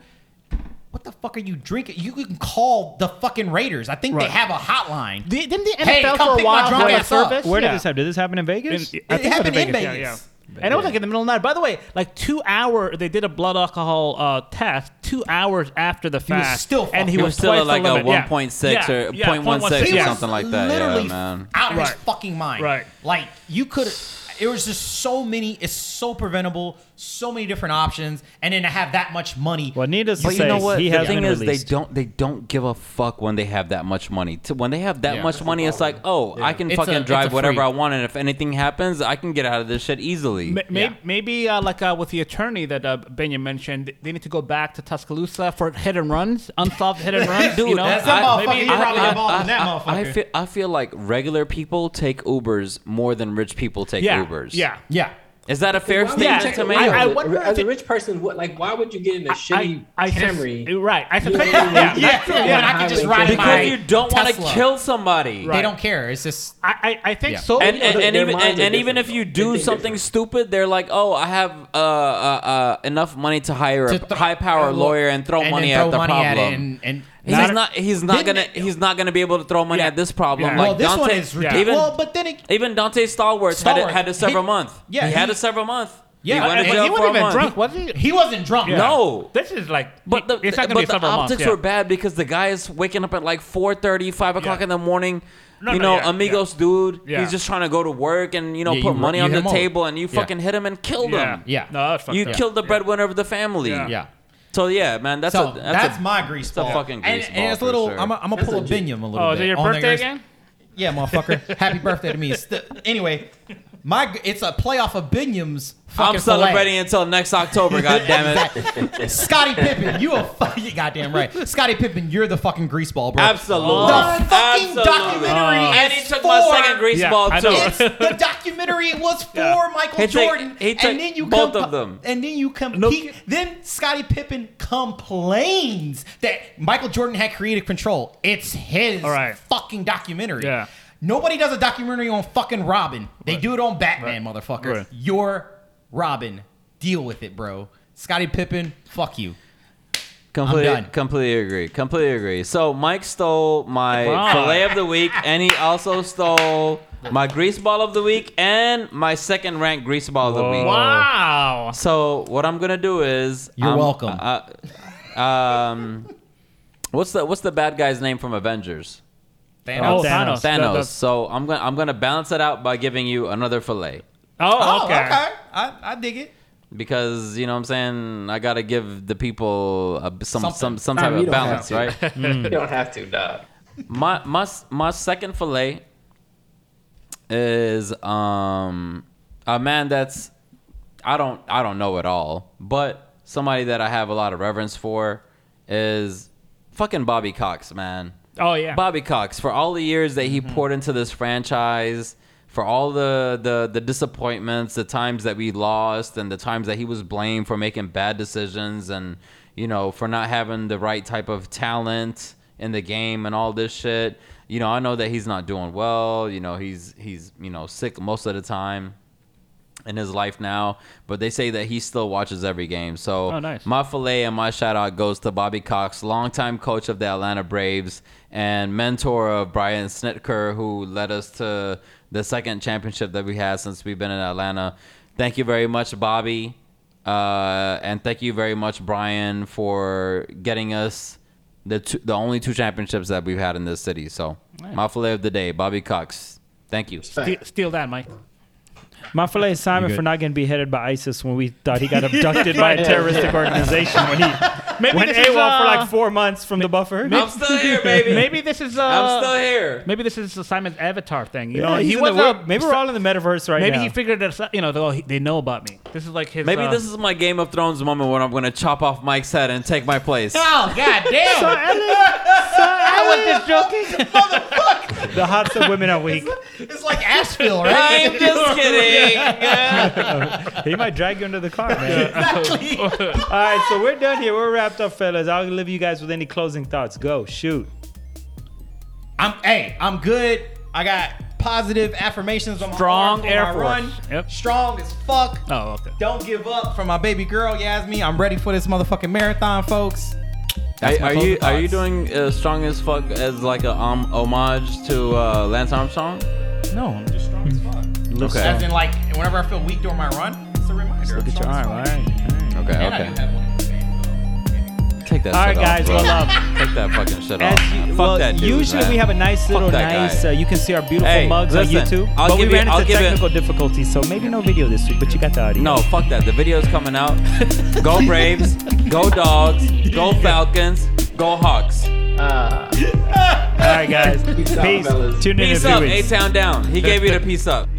what the fuck are you drinking? You can call the fucking Raiders. I think they have a hotline. the, didn't the NFL Hey, come for pick a my while drunk join the ass up. service? Where Yeah. did this happen? Did this happen in Vegas? Uh, In- It was happened in Yeah, Vegas. yeah. And it was like in the middle of the night. By the way, like two hour, they did a blood alcohol uh, test two hours after the was fast. still fucking- and he, He He was, was still twice at like the a limit. Yeah. 1.6 or Yeah, 0.16 yeah, or He was something like that. Literally Yeah, man. out of his Right. fucking mind. Right. Like you could. it was just so many. It's so preventable. So many different options, and then to have that much money. Well, needless to But you say, know what? he the has thing been is, released. they don't they don't give a fuck when they have that much money. To- When they have that Yeah. much money, it's like, oh, I can It's a- fucking it's a drive whatever free. I want, and if anything happens, I can get out of this shit easily. Ma- may- Maybe uh, like uh, with the attorney that uh, Benya mentioned, they need to go back to Tuscaloosa for hit and runs, unsolved hit and runs. Dude, you know? that's that I- motherfucker, maybe- you're probably I- involved I- in that I- I motherfucker. feel, I feel like regular people take Ubers more than rich people take yeah, Ubers. yeah. yeah, Is that a fair Why would statement you to take make? a- I- I as a- wonder as if a it- rich person, what like why would you get in a shitty sus- Camry? uh, right. I suspect. Yeah, Yeah, yeah, yeah, yeah. yeah. And I can just Highway ride traffic. my because you don't want to Tesla. kill somebody. They Right. don't care. It's just I, I, I think Yeah. so. And, and, Oh, their- and their even minds and, are and even different, if you though. do They think something different. stupid, they're like, "Oh, I have uh, uh, uh, enough money to hire a to throw- high power lawyer and throw and money then at the throw money problem." At it and, and he's Not- not, he's not Didn't gonna it- he's not gonna be able to throw money Yeah. at this problem. Yeah. Like well, this Dante, one is ridiculous. even, Well, but then it, even Dante Stallworth had a, Stallworth, had a several he- month. yeah, he, had he- a several month. Yeah, he went to and and jail he for a wasn't even month. drunk, was he? he wasn't drunk. Yeah. No. This is like, But the, it's not but going to be the several months. optics yeah. were bad because the guy is waking up at like 4.30, 5 o'clock Yeah. in the morning. No, you no, know, yeah, Amigos dude, Yeah. he's just trying to go to work and, you know, Yeah, put you- money you on hit the him over. table and you Yeah. fucking hit him and killed Yeah. him. Yeah. No, that's fucked You up. killed the breadwinner of the family. Yeah. Yeah. So, yeah, man, that's so a, that's, that's, a, my grease a ball. fucking and, grease and ball it's for a little. sure. I'm gonna I'm pull a Binyam a little Oh, bit. is it your on the birthday grease- again? Yeah, motherfucker. Happy birthday to me. It's the- anyway, my g- it's a playoff of Binyam's. fucking I'm celebrating until next October, God damn it. fillet. Scotty Pippen, you a fucking goddamn right. Scotty Pippen, you're the fucking grease ball, bro. Absolutely. The fucking Absolutely. documentary and is he took my for- second grease Yeah, ball, I too. know. It's, the documentary was for Yeah. Michael He took- Jordan, he took and then you both compa- of them. and then you come. No he, kid- then Scottie Pippen complains that Michael Jordan had creative control. It's his All right. fucking documentary. Yeah. Nobody does a documentary on fucking Robin. They do it on Batman, motherfucker. Right. You're Robin. Deal with it, bro. Scottie Pippen, fuck you. Completely, I'm done. completely agree. Completely agree. So Mike stole my Wow. fillet of the week, and he also stole my grease ball of the week and my second ranked grease ball of the week. Wow. So what I'm gonna do is You're I'm- welcome. uh, um, what's the what's the bad guy's name from Avengers? Oh, Thanos. Thanos. Thanos. The- the- So I'm gonna I'm gonna balance it out by giving you another fillet Oh, Oh, okay. okay. I, I dig it. because you know what I'm saying I gotta give the people a, some Something. some some Nah, type you of don't have balance, to. right? You don't have to, dog. my my my second fillet is um a man that's I don't I don't know at all, but somebody that I have a lot of reverence for is fucking Bobby Cox, man. Oh, yeah. Bobby Cox for all the years that he poured into this franchise, for all the, the the disappointments, the times that we lost, and the times that he was blamed for making bad decisions, and you know for not having the right type of talent in the game and all this shit. You know, I know that he's not doing well. You know, he's he's you know sick most of the time in his life now, but they say that he still watches every game. So Oh, nice. my fillet and my shout out goes to Bobby Cox, longtime coach of the Atlanta Braves and mentor of Brian Snitker, who led us to the second championship that we had since we've been in Atlanta. Thank you very much, Bobby. Uh, and thank you very much, Brian, for getting us the two, the only two championships that we've had in this city. So, my fillet of the day, Bobby Cox. Thank you. Ste- Steal that, Mike. My fillet is Simon for not getting beheaded by ISIS when we thought he got abducted by a terroristic organization when he Maybe went this is, AWOL for uh, like four months from the buffer. I'm still here, baby. Maybe this is. Uh, I'm still here. Maybe this is Simon's avatar thing. You You know, know, he's he in the was wor- a, maybe we're all in the metaverse right Maybe now. he figured this out. You know, oh, he- they know about me. This is like his. Maybe uh, this is my Game of Thrones moment when I'm gonna chop off Mike's head and take my place. Oh, goddamn. I was just joking. the hearts of women are weak. It's like Asheville, right? I'm just kidding. He might drag you under the car, man. exactly. All right, so we're done here. We're wrapped up, fellas. I'll leave you guys with any closing thoughts. Go shoot. I'm hey, I'm good. I got positive affirmations on my Strong arm for Air my Force. run. Yep. Strong as fuck. Oh, okay. Don't give up for my baby girl, Yasmin. I'm ready for this motherfucking marathon, folks. Are, my are closing you are you thoughts. doing uh, strong as fuck as like a um, homage to uh, Lance Armstrong? No, I'm just strong as fuck. As Okay. in, like, whenever I feel weak during my run, it's a reminder. Look Get your arm, all right. Okay. And I do Okay. have one. Take that All right, guys. shit off, bro. Well, um, Take that fucking shit As off. you- man. Fuck well, that dude, usually man. we have a nice Fuck little that guy. nice. Uh, you can see our beautiful Hey, mugs on listen, YouTube, I'll but we give ran it- I'll into give it- technical difficulties, so maybe no video this week. But you got the audio. No, fuck that. The video's coming out. go Braves. Go Dogs. Go Falcons. Go Hawks. Uh, All right, guys. Peace Peace. out, fellas. Tune in in Peace a few up, weeks. A Town down. He gave you the peace up.